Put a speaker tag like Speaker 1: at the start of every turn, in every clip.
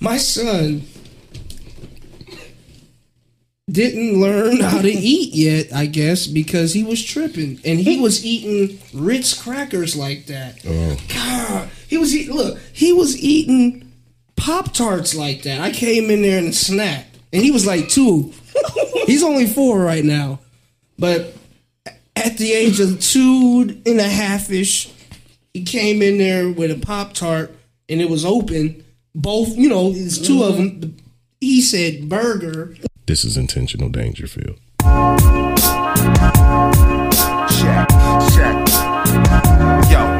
Speaker 1: My son didn't learn how to eat yet, I guess, because he was tripping and he was eating Ritz crackers like that.
Speaker 2: Oh.
Speaker 1: God, he was eating. Look, he was eating Pop Tarts like that. I came in there and snapped, and he was like two. He's only four right now, but at the age of two and a half ish, he came in there with a Pop Tart and it was open. Both, you know, it's 2 of them. He said burger.
Speaker 2: This is intentional Dangerfield.
Speaker 3: Check, check. Yo.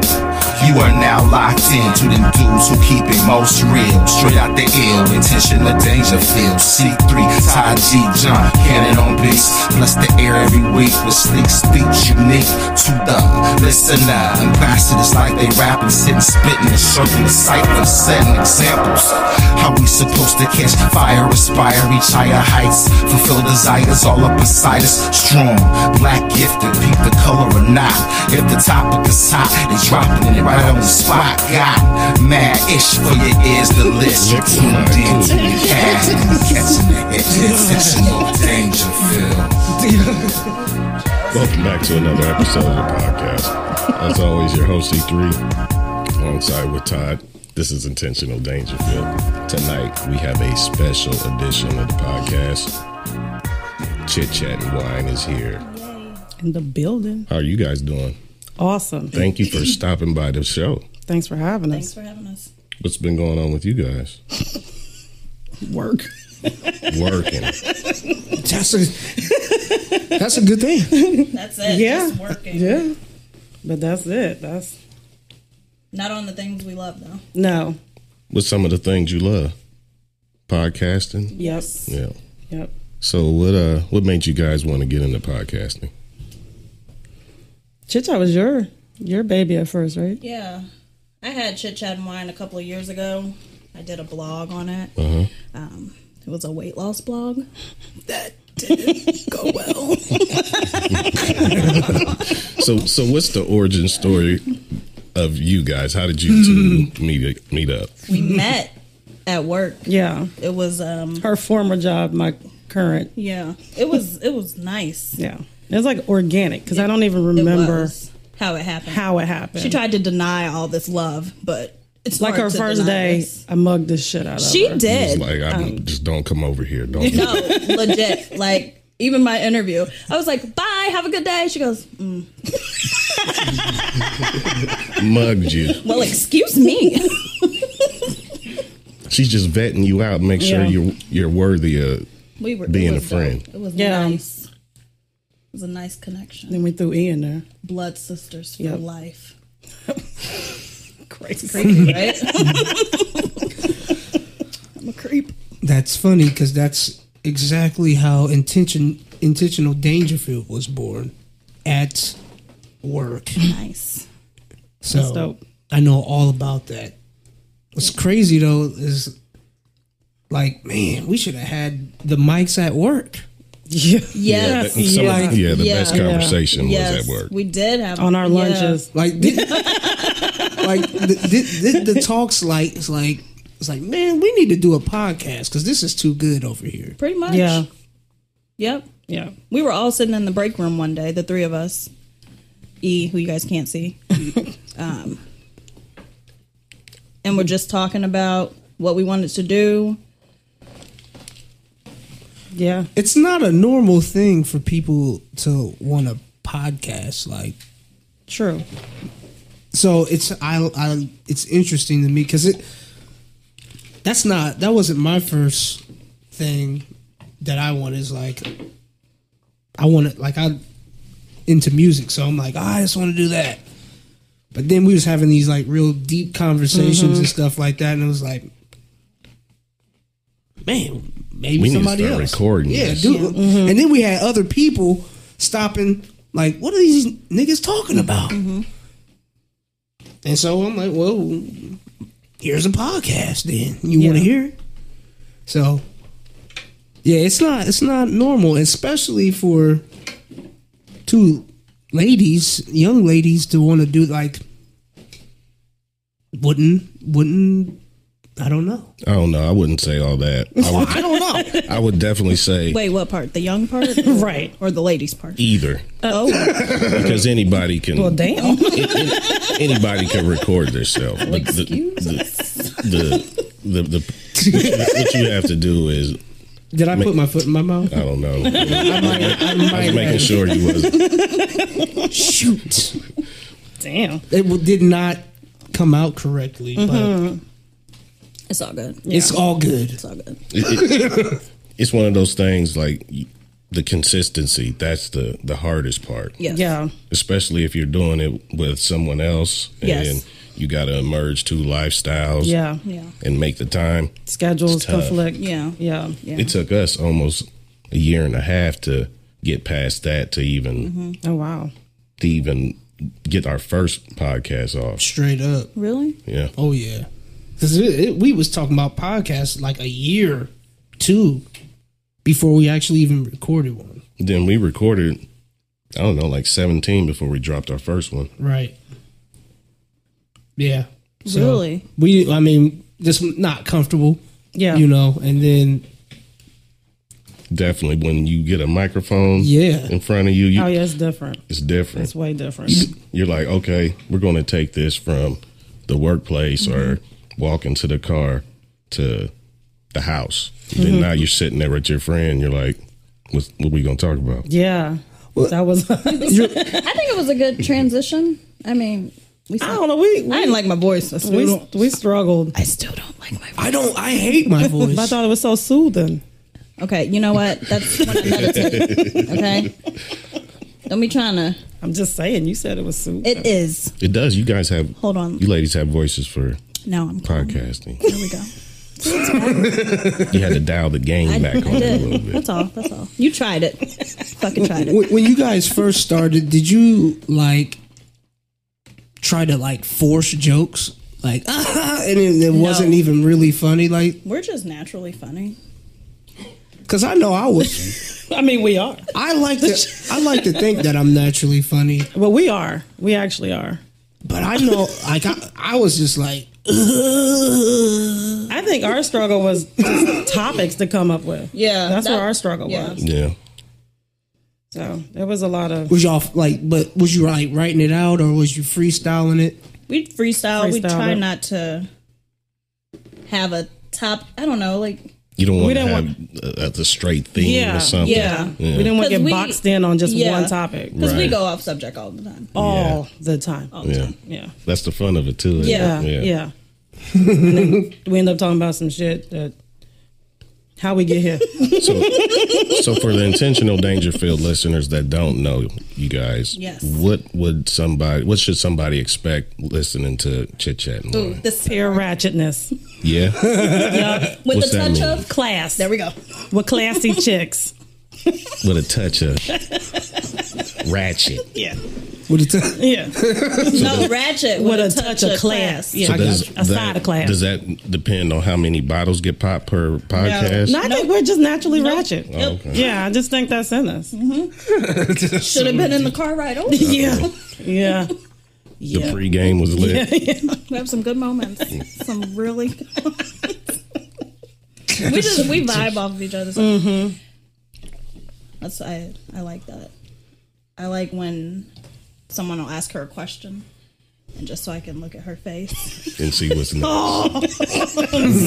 Speaker 3: You are now locked into them dudes who keep it most real. Straight out the ill, intentional danger field. C3, Ty G, John, cannon on beats. Bless the air every week with sleek speech unique to the listener. Ambassadors like they rapping, sitting, spitting, and shirking the cycling, setting examples. How we supposed to catch fire, aspire, reach higher heights, fulfill desires all up inside us. Strong, black gifted, peep the color or not. If the topic is hot, they dropping it right on the spot. Got mad ish for your ears to list. You're tuned in to the cast, catching the hit, intentional danger feel.
Speaker 2: Welcome back to another episode of the podcast. As always, your host E3, alongside with Todd. This is Intentional Dangerfield. Tonight, we have a special edition of the podcast. Chit Chat and Wine is here.
Speaker 4: in the building.
Speaker 2: How are you guys doing?
Speaker 4: Awesome.
Speaker 2: Thank you for stopping by the show.
Speaker 4: Thanks for having
Speaker 5: Thanks
Speaker 4: us.
Speaker 5: for having us.
Speaker 2: What's been going on with you guys?
Speaker 4: Work.
Speaker 2: Working.
Speaker 1: That's a, that's a good thing.
Speaker 5: That's it.
Speaker 4: Yeah.
Speaker 5: Just working.
Speaker 4: Yeah. But that's it. That's
Speaker 5: Not on the things we love though.
Speaker 4: no.
Speaker 2: What's some of the things you love? Podcasting?
Speaker 4: Yep.
Speaker 2: Yeah.
Speaker 4: Yep.
Speaker 2: So what uh what made you guys want to get into podcasting?
Speaker 4: Chit chat was your your baby at first, right?
Speaker 5: Yeah. I had Chit Chat and Wine a couple of years ago. I did a blog on it. Um, it was a weight loss blog. That didn't go well.
Speaker 2: So so what's the origin story of you guys? How did you two meet meet up?
Speaker 5: we met at work.
Speaker 4: Yeah.
Speaker 5: It was um
Speaker 4: Her former job, my current.
Speaker 5: yeah. It was it was nice.
Speaker 4: Yeah. It was like organic because I don't even
Speaker 5: It
Speaker 4: remember
Speaker 5: was how it happened.
Speaker 4: how it happened.
Speaker 5: she tried to deny all this love, but it's
Speaker 4: like her
Speaker 5: hard to
Speaker 4: first
Speaker 5: deny
Speaker 4: day,
Speaker 5: this.
Speaker 4: I mugged the shit out of
Speaker 5: She
Speaker 4: her.
Speaker 2: It's
Speaker 5: did.
Speaker 2: like I just don't come over here. Don't
Speaker 5: No, legit. Like even my interview, I was like, "Bye, have a good day." She goes, "Mm,
Speaker 2: mug you.
Speaker 5: "Well, excuse me."
Speaker 2: She's just vetting you out, make sure
Speaker 4: Yeah.
Speaker 2: you're you're worthy of
Speaker 5: We were it
Speaker 2: Being
Speaker 5: was
Speaker 2: a friend.
Speaker 5: dope. It was
Speaker 4: Yeah.
Speaker 5: nice. It was a nice connection.
Speaker 4: Then we threw Ian there.
Speaker 5: Blood sisters for
Speaker 4: Yep.
Speaker 5: life.
Speaker 4: Crazy.
Speaker 5: Creepy, right? I'm a creep.
Speaker 1: That's funny because that's exactly how intention intentional Dangerfield was born at work.
Speaker 5: Nice.
Speaker 1: So
Speaker 4: That's dope.
Speaker 1: I know all about that. What's crazy though is like, man, we should have had the mics at work.
Speaker 4: Yeah.
Speaker 2: yeah,
Speaker 5: Yes.
Speaker 2: that- some of the- yeah, the
Speaker 5: Yeah.
Speaker 2: best
Speaker 5: Yeah.
Speaker 2: conversation
Speaker 5: Yes,
Speaker 2: was at work.
Speaker 5: we did have
Speaker 4: On our
Speaker 5: yeah.
Speaker 4: lunches.
Speaker 1: Like, did, like the, the, the, the talks like it's like it's like, man, we need to do a podcast because this is too good over here.
Speaker 5: Pretty much.
Speaker 4: Yeah.
Speaker 5: Yep.
Speaker 4: Yeah.
Speaker 5: We were all sitting in the break room one day, the three of us. E, who you guys can't see. um, and we're just talking about what we wanted to do.
Speaker 4: Yeah.
Speaker 1: It's not a normal thing for people to want a podcast like
Speaker 4: True.
Speaker 1: so it's I, I it's interesting to me because it that's not that wasn't my first thing that I want is like I want to like I into music so I'm like "Ah, I just want to do that but then we was having these like real deep conversations
Speaker 2: Mm-hmm.
Speaker 1: and stuff like that and it was like man maybe
Speaker 2: We need to
Speaker 1: somebody
Speaker 2: start
Speaker 1: else
Speaker 2: recording
Speaker 1: yeah
Speaker 2: this.
Speaker 1: dude and then we had other people stopping like what are these niggas talking about and so I'm like, well, here's a podcast. Then you want to
Speaker 4: Yeah.
Speaker 1: hear it? So, yeah, it's not it's not normal, especially for two ladies, young ladies, to want to do like wouldn't wouldn't I don't know.
Speaker 2: I don't know. I wouldn't say all that. I would,
Speaker 1: I don't know.
Speaker 2: I would definitely say
Speaker 5: Wait, what part? The young part?
Speaker 4: Right.
Speaker 5: Or the ladies' part?
Speaker 2: either
Speaker 5: Oh,
Speaker 2: because anybody can
Speaker 4: Well, damn.
Speaker 2: anybody can record themselves. But the, the, the, the, the, what you have to do is
Speaker 1: Did I put my foot in my mouth?
Speaker 2: I don't know. I
Speaker 1: I might, I might
Speaker 2: was making
Speaker 1: have.
Speaker 2: sure you was
Speaker 1: Shoot.
Speaker 4: Damn.
Speaker 1: It w- did not come out correctly, but
Speaker 5: it's all good.
Speaker 1: it's all good.
Speaker 5: It's all good.
Speaker 2: It's one of those things like y- the consistency. That's the the hardest part.
Speaker 5: Yes.
Speaker 4: Yeah.
Speaker 2: especially if you're doing it with someone else and
Speaker 5: Yes.
Speaker 2: then you got to merge two lifestyles
Speaker 4: Yeah.
Speaker 5: Yeah.
Speaker 2: and make the time
Speaker 4: Schedules
Speaker 2: tough.
Speaker 4: conflict.
Speaker 5: Yeah.
Speaker 4: Yeah.
Speaker 5: Yeah.
Speaker 2: it took us almost a year and a half to get past that to even
Speaker 4: Oh wow.
Speaker 2: to even get our first podcast off
Speaker 1: Straight up.
Speaker 5: Really?
Speaker 2: yeah
Speaker 1: Oh yeah, because it, it, we was talking about podcasts like a year, two, before we actually even recorded one.
Speaker 2: then we recorded i don't know like 17 before we dropped our first one
Speaker 1: Right. Yeah.
Speaker 5: Really?
Speaker 1: We, I mean, just not comfortable.
Speaker 4: Yeah.
Speaker 1: You know, and then
Speaker 2: definitely when you get a microphone
Speaker 1: Yeah.
Speaker 2: in front of you, you
Speaker 4: Oh yeah, it's different.
Speaker 2: it's different
Speaker 4: It's way different.
Speaker 2: you're like, okay, we're going to take this from the workplace or walking to the car to the house. Then now you're sitting there with your friend. You're like, what's, what we going to talk about?
Speaker 4: Yeah. that was. I
Speaker 5: I think it was a good transition. I mean, we. Still,
Speaker 4: don't know. We we,
Speaker 5: I didn't like my voice. I still
Speaker 4: we,
Speaker 5: don't.
Speaker 4: we struggled.
Speaker 5: I still don't like my voice.
Speaker 1: I don't. I hate my voice.
Speaker 4: I thought it was so soothing.
Speaker 5: Okay, you know what? That's one another take. Okay. Don't be trying to.
Speaker 4: I'm just saying. You said it was soothing.
Speaker 5: It is.
Speaker 2: It does. You guys have,
Speaker 5: Hold on.
Speaker 2: you ladies have voices for
Speaker 5: No, I'm. Here
Speaker 2: podcasting.
Speaker 5: we go.
Speaker 2: You had to dial the game
Speaker 5: I, I
Speaker 2: back on it a little
Speaker 5: did.
Speaker 2: bit.
Speaker 5: That's all. That's all. You tried it. Fucking tried it.
Speaker 1: when, when you guys first started, did you like try to like force jokes? Like, and it, it wasn't even really funny. Like,
Speaker 5: We're just naturally funny.
Speaker 1: because I know I was.
Speaker 4: I mean, we are.
Speaker 1: I like to. I like to think that I'm naturally funny,
Speaker 4: Well, we are. We actually are.
Speaker 1: but I know. Like, I, I was just like, "Ugh."
Speaker 4: I think our struggle was just topics to come up with.
Speaker 5: Yeah,
Speaker 4: That's
Speaker 5: that-
Speaker 4: where our struggle
Speaker 5: yeah.
Speaker 4: was.
Speaker 2: Yeah.
Speaker 4: So there was a lot of
Speaker 1: was y'all like? But was you like writing it out, or was you freestyling it?
Speaker 5: We freestyle. we
Speaker 4: Freestyle
Speaker 5: try
Speaker 4: it.
Speaker 5: not to have a top. I don't know. Like
Speaker 2: You don't want to
Speaker 4: don't
Speaker 2: have uh, the straight theme
Speaker 4: Yeah.
Speaker 2: or something.
Speaker 5: Yeah.
Speaker 4: we didn't want to
Speaker 5: 'Cause
Speaker 4: get
Speaker 5: we-
Speaker 4: boxed in on just
Speaker 5: yeah.
Speaker 4: one topic
Speaker 5: because we
Speaker 2: Right.
Speaker 5: go off subject all the time.
Speaker 4: all the time.
Speaker 2: Yeah.
Speaker 4: Yeah.
Speaker 2: That's the fun of it, too. isn't it?
Speaker 5: Yeah.
Speaker 4: Yeah. Yeah. And then we end up talking about some shit that how we get here.
Speaker 2: So, so for the intentional Dangerfield listeners that don't know you guys,
Speaker 5: Yes.
Speaker 2: what would somebody, what should somebody expect listening to chit chat? and Wine?
Speaker 5: This
Speaker 4: Pure ratchetness.
Speaker 2: Yeah,
Speaker 5: with
Speaker 2: What's
Speaker 5: the
Speaker 2: that
Speaker 5: touch
Speaker 2: mean?
Speaker 5: of
Speaker 4: Class.
Speaker 5: There we go.
Speaker 4: With classy chicks.
Speaker 2: with a touch of ratchet.
Speaker 4: Yeah.
Speaker 1: With the t-
Speaker 4: Yeah.
Speaker 5: No ratchet
Speaker 4: With a touch of class. Yeah.
Speaker 2: So does
Speaker 4: a side
Speaker 2: that-
Speaker 4: of class.
Speaker 2: Does that depend on how many bottles get popped per podcast?
Speaker 4: no, I think we're just naturally ratchet.
Speaker 2: Oh, okay.
Speaker 4: Yeah, I just think that's in us.
Speaker 5: Should have been in the car ride Oh, over.
Speaker 4: Yeah. Yeah.
Speaker 2: The pregame was lit.
Speaker 5: We have some good moments. some really. Good moments. we just we vibe off of each other. So. That's I I like that. I like when someone will ask her a question, and just so I can look at her face.
Speaker 2: and see what's next. Oh,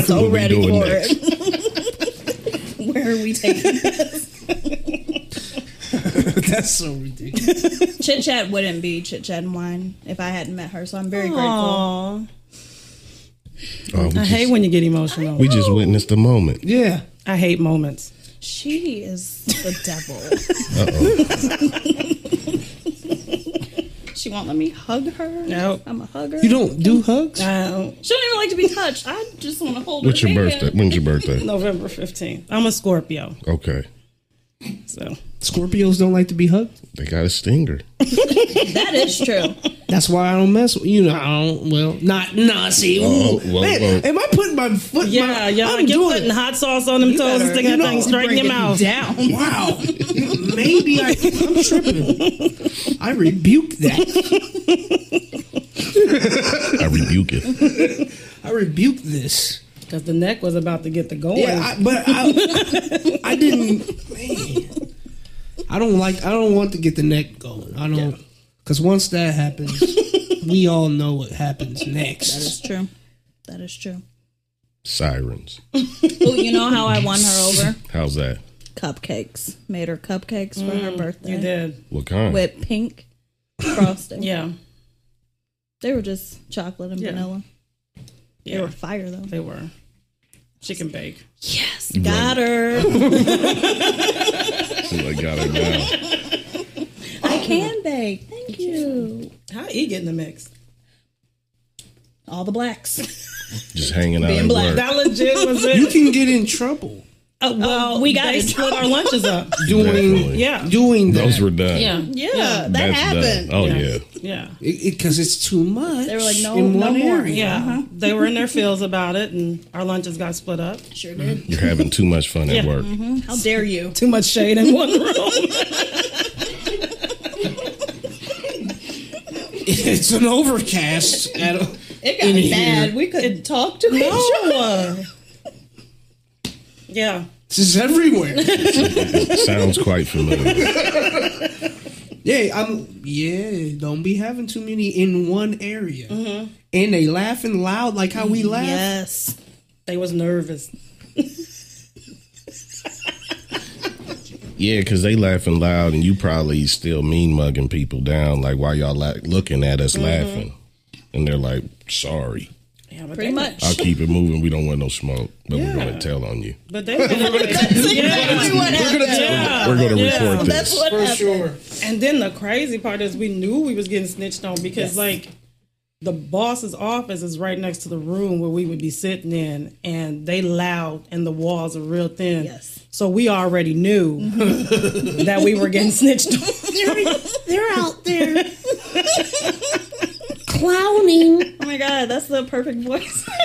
Speaker 5: So
Speaker 2: what we
Speaker 5: ready
Speaker 2: doing
Speaker 5: for
Speaker 2: next.
Speaker 5: it. Where are we taking
Speaker 1: that's so ridiculous.
Speaker 5: chit chat? Wouldn't be chit chat and wine if I hadn't met her. So I'm very grateful.
Speaker 4: Aw.
Speaker 2: Oh, we,
Speaker 4: I
Speaker 2: just,
Speaker 4: hate when you get emotional.
Speaker 2: we just witnessed the moment.
Speaker 1: Yeah,
Speaker 4: I hate moments.
Speaker 5: She is the devil. she won't let me hug her.
Speaker 4: Nope.
Speaker 5: I'm a hugger.
Speaker 1: you don't do hugs.
Speaker 4: I don't-
Speaker 5: She don't even like to be touched. I just want to hold
Speaker 2: What's
Speaker 5: her.
Speaker 2: your
Speaker 5: hand.
Speaker 2: birthday? When's your birthday?
Speaker 4: November 15th. I'm a Scorpio.
Speaker 2: Okay,
Speaker 4: So
Speaker 1: Scorpios don't like to be hugged.
Speaker 2: they got a stinger.
Speaker 5: That is true.
Speaker 1: That's why I don't mess with you know. I don't. Well, not nah. See,
Speaker 2: Oh,
Speaker 1: ooh,
Speaker 2: whoa,
Speaker 1: man,
Speaker 2: whoa.
Speaker 1: am I putting my foot?
Speaker 4: Yeah,
Speaker 1: my,
Speaker 4: yeah.
Speaker 1: I'm
Speaker 4: you're
Speaker 1: doing
Speaker 4: putting
Speaker 1: it.
Speaker 4: hot sauce on them toes,
Speaker 5: better-
Speaker 4: sticking that
Speaker 5: you
Speaker 1: know,
Speaker 4: thing straight in your
Speaker 1: bring it
Speaker 4: mouth.
Speaker 5: Down.
Speaker 1: Wow, maybe I, I'm tripping. I rebuke that.
Speaker 2: I rebuke it.
Speaker 1: I rebuke this.
Speaker 4: Because the neck was about to get the going.
Speaker 1: Yeah, I, but I, I didn't. Man, I don't like. I don't want to get the neck going. I don't. Because once that happens, we all know what happens
Speaker 5: That is
Speaker 1: next.
Speaker 5: true. That is true.
Speaker 2: Sirens.
Speaker 5: Oh, you know how I won her over?
Speaker 2: How's that?
Speaker 5: Cupcakes. Made her cupcakes for her birthday.
Speaker 4: you did.
Speaker 2: What kind?
Speaker 5: With pink frosting.
Speaker 4: Yeah.
Speaker 5: They were just chocolate and
Speaker 4: Yeah.
Speaker 5: vanilla. They
Speaker 4: Yeah.
Speaker 5: were fire though.
Speaker 4: They were. Chicken bake.
Speaker 5: Yes. Got her.
Speaker 2: She's like, got it now.
Speaker 5: I can bake. Thank you.
Speaker 4: How he get in the mix?
Speaker 5: All the blacks.
Speaker 2: Just hanging out
Speaker 5: Being
Speaker 2: at
Speaker 5: black.
Speaker 2: work.
Speaker 4: That legit was it.
Speaker 1: You can get in trouble
Speaker 4: Uh, well,
Speaker 5: we got
Speaker 4: they
Speaker 5: it.
Speaker 4: split our lunches up.
Speaker 1: doing
Speaker 2: Definitely.
Speaker 4: Yeah.
Speaker 1: doing that.
Speaker 2: Those were done.
Speaker 4: Yeah.
Speaker 5: Yeah, that happened.
Speaker 2: Done. Oh, yeah.
Speaker 4: Yeah.
Speaker 1: because it's too much.
Speaker 5: They were like, no,
Speaker 1: in
Speaker 5: no
Speaker 1: one
Speaker 5: more.
Speaker 1: area.
Speaker 4: Yeah. They were in their feels about it, and our lunches got split up.
Speaker 5: Sure did.
Speaker 2: You're having too much fun at
Speaker 4: Yeah.
Speaker 2: work.
Speaker 5: How dare you?
Speaker 4: Too much shade in one room.
Speaker 1: It's an overcast. At a,
Speaker 5: It got bad. We couldn't talk to each other.
Speaker 4: yeah.
Speaker 1: this is everywhere.
Speaker 2: Sounds quite familiar.
Speaker 1: Yeah, I'm. Yeah, don't be having too many in one area. And they laughing loud like how we laugh.
Speaker 5: Mm-hmm. Yes.
Speaker 4: They was nervous.
Speaker 2: Yeah, because they laughing loud and you probably still mean mugging people down. Like, why y'all la- looking at
Speaker 5: Mm-hmm.
Speaker 2: us laughing? And they're like, sorry.
Speaker 4: Yeah, but
Speaker 5: Pretty
Speaker 4: they,
Speaker 5: much.
Speaker 2: I'll keep it moving. We don't want no smoke, but we're going to tell on you.
Speaker 4: But they yeah.
Speaker 5: Exactly what happened.
Speaker 4: yeah.
Speaker 2: We're going to
Speaker 4: Yeah.
Speaker 2: report
Speaker 5: Ah, That's
Speaker 2: this.
Speaker 5: what happened.
Speaker 1: sure.
Speaker 4: And then the crazy part is we knew we was getting snitched on because like the boss's office is right next to the room where we would be sitting in and they loud and the walls are real thin.
Speaker 5: Yes.
Speaker 4: So we already knew that we were getting snitched on.
Speaker 5: They're, they're out there clowning. Oh my god, that's the perfect voice.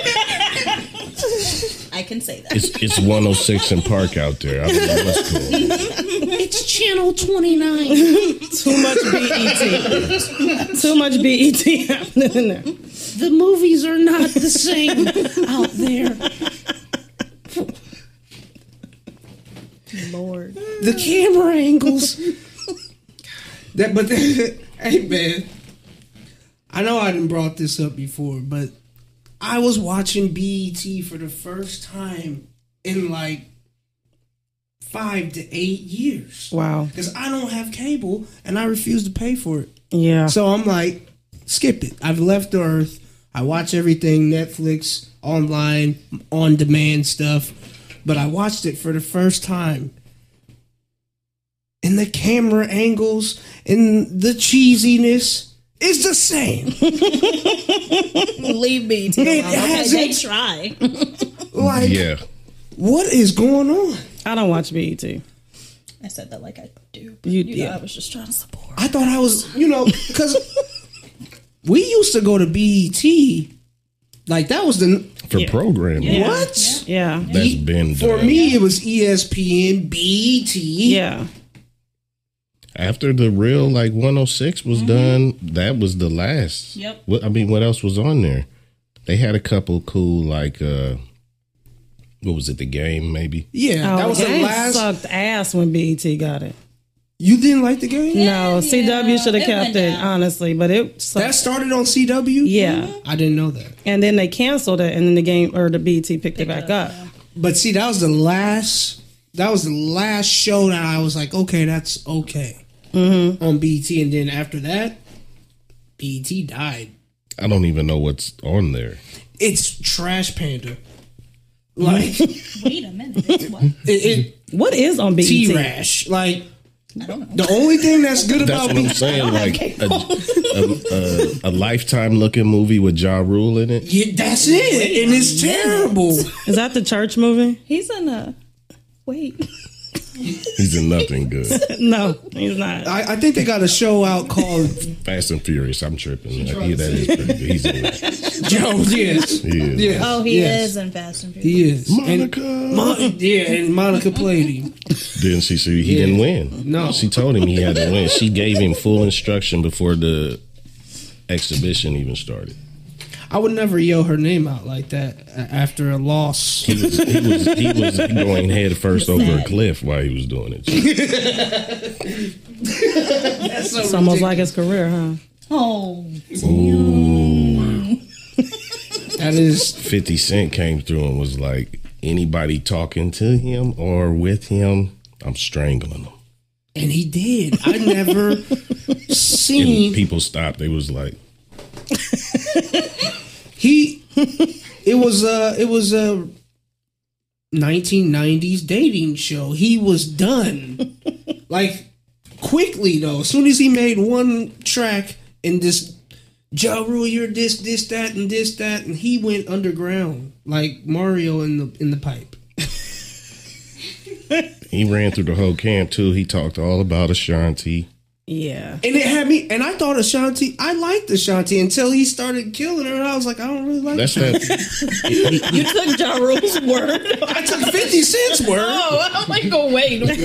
Speaker 5: I can say that.
Speaker 2: It's, it's 106 in Park out there. I don't know what's cool.
Speaker 1: It's channel twenty nine.
Speaker 4: Too much BET. Too much BET happening in there.
Speaker 1: the movies are not the same out there.
Speaker 5: Lord.
Speaker 1: The camera angles. that, but hey man, I know I didn't brought this up before, but I was watching BET for the first time in like five to eight years.
Speaker 4: Wow.
Speaker 1: because I don't have cable and I refuse to pay for it.
Speaker 4: Yeah.
Speaker 1: So I'm like, skip it. I've left the earth. I watch everything Netflix, online, on demand stuff. But I watched it for the first time. And the camera angles and the cheesiness is the same.
Speaker 5: Leave me to
Speaker 1: It
Speaker 5: it. Okay,
Speaker 1: hasn't-
Speaker 5: they try.
Speaker 1: Like,
Speaker 2: Yeah.
Speaker 1: what is going on?
Speaker 4: I don't watch E BET. You,
Speaker 5: I said that like I do. But
Speaker 4: you
Speaker 5: you know, I was just trying to support.
Speaker 1: I thought I was, you know, because we used to go to BET. Like, that was the.
Speaker 2: For programming.
Speaker 1: What?
Speaker 4: Yeah.
Speaker 2: That's been
Speaker 1: For
Speaker 2: done.
Speaker 1: me, it was E ESPN, BET.
Speaker 4: Yeah.
Speaker 2: After the real like 106
Speaker 1: Mm-hmm.
Speaker 2: was done, that was the last.
Speaker 5: Yep.
Speaker 2: What I mean, what else was on there? They had a couple cool like uh what was it? The game maybe.
Speaker 1: Yeah, that was the
Speaker 4: Game
Speaker 1: last.
Speaker 4: Oh, sucked ass when BET got it.
Speaker 1: You didn't like the game?
Speaker 4: No, CW should have
Speaker 5: it went
Speaker 4: kept it,
Speaker 5: down.
Speaker 4: honestly, but it sucked.
Speaker 1: That started on CW?
Speaker 4: yeah.
Speaker 1: I didn't know that.
Speaker 4: And then they canceled it, and then the game or the BT picked it back up.
Speaker 1: But see, that was the last. That was the last show that I was like, okay, that's okay on BT, and then after that, BT died.
Speaker 2: I don't even know what's on there.
Speaker 1: It's trash panda. Like it,
Speaker 5: Wait a minute. It's what?
Speaker 1: it
Speaker 4: What is on BET?
Speaker 1: T rash. Like
Speaker 5: I don't know.
Speaker 1: the only thing that's good
Speaker 2: That's
Speaker 1: about
Speaker 2: what I'm
Speaker 1: BT,
Speaker 2: saying. Like a, a, a, a lifetime looking movie with Ja Rule in it.
Speaker 1: E yeah, that's it, and it's terrible.
Speaker 4: Is that the church movie?
Speaker 5: He's in a. Wait.
Speaker 2: He's in nothing good.
Speaker 4: No, he's not.
Speaker 1: I, I think they got a show out called
Speaker 2: Fast and Furious. I'm tripping. Yeah, that is pretty good. He's in it.
Speaker 1: Joe. Yes,
Speaker 2: He is.
Speaker 1: yes.
Speaker 5: Oh, he
Speaker 1: yes.
Speaker 5: is in Fast and Furious.
Speaker 1: He is. And,
Speaker 2: Monica.
Speaker 1: Mon- yeah, and Monica played him.
Speaker 2: Didn't she? So he didn't win.
Speaker 1: No.
Speaker 2: she told him he had to win. She gave him full instruction before the exhibition even started.
Speaker 1: I would never yell her name out like that a- after a loss.
Speaker 2: He was, he was, he was going head first over a cliff while he was doing it.
Speaker 4: It's almost like his career, huh?
Speaker 5: Oh,
Speaker 1: That is
Speaker 2: 50 Cent came through and was like, anybody talking to him or with him, I'm strangling them.
Speaker 1: and he did. I never
Speaker 2: And
Speaker 1: seen
Speaker 2: people stopped. They was like,
Speaker 1: he it was uh it was a 1990s dating show he was done like quickly though as soon as he made one track and this Ja Rule, you're this, this, that, and this, that, and he went underground like Mario in the in the pipe.
Speaker 2: he ran through the whole camp too. He talked all about Ashanti.
Speaker 4: Yeah.
Speaker 1: And it had me, and I thought Ashanti, I liked Ashanti until he started killing her, and I was like, I don't really like.
Speaker 2: That's
Speaker 1: That.
Speaker 2: that.
Speaker 5: you took Ja Rule's word.
Speaker 1: I took fifty cents worth.
Speaker 5: Oh, I'm like, oh, wait, what?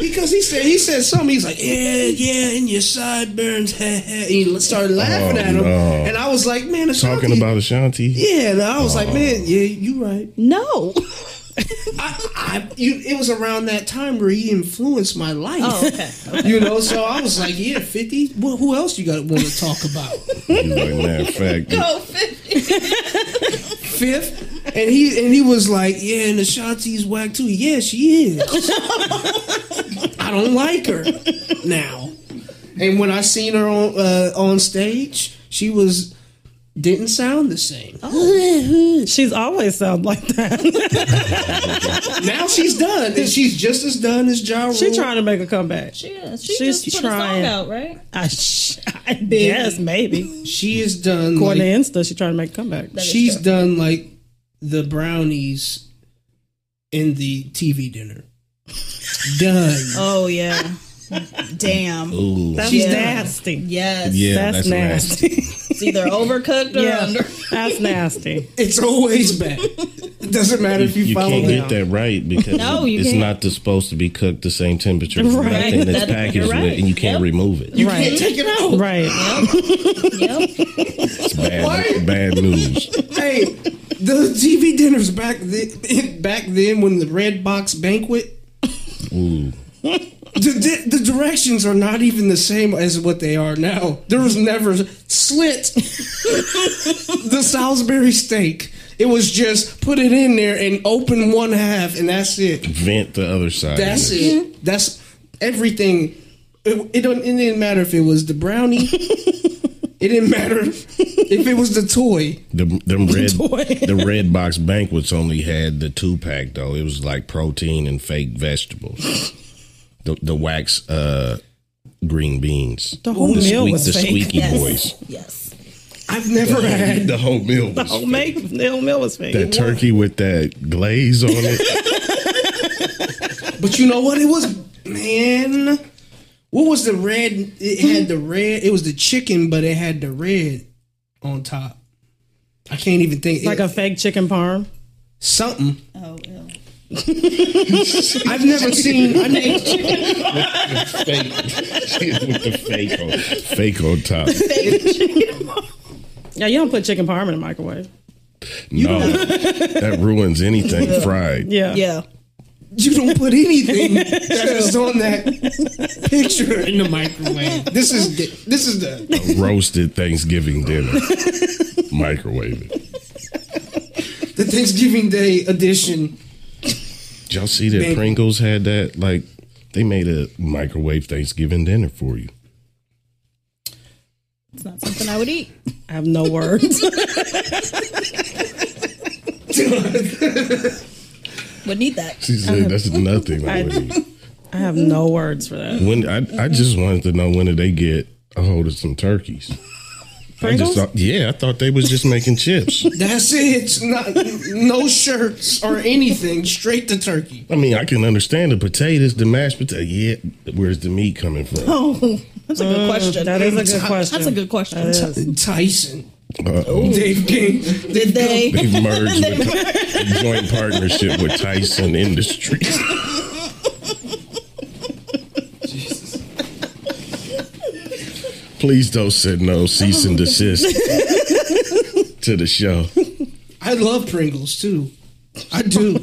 Speaker 1: Because he said he said something. He's like, yeah, yeah, and your sideburns. heh, heh." he started laughing
Speaker 2: Oh,
Speaker 1: at him,
Speaker 2: no.
Speaker 1: and I was like, man, Ashanti.
Speaker 2: Talking about Oh. Ashanti.
Speaker 1: Yeah, and I was like, man, yeah, you right.
Speaker 5: no.
Speaker 1: I, I, you, it was around that time where he influenced my life.
Speaker 5: Oh, okay.
Speaker 1: You know, so I was like, yeah, fifty. Well, who else you got want to talk about?
Speaker 2: He was like, matter of fact,
Speaker 5: Oh, 50.
Speaker 1: Fifth. And he and he was like, yeah, and Ashanti's whack too. Yeah, she is. I don't like her now. And when I seen her on uh, on stage, she was didn't sound the same.
Speaker 4: Oh. She's always sound like that.
Speaker 1: Now she's done, and she's just as done as Ja Rule.
Speaker 4: She's trying to make a comeback.
Speaker 5: She is. She
Speaker 4: She's
Speaker 5: just put
Speaker 4: trying.
Speaker 5: a song out, right?
Speaker 4: I, sh- I guess maybe.
Speaker 1: She is done.
Speaker 4: Going
Speaker 1: like-
Speaker 4: to Insta, she's trying to make a comeback.
Speaker 5: That is
Speaker 1: she's
Speaker 5: true.
Speaker 1: done like the brownies in the TV dinner. Done.
Speaker 5: Oh, yeah. Damn.
Speaker 2: ooh,
Speaker 4: That's
Speaker 1: She's
Speaker 4: nasty.
Speaker 5: Yes.
Speaker 2: yeah,
Speaker 4: That's,
Speaker 2: that's, nasty.
Speaker 4: nasty.
Speaker 5: It's either overcooked or
Speaker 4: yeah,
Speaker 5: under.
Speaker 4: that's nasty.
Speaker 1: It's always bad. It doesn't matter if you,
Speaker 2: You
Speaker 1: follow
Speaker 2: can't
Speaker 1: it.
Speaker 2: get that right because
Speaker 5: No, you
Speaker 2: it's
Speaker 5: can't.
Speaker 2: not supposed to be cooked the same temperature as
Speaker 4: Right.
Speaker 2: nothing that's
Speaker 5: That- you're
Speaker 2: packaged
Speaker 5: right.
Speaker 2: with, and you can't
Speaker 5: Yep.
Speaker 2: remove it.
Speaker 1: You
Speaker 4: Right.
Speaker 1: can't take it out.
Speaker 4: Right.
Speaker 5: Yep.
Speaker 2: It's bad, bad news.
Speaker 1: hey, the TV dinners back then, back then when the Red Box banquet,
Speaker 2: Ooh.
Speaker 1: the, di- the directions are not even the same as what they are now. There was never slit the Salisbury steak. It was just put it in there and open one half, and that's it.
Speaker 2: Vent the other side. of
Speaker 1: That's it. That's everything. It, it don't. It didn't matter if it was the brownie. it didn't matter if it was the toy.
Speaker 2: The them red
Speaker 4: Boy.
Speaker 2: the red box banquets only had the two pack though. It was like protein and fake vegetables. The the wax uh green beans.
Speaker 4: The whole meal was
Speaker 2: the
Speaker 4: fake.
Speaker 2: squeaky
Speaker 5: Yes.
Speaker 2: boys.
Speaker 5: Yes.
Speaker 1: I've never had.
Speaker 2: The whole meal was
Speaker 4: Oh,
Speaker 2: fake.
Speaker 4: make the whole meal was fake.
Speaker 2: that turkey with that glaze on it.
Speaker 1: But you know what? It was man. What was the red? It
Speaker 4: Hmm?
Speaker 1: had the red. It was the chicken, but it had the red on top. I can't even think.
Speaker 4: Like
Speaker 1: it,
Speaker 4: a fake chicken parm.
Speaker 1: something.
Speaker 5: Oh, ew.
Speaker 1: I've never seen. I mean,
Speaker 2: fake with the fake on fake on top.
Speaker 4: Yeah, you don't put chicken parm in the microwave.
Speaker 2: No. that ruins anything fried.
Speaker 4: Yeah.
Speaker 5: Yeah.
Speaker 1: you don't put anything that is on that picture in the microwave. This is the, this is the
Speaker 2: Roasted Thanksgiving dinner. Microwave it.
Speaker 1: the Thanksgiving Day edition.
Speaker 2: Did y'all see that
Speaker 1: Baby.
Speaker 2: Pringles had that? Like, they made a microwave Thanksgiving dinner for you.
Speaker 5: It's not something I would eat.
Speaker 4: I have no words.
Speaker 5: Wouldn't eat that.
Speaker 2: She
Speaker 4: Uh-huh.
Speaker 2: said, that's nothing. I would eat."
Speaker 4: I have no words for that.
Speaker 2: when I, I just wanted to know when did they get a hold of some turkeys? I just
Speaker 4: Pringles?
Speaker 2: thought, yeah, I thought they was just making chips.
Speaker 1: That's it. It's not no shirts or anything. Straight to turkey.
Speaker 2: I mean, I can understand the potatoes, the mashed potatoes. Yeah, where's the meat coming from?
Speaker 5: Oh, that's a good question.
Speaker 4: Mm, That is a good question.
Speaker 5: That's a good question.
Speaker 1: Tyson.
Speaker 2: Uh-oh.
Speaker 1: Dave King. Dave
Speaker 5: Did they?
Speaker 2: They merged with a joint partnership with Tyson Industries. Please don't say no, cease and desist. to the show.
Speaker 1: I love Pringles too. I do.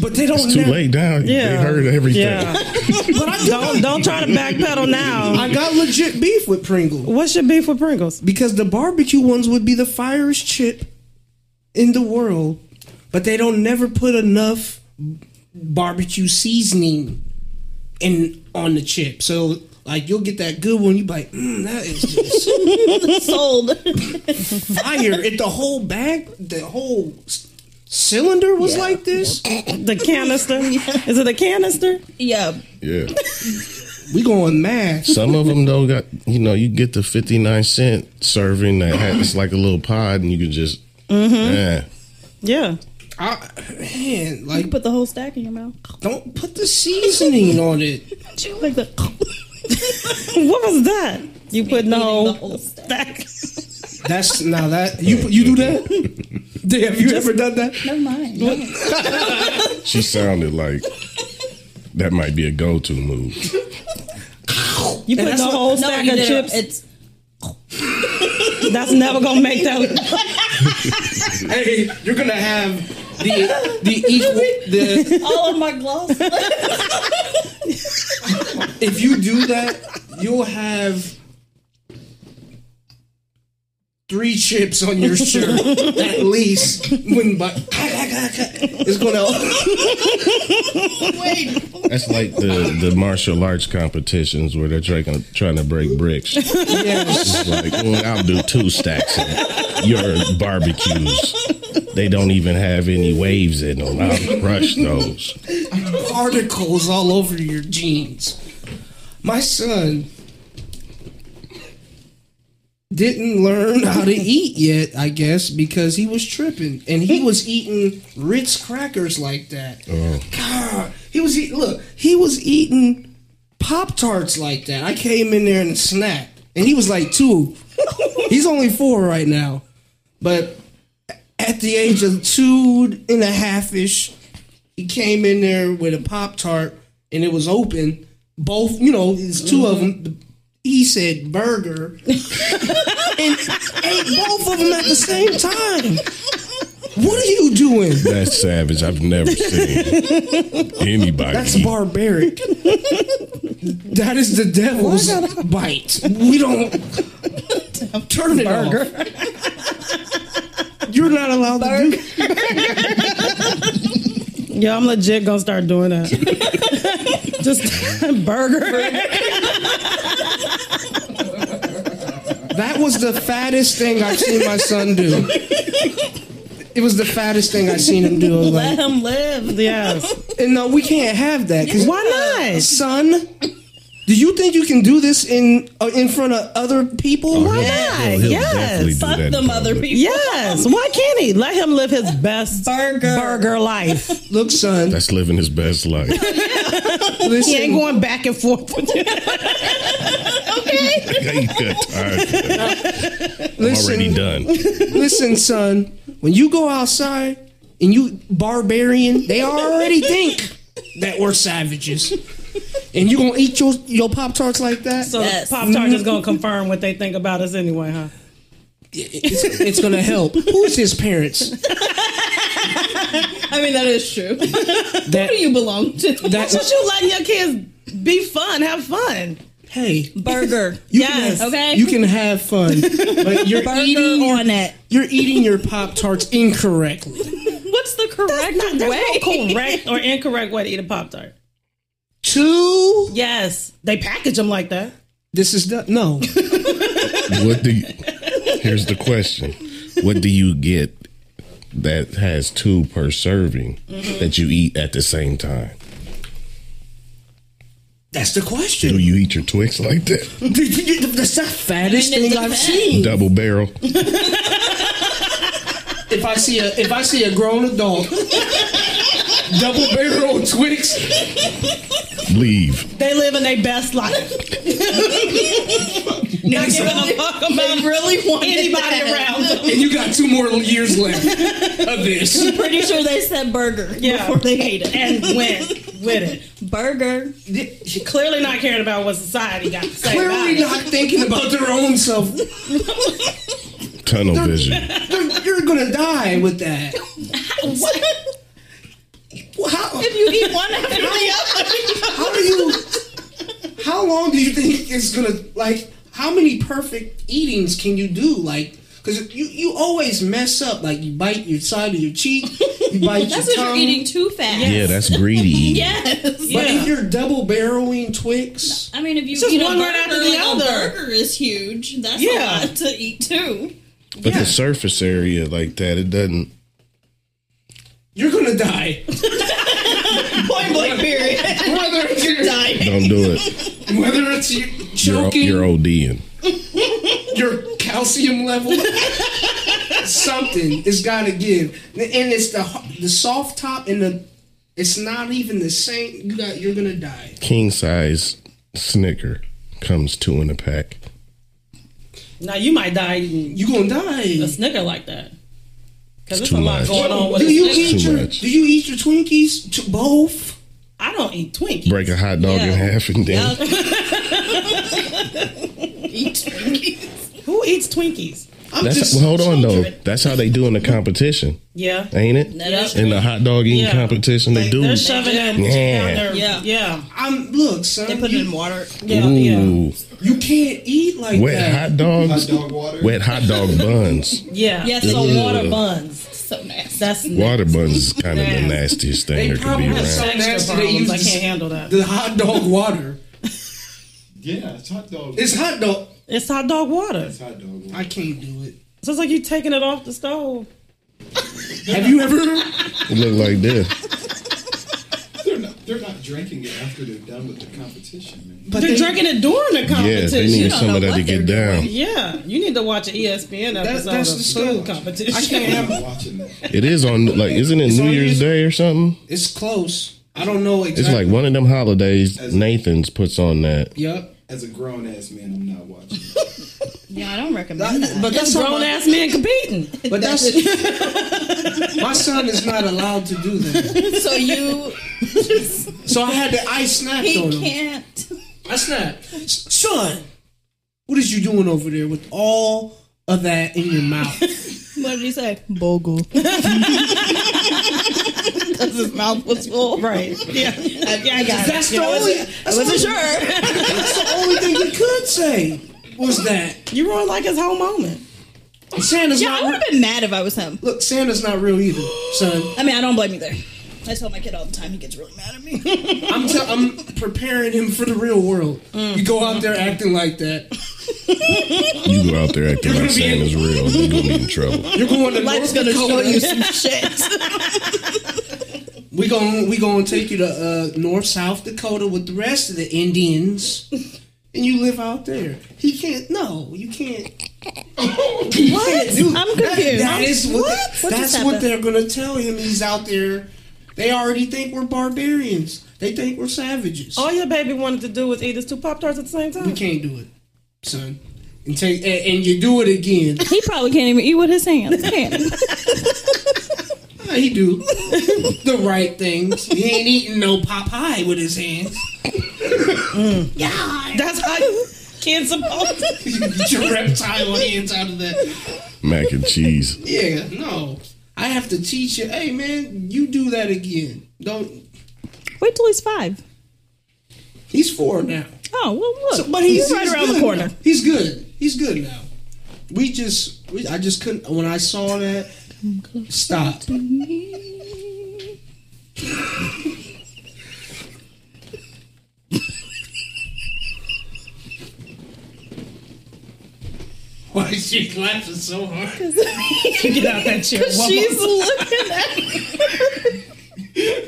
Speaker 1: But they don't
Speaker 2: It's too
Speaker 1: now-
Speaker 2: late now. They
Speaker 4: Yeah.
Speaker 2: heard everything.
Speaker 4: Yeah. don't don't try to backpedal now.
Speaker 1: I got legit beef with Pringle
Speaker 4: What's your beef with Pringles?
Speaker 1: because the barbecue ones would be the firest chip in the world, but they don't never put enough barbecue seasoning in on the chip. So like you'll get that good one, you be like, mm, that is just
Speaker 5: Sold.
Speaker 1: fire. If the whole bag, the whole s- cylinder was like this,
Speaker 4: The canister? Is it a canister?
Speaker 5: yeah.
Speaker 2: Yeah.
Speaker 1: we going mad.
Speaker 2: Some of them though got you know you get the fifty nine cent serving that ha it's like a little pod and you can just yeah.
Speaker 4: Yeah.
Speaker 1: I, man, like
Speaker 5: You put the whole stack in your mouth.
Speaker 1: don't put the seasoning on it.
Speaker 5: Like the
Speaker 4: What was that? You put
Speaker 5: Eating the
Speaker 4: no
Speaker 5: whole
Speaker 4: stack.
Speaker 1: That's now that you you do that. Have you ever done that?
Speaker 5: Never mind.
Speaker 2: She sounded like that might be a go to move.
Speaker 4: You put
Speaker 1: that's
Speaker 4: the
Speaker 1: what-
Speaker 4: whole
Speaker 5: No,
Speaker 4: stack
Speaker 5: you
Speaker 4: of
Speaker 5: did it.
Speaker 4: chips.
Speaker 5: It's
Speaker 4: That's never gonna make that.
Speaker 1: Hey, you're gonna have the the equal the
Speaker 5: all of my gloss.
Speaker 1: if you do that, you'll have three chips on your shirt at least when by it's gonna
Speaker 2: That's like the, the martial arts competitions where they're trying trying to break bricks. It's
Speaker 1: yes.
Speaker 2: like mm, I'll do two stacks of your barbecues. They don't even have any waves in them. I'll crush those.
Speaker 1: particles all over your jeans. My son didn't learn how to eat yet, I guess, because he was tripping and he was eating Ritz crackers like that. God, he was eating. Look, he was eating Pop Tarts like that. I came in there and snapped, and he was like two. He's only four right now, but at the age of two and a half ish, he came in there with a pop tart and it was open. Both, you know, it's 2 of them. He said burger and ate both of them at the same time. What are you doing?
Speaker 2: That's savage. I've never seen anybody.
Speaker 1: That's
Speaker 2: eat
Speaker 1: barbaric. that is the devil's bite. We don't turn it off. You're not allowed to do.
Speaker 4: Yeah, I'm legit gonna start doing that. Just burger.
Speaker 1: That was the fattest thing I've seen my son do. It was the fattest thing I've seen him do. I was
Speaker 5: Let
Speaker 1: Like,
Speaker 5: him live.
Speaker 4: Yes.
Speaker 1: and no, we can't have that. 'cause-
Speaker 4: Why not?
Speaker 1: son? Do you think you can do this in uh, in front of other people?
Speaker 2: He'll-
Speaker 1: Why not?
Speaker 2: he'll- he'll
Speaker 4: Yes.
Speaker 2: definitely do
Speaker 5: Fuck
Speaker 2: that in
Speaker 5: them other
Speaker 2: public.
Speaker 5: people.
Speaker 4: Yes. Why can't he? Let him live his best
Speaker 5: Burger.
Speaker 4: burger life.
Speaker 1: Look, son,
Speaker 2: That's living his best life.
Speaker 4: He ain't
Speaker 1: listen.
Speaker 4: going back and forth.
Speaker 2: I ain't got time for that. I'm already
Speaker 1: Listen.
Speaker 2: done.
Speaker 1: Listen, son, when you go outside and you barbarian, they already think that we're savages. And you gonna eat your your pop tarts like that?
Speaker 4: So
Speaker 5: Yes.
Speaker 4: Pop Tart is gonna confirm what they think about us anyway, huh?
Speaker 1: it's, it's gonna help. Who's his parents?
Speaker 5: I mean, that is true. Who
Speaker 1: That
Speaker 5: do you belong to?
Speaker 1: that
Speaker 4: But you letting your kids be fun, have fun.
Speaker 1: hey,
Speaker 5: Burger.
Speaker 1: you
Speaker 4: Yes,
Speaker 1: can have,
Speaker 5: okay.
Speaker 1: you can have fun, but you're
Speaker 5: Burger
Speaker 1: eating your,
Speaker 5: on it.
Speaker 1: you're eating your pop tarts incorrectly.
Speaker 5: What's the correct
Speaker 4: There's
Speaker 5: way?
Speaker 4: no correct or incorrect way to eat a Pop Tart.
Speaker 1: Two.
Speaker 4: Yes, they package them like that.
Speaker 1: This is the, no.
Speaker 2: What do you, here's the question. What do you get that has two per serving that you eat at the same time?
Speaker 1: That's the
Speaker 2: Do
Speaker 1: question.
Speaker 2: you eat your Twix like that?
Speaker 1: That's the fattest
Speaker 5: I mean, it
Speaker 1: thing I've
Speaker 5: depends.
Speaker 1: seen.
Speaker 2: Double barrel.
Speaker 1: If I see a if I see a grown adult, double barrel Twix,
Speaker 2: Leave.
Speaker 4: They live in their best life. Not giving a fuck about
Speaker 5: really wanted
Speaker 4: anybody
Speaker 5: that.
Speaker 4: around them.
Speaker 1: and you got two more years left of this.
Speaker 5: Pretty sure they said burger
Speaker 4: Yeah.
Speaker 5: before they ate it.
Speaker 4: And went with it.
Speaker 5: Burger.
Speaker 4: Clearly not caring about what society got to say. about
Speaker 1: Clearly
Speaker 4: it.
Speaker 1: not thinking about their own self.
Speaker 2: tunnel vision.
Speaker 1: You're, you're gonna die with that. Well, How,
Speaker 5: if you eat one after the other.
Speaker 1: how do you? How long do you think it's gonna like? How many perfect eatings can you do? Like, because you you always mess up. Like you bite your side of your cheek, you bite
Speaker 5: That's
Speaker 1: your
Speaker 5: what
Speaker 1: tongue.
Speaker 5: you're eating too fast.
Speaker 2: Yeah, that's greedy. eating.
Speaker 5: Yes.
Speaker 1: But
Speaker 4: Yeah.
Speaker 1: if you're double barreling Twix,
Speaker 5: I mean, if you
Speaker 4: Just
Speaker 5: eat a
Speaker 4: one
Speaker 5: burger,
Speaker 4: right after the
Speaker 5: like
Speaker 4: other.
Speaker 5: a burger is huge. That's
Speaker 4: Yeah.
Speaker 5: a lot to eat too.
Speaker 2: But the surface area like that, it doesn't.
Speaker 1: you're gonna die.
Speaker 5: Point blank period.
Speaker 1: Whether it's your
Speaker 2: Don't do it.
Speaker 1: whether it's you
Speaker 2: You're,
Speaker 1: choking,
Speaker 2: you're ODing.
Speaker 1: your calcium level, something it's got to give. And it's the the soft top and the it's not even the same. You got you're gonna die.
Speaker 2: King size Snicker comes two in a pack.
Speaker 4: Now you might die eating
Speaker 1: You gonna die.
Speaker 4: a Snicker like that because
Speaker 2: It's
Speaker 4: it's a
Speaker 2: too
Speaker 4: lot
Speaker 2: much.
Speaker 4: going on with
Speaker 1: Do
Speaker 4: a
Speaker 1: you
Speaker 4: Snicker.
Speaker 1: eat
Speaker 2: Too
Speaker 1: your
Speaker 2: much.
Speaker 1: Do you eat your Twinkies? To both.
Speaker 4: I don't eat Twinkies.
Speaker 2: Break a hot dog in
Speaker 5: Yeah.
Speaker 2: half and then
Speaker 4: Who eats Twinkies?
Speaker 1: I'm
Speaker 2: that's
Speaker 1: just
Speaker 2: well, hold on though.
Speaker 1: children.
Speaker 2: That's how they do in the competition,
Speaker 4: Yeah,
Speaker 2: ain't it?
Speaker 5: that's
Speaker 2: in the hot dog eating
Speaker 4: Yeah.
Speaker 2: competition, they do.
Speaker 4: they're shoving that
Speaker 2: Yeah.
Speaker 4: down their
Speaker 5: Yeah.
Speaker 4: yeah,
Speaker 1: I'm look, son.
Speaker 5: They put
Speaker 1: you,
Speaker 5: it in water.
Speaker 4: yeah, yeah.
Speaker 2: Ooh,
Speaker 1: you can't eat like
Speaker 2: wet
Speaker 1: that.
Speaker 2: hot dogs,
Speaker 6: Hot dog water.
Speaker 2: wet hot dog buns.
Speaker 4: Yeah.
Speaker 5: Yeah,
Speaker 4: so
Speaker 5: so
Speaker 4: water
Speaker 2: Ugh.
Speaker 4: buns.
Speaker 5: So nasty.
Speaker 4: That's
Speaker 2: Water buns is kind of the nastiest thing
Speaker 1: They
Speaker 2: there could
Speaker 1: probably
Speaker 2: be
Speaker 1: have
Speaker 2: around.
Speaker 1: so
Speaker 4: Extra
Speaker 1: nasty they
Speaker 4: problems.
Speaker 1: use
Speaker 4: I
Speaker 1: the-
Speaker 4: can't handle that.
Speaker 1: the hot dog water.
Speaker 6: Yeah, it's hot dog.
Speaker 1: It's hot dog.
Speaker 4: It's hot dog water.
Speaker 6: It's hot dog. water.
Speaker 1: I can't do it.
Speaker 4: So it's like you taking it off the stove.
Speaker 1: Have you ever?
Speaker 2: It look like this.
Speaker 6: They're not. They're not drinking it after they're done with the competition, man.
Speaker 1: But
Speaker 4: They're
Speaker 1: they-
Speaker 4: drinking it during the
Speaker 2: Yeah,
Speaker 4: competition.
Speaker 2: they need
Speaker 5: don't
Speaker 2: some
Speaker 5: know
Speaker 2: of that to
Speaker 5: what
Speaker 2: get
Speaker 5: they're
Speaker 2: down.
Speaker 4: yeah, you need to watch an E ESPN episode
Speaker 1: that's
Speaker 4: of
Speaker 1: disgusting.
Speaker 4: food competition.
Speaker 1: I can't
Speaker 6: I'm
Speaker 1: have
Speaker 6: not watching that.
Speaker 2: It is on like isn't it New
Speaker 1: on
Speaker 2: Year's
Speaker 1: YouTube.
Speaker 2: Day or something?
Speaker 1: It's close. I don't know
Speaker 2: It's
Speaker 1: exactly.
Speaker 2: like one of them holidays. Nathan's puts on that.
Speaker 1: Yep.
Speaker 6: As a grown ass man, I'm not watching. That.
Speaker 5: Yeah, I don't recommend that.
Speaker 1: But that's
Speaker 4: Grown
Speaker 1: how
Speaker 4: ass men competing.
Speaker 1: But that's my son is not allowed to do that.
Speaker 5: so you
Speaker 1: So I had to. I snapped
Speaker 5: he
Speaker 1: on him.
Speaker 5: can't.
Speaker 1: I snapped. Son, what is you doing over there with all of that in your mouth?
Speaker 5: What did he say? Bogle. Because his mouth was full.
Speaker 4: Right. Yeah. yeah, I got
Speaker 1: That's
Speaker 4: it. You
Speaker 1: the
Speaker 4: know,
Speaker 1: only.
Speaker 4: it's-
Speaker 1: That's, the,
Speaker 5: sure.
Speaker 1: that's the only thing he could say was that
Speaker 4: You ruined like his whole moment.
Speaker 1: Santa's
Speaker 5: Yeah, I
Speaker 1: not.
Speaker 5: would
Speaker 1: Re-
Speaker 5: have been mad if I was him.
Speaker 1: look, Santa's not real either, son.
Speaker 5: I mean, I don't blame you there. I tell my kid all the time. He gets really mad at me.
Speaker 1: I'm t- I'm preparing him for the real world. You go out there acting like that.
Speaker 2: You go out there acting like Santa's real, you're gonna be in trouble.
Speaker 1: You're going to
Speaker 5: Life's
Speaker 1: North
Speaker 5: gonna show
Speaker 1: Dakota.
Speaker 5: you some shit.
Speaker 1: We going we gonna take you to uh, North South Dakota with the rest of the Indians, and you live out there. He can't. No, you can't.
Speaker 5: What?
Speaker 1: Do,
Speaker 5: I'm
Speaker 1: that-
Speaker 5: confused.
Speaker 1: that is what.
Speaker 5: What? What just
Speaker 1: that's what
Speaker 5: happened?
Speaker 1: they're gonna tell him. He's out there. They already think we're barbarians. They think we're savages.
Speaker 5: Oh.
Speaker 4: All your baby wanted to do was eat his two Pop Tarts at the same time.
Speaker 1: You can't do it, son. And take and, and you do it again.
Speaker 5: He probably can't even eat with his hands. Can he?
Speaker 1: Yeah, he do the right things. He ain't eating no Popeye with his hands.
Speaker 4: That's how you kids supposed to.
Speaker 1: Get your reptile hands out of that.
Speaker 2: Mac and cheese.
Speaker 1: Yeah, no. I have to teach you. Hey, man, you do that again. Don't.
Speaker 5: Wait till he's five.
Speaker 1: He's four now,
Speaker 5: Oh well, look.
Speaker 1: So- but he's,
Speaker 5: right
Speaker 1: he's
Speaker 5: around the
Speaker 1: good
Speaker 5: corner.
Speaker 1: now. He's good. He's good now. We just, we, I just couldn't. When I saw that, stop. Why is she clapping so hard?
Speaker 4: Get out that chair. One
Speaker 5: She's
Speaker 4: more,
Speaker 5: looking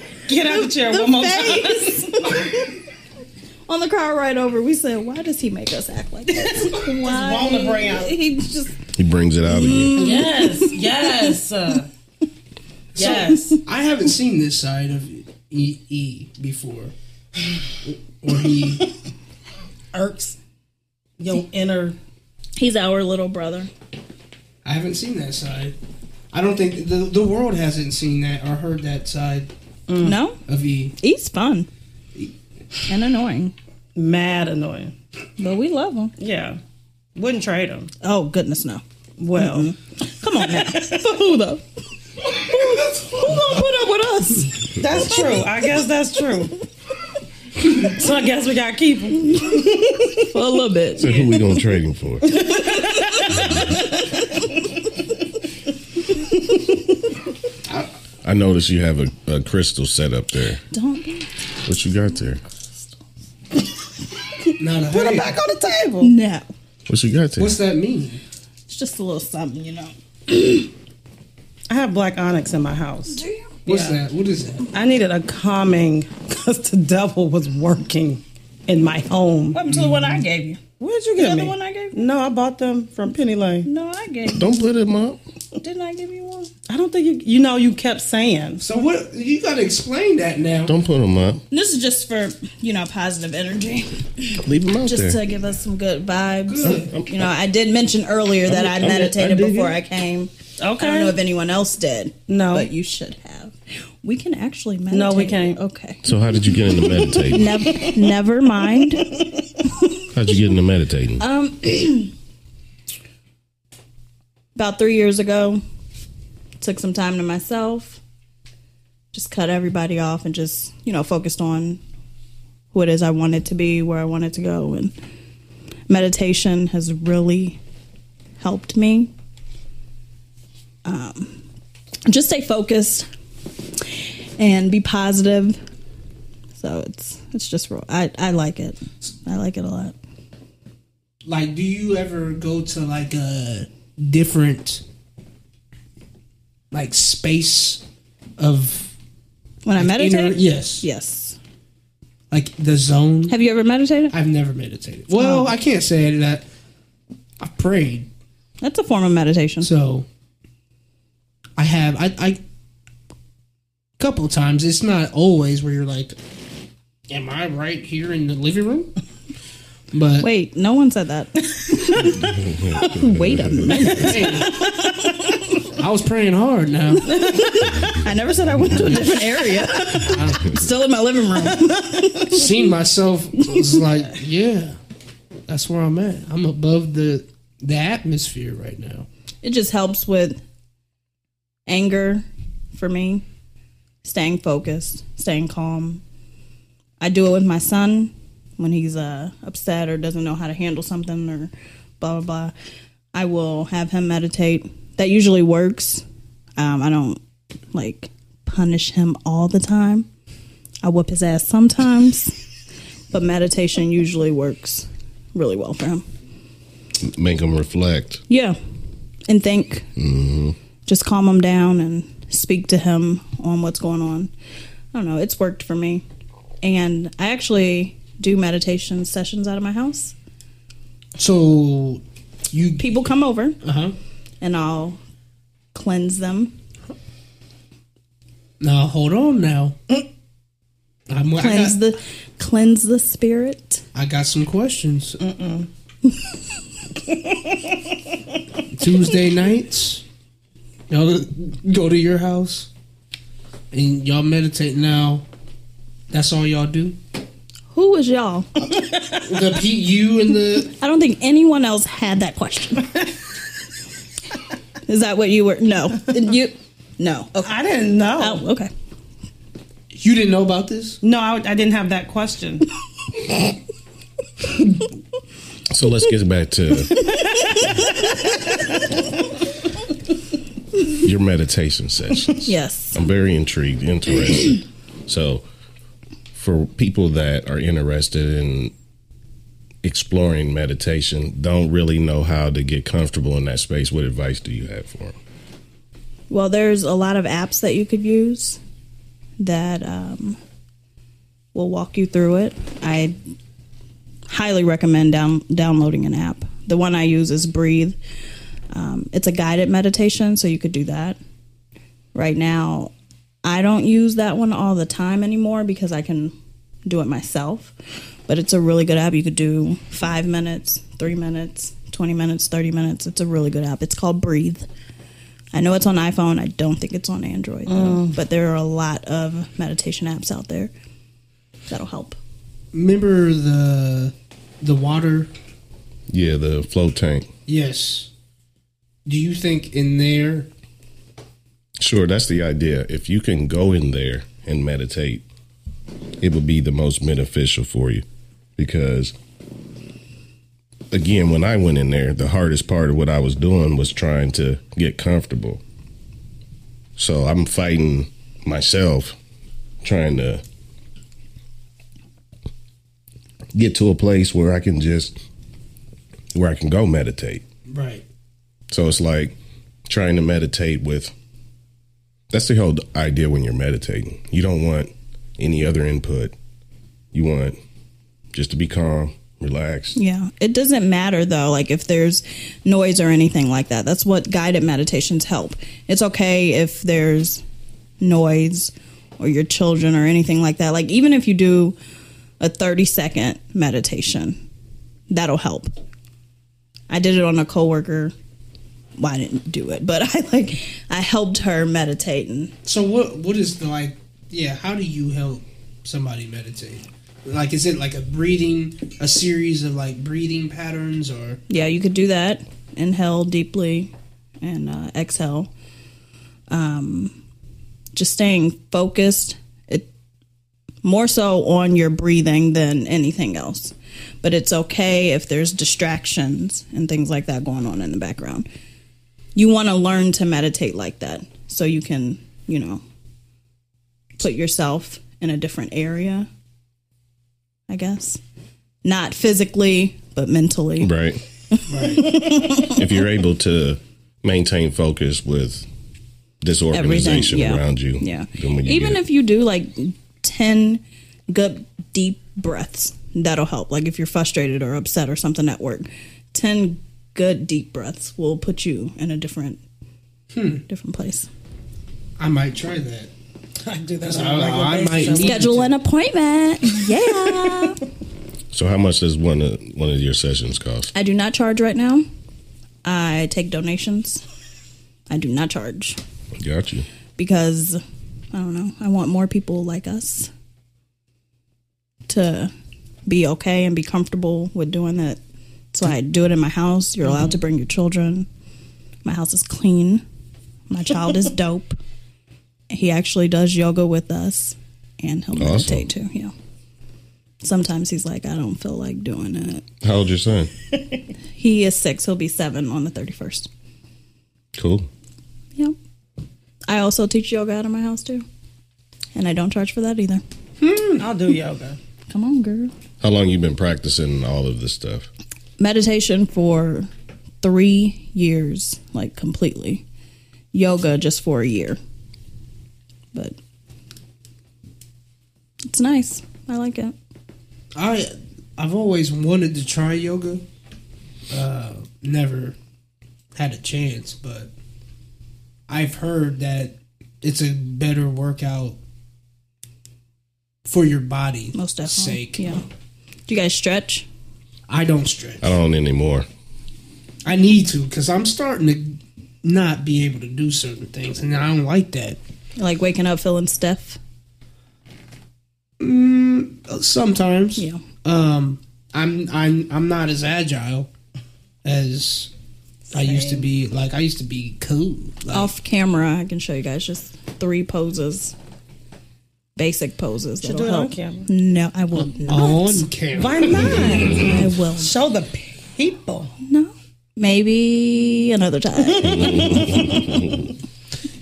Speaker 5: at
Speaker 4: get out the chair one more time.
Speaker 5: the face. On the car ride over, we said, "Why does he make us act like this? Why?"
Speaker 4: bone to bring out.
Speaker 5: He just
Speaker 2: He brings it out of you.
Speaker 4: Yes, yes, uh, yes.
Speaker 1: I haven't seen this side of E, e before. Or E. he.
Speaker 4: irks your inner.
Speaker 5: he's our little brother.
Speaker 1: I haven't seen that side. I don't think the the world hasn't seen that or heard that side
Speaker 5: No,
Speaker 1: of E.
Speaker 5: he's fun and annoying,
Speaker 4: Mad annoying.
Speaker 5: but we love him.
Speaker 4: Yeah, wouldn't trade him.
Speaker 5: Oh goodness, no.
Speaker 4: Well,
Speaker 5: Come on now. For who though? Who gonna put up with us?
Speaker 4: that's true. I guess that's true. so I guess we got to keep him.
Speaker 5: For a little bit.
Speaker 2: So who we gonna trade him for? I noticed you have a, a crystal set up there.
Speaker 5: Don't be.
Speaker 2: What you got there?
Speaker 1: No, no. Hey,
Speaker 4: Back on the table.
Speaker 5: No.
Speaker 2: What you got there?
Speaker 1: what's that mean?
Speaker 5: Oh. It's just a little something, you know.
Speaker 4: I have black onyx in my house.
Speaker 1: What's
Speaker 4: Yeah.
Speaker 1: that? What is that?
Speaker 4: I needed a calming because the devil was working in my home.
Speaker 5: What happened to the one I gave you?
Speaker 4: Where'd you get
Speaker 5: The
Speaker 4: me?
Speaker 5: other one I gave you?
Speaker 4: No, I bought them from Penny Lane.
Speaker 5: No, I gave you.
Speaker 2: Don't put him up.
Speaker 5: Didn't I give you one?
Speaker 4: I don't think you. You know, you kept saying.
Speaker 1: So what? You gotta explain that now.
Speaker 2: Don't put him up.
Speaker 5: This is just for, you know, positive energy.
Speaker 2: Leave him out
Speaker 5: Just
Speaker 2: there.
Speaker 5: to give us some good vibes.
Speaker 2: I'm-
Speaker 5: You know, I did mention earlier that I
Speaker 2: I'm- I'm-
Speaker 5: meditated
Speaker 2: I dig
Speaker 5: before
Speaker 2: it.
Speaker 5: I came.
Speaker 4: Okay.
Speaker 5: I don't know if anyone else did.
Speaker 4: No.
Speaker 5: But you should have. We can actually meditate.
Speaker 4: No, we can't.
Speaker 5: Okay.
Speaker 2: so how did you get into meditating?
Speaker 5: Never, never mind.
Speaker 2: How'd you get into meditating?
Speaker 5: Um, about three years ago, took some time to myself, just cut everybody off, and just you know focused on who it is I wanted to be, where I wanted to go, and meditation has really helped me. Um, just stay focused and be positive. So it's it's just real. I I like it. I like it a lot.
Speaker 1: Like, do you ever go to like a different like space of
Speaker 5: When I meditate,
Speaker 1: inner- yes,
Speaker 5: yes.
Speaker 1: like the zone?
Speaker 5: Have you ever meditated?
Speaker 1: I've never meditated. Well, I can't say that. I prayed,
Speaker 5: That's a form of meditation.
Speaker 1: so I have. I, I couple times. It's not always where you're like, "Am I right here in the living room?" But
Speaker 5: Wait, no one said that. Wait a minute.
Speaker 1: I was praying hard now.
Speaker 5: I never said I went to a different area. I'm still in my living room.
Speaker 1: Seeing myself was like, yeah, that's where I'm at. I'm above the the atmosphere right now.
Speaker 5: It just helps with anger for me, staying focused, staying calm. I do it with my son when he's uh, upset or doesn't know how to handle something or blah, blah, blah. I will have him meditate. That usually works. Um, I don't like punish him all the time. I whoop his ass sometimes, but meditation usually works really well for him.
Speaker 2: Make him reflect.
Speaker 5: Yeah. And think. Just calm him down and speak to him on what's going on. I don't know. It's worked for me. And I actually do meditation sessions out of my house.
Speaker 1: So you
Speaker 5: People come over
Speaker 1: uh-huh.
Speaker 5: and I'll cleanse them.
Speaker 1: now hold on now. I'm, I,
Speaker 5: Cleanse
Speaker 1: got,
Speaker 5: the cleanse the spirit.
Speaker 1: I got some questions. Tuesday nights, y'all go to your house and y'all meditate. Now, that's all y'all do.
Speaker 5: Who was y'all?
Speaker 1: The P, you and the
Speaker 5: I don't think anyone else had that question. Is that what you were? No. You No. Okay.
Speaker 4: I didn't know.
Speaker 5: Oh, okay.
Speaker 1: you didn't know about this.
Speaker 4: No, I, I didn't have that question.
Speaker 2: So let's get back to your meditation sessions.
Speaker 5: Yes.
Speaker 2: I'm very intrigued, interested. so, for people that are interested in exploring meditation, don't really know how to get comfortable in that space, what advice do you have for them?
Speaker 5: Well, there's a lot of apps that you could use that um, will walk you through it. I highly recommend down, downloading an app. The one I use is Breathe. Um, it's a guided meditation, so you could do that. Right now, I don't use that one all the time anymore because I can do it myself. But it's a really good app. You could do five minutes, three minutes, 20 minutes, 30 minutes. It's a really good app. It's called Breathe. I know it's on iPhone. I don't think it's on Android, though. but there are a lot of meditation apps out there that'll help.
Speaker 1: Remember the the water?
Speaker 2: Yeah, the flow tank.
Speaker 1: Yes. do you think in there?
Speaker 2: Sure, that's the idea. If you can go in there and meditate, it would be the most beneficial for you because again, when I went in there, the hardest part of what I was doing was trying to get comfortable. So I'm fighting myself trying to get to a place where I can just where I can go meditate.
Speaker 1: Right.
Speaker 2: So it's like trying to meditate with. That's the whole idea when you're meditating. You don't want any other input. You want just to be calm, relaxed.
Speaker 5: Yeah. It doesn't matter though, like if there's noise or anything like that. That's what guided meditations help. It's okay if there's noise or your children or anything like that. Like even if you do a 30 second meditation, that'll help. I did it on a coworker. Well, I didn't do it, but I like I helped her meditate and
Speaker 1: So what what is the like? Yeah, how do you help somebody meditate? Like, is it like a breathing, a series of like breathing patterns, or
Speaker 5: yeah, you could do that. Inhale deeply and uh, exhale. Um, just staying focused. It more so on your breathing than anything else. But it's okay if there's distractions and things like that going on in the background. You want to learn to meditate like that so you can, you know, put yourself in a different area, I guess. Not physically, but mentally.
Speaker 2: Right. if you're able to maintain focus with disorganization
Speaker 5: yeah.
Speaker 2: around you,
Speaker 5: Yeah.
Speaker 2: then when you
Speaker 5: Even
Speaker 2: get-
Speaker 5: if you do like 10 good deep breaths, that'll help. Like if you're frustrated or upset or something at work, 10 good deep breaths will put you in a different different place.
Speaker 1: I might try that.
Speaker 4: I do that.
Speaker 1: I, I might need
Speaker 5: Schedule an appointment. Yeah.
Speaker 2: so, how much does one of, one of your sessions cost?
Speaker 5: I do not charge right now. I take donations. I do not charge
Speaker 2: Got you.
Speaker 5: because I don't know. I want more people like us to be okay and be comfortable with doing that. So I do it in my house. You're allowed to bring your children. My house is clean. My child is dope. He actually does yoga with us, and he'll
Speaker 2: Awesome.
Speaker 5: meditate too. Yeah. Sometimes he's like, I don't feel like doing it.
Speaker 2: How old's your son?
Speaker 5: He is six. He'll be seven on the thirty first.
Speaker 2: Cool.
Speaker 5: Yep. I also teach yoga out of my house too. And I don't charge for that either.
Speaker 4: I'll do yoga.
Speaker 5: Come on, girl.
Speaker 2: How long you been practicing all of this stuff?
Speaker 5: Meditation for three years, like completely. Yoga just for a year. But it's nice. I like it.
Speaker 1: I I've always wanted to try yoga. Uh, never had a chance, but I've heard that it's a better workout for your body
Speaker 5: Most definitely.
Speaker 1: sake.
Speaker 5: Yeah. Do you guys stretch?
Speaker 1: I don't stretch.
Speaker 2: I don't anymore.
Speaker 1: I need to because I'm starting to not be able to do certain things, and I don't like that.
Speaker 5: Like waking up feeling stiff?
Speaker 1: Uh, Sometimes,
Speaker 5: Yeah.
Speaker 1: um, I'm I'm I'm not as agile as I used to be. Like I used to be cool. Like,
Speaker 5: Off camera, I can show you guys just three poses. Basic poses.
Speaker 4: Should do
Speaker 5: that'll
Speaker 4: it on
Speaker 5: help.
Speaker 4: camera.
Speaker 5: No, I will not.
Speaker 1: on camera.
Speaker 4: Why not?
Speaker 5: I will
Speaker 4: Show the people.
Speaker 5: No. Maybe another time.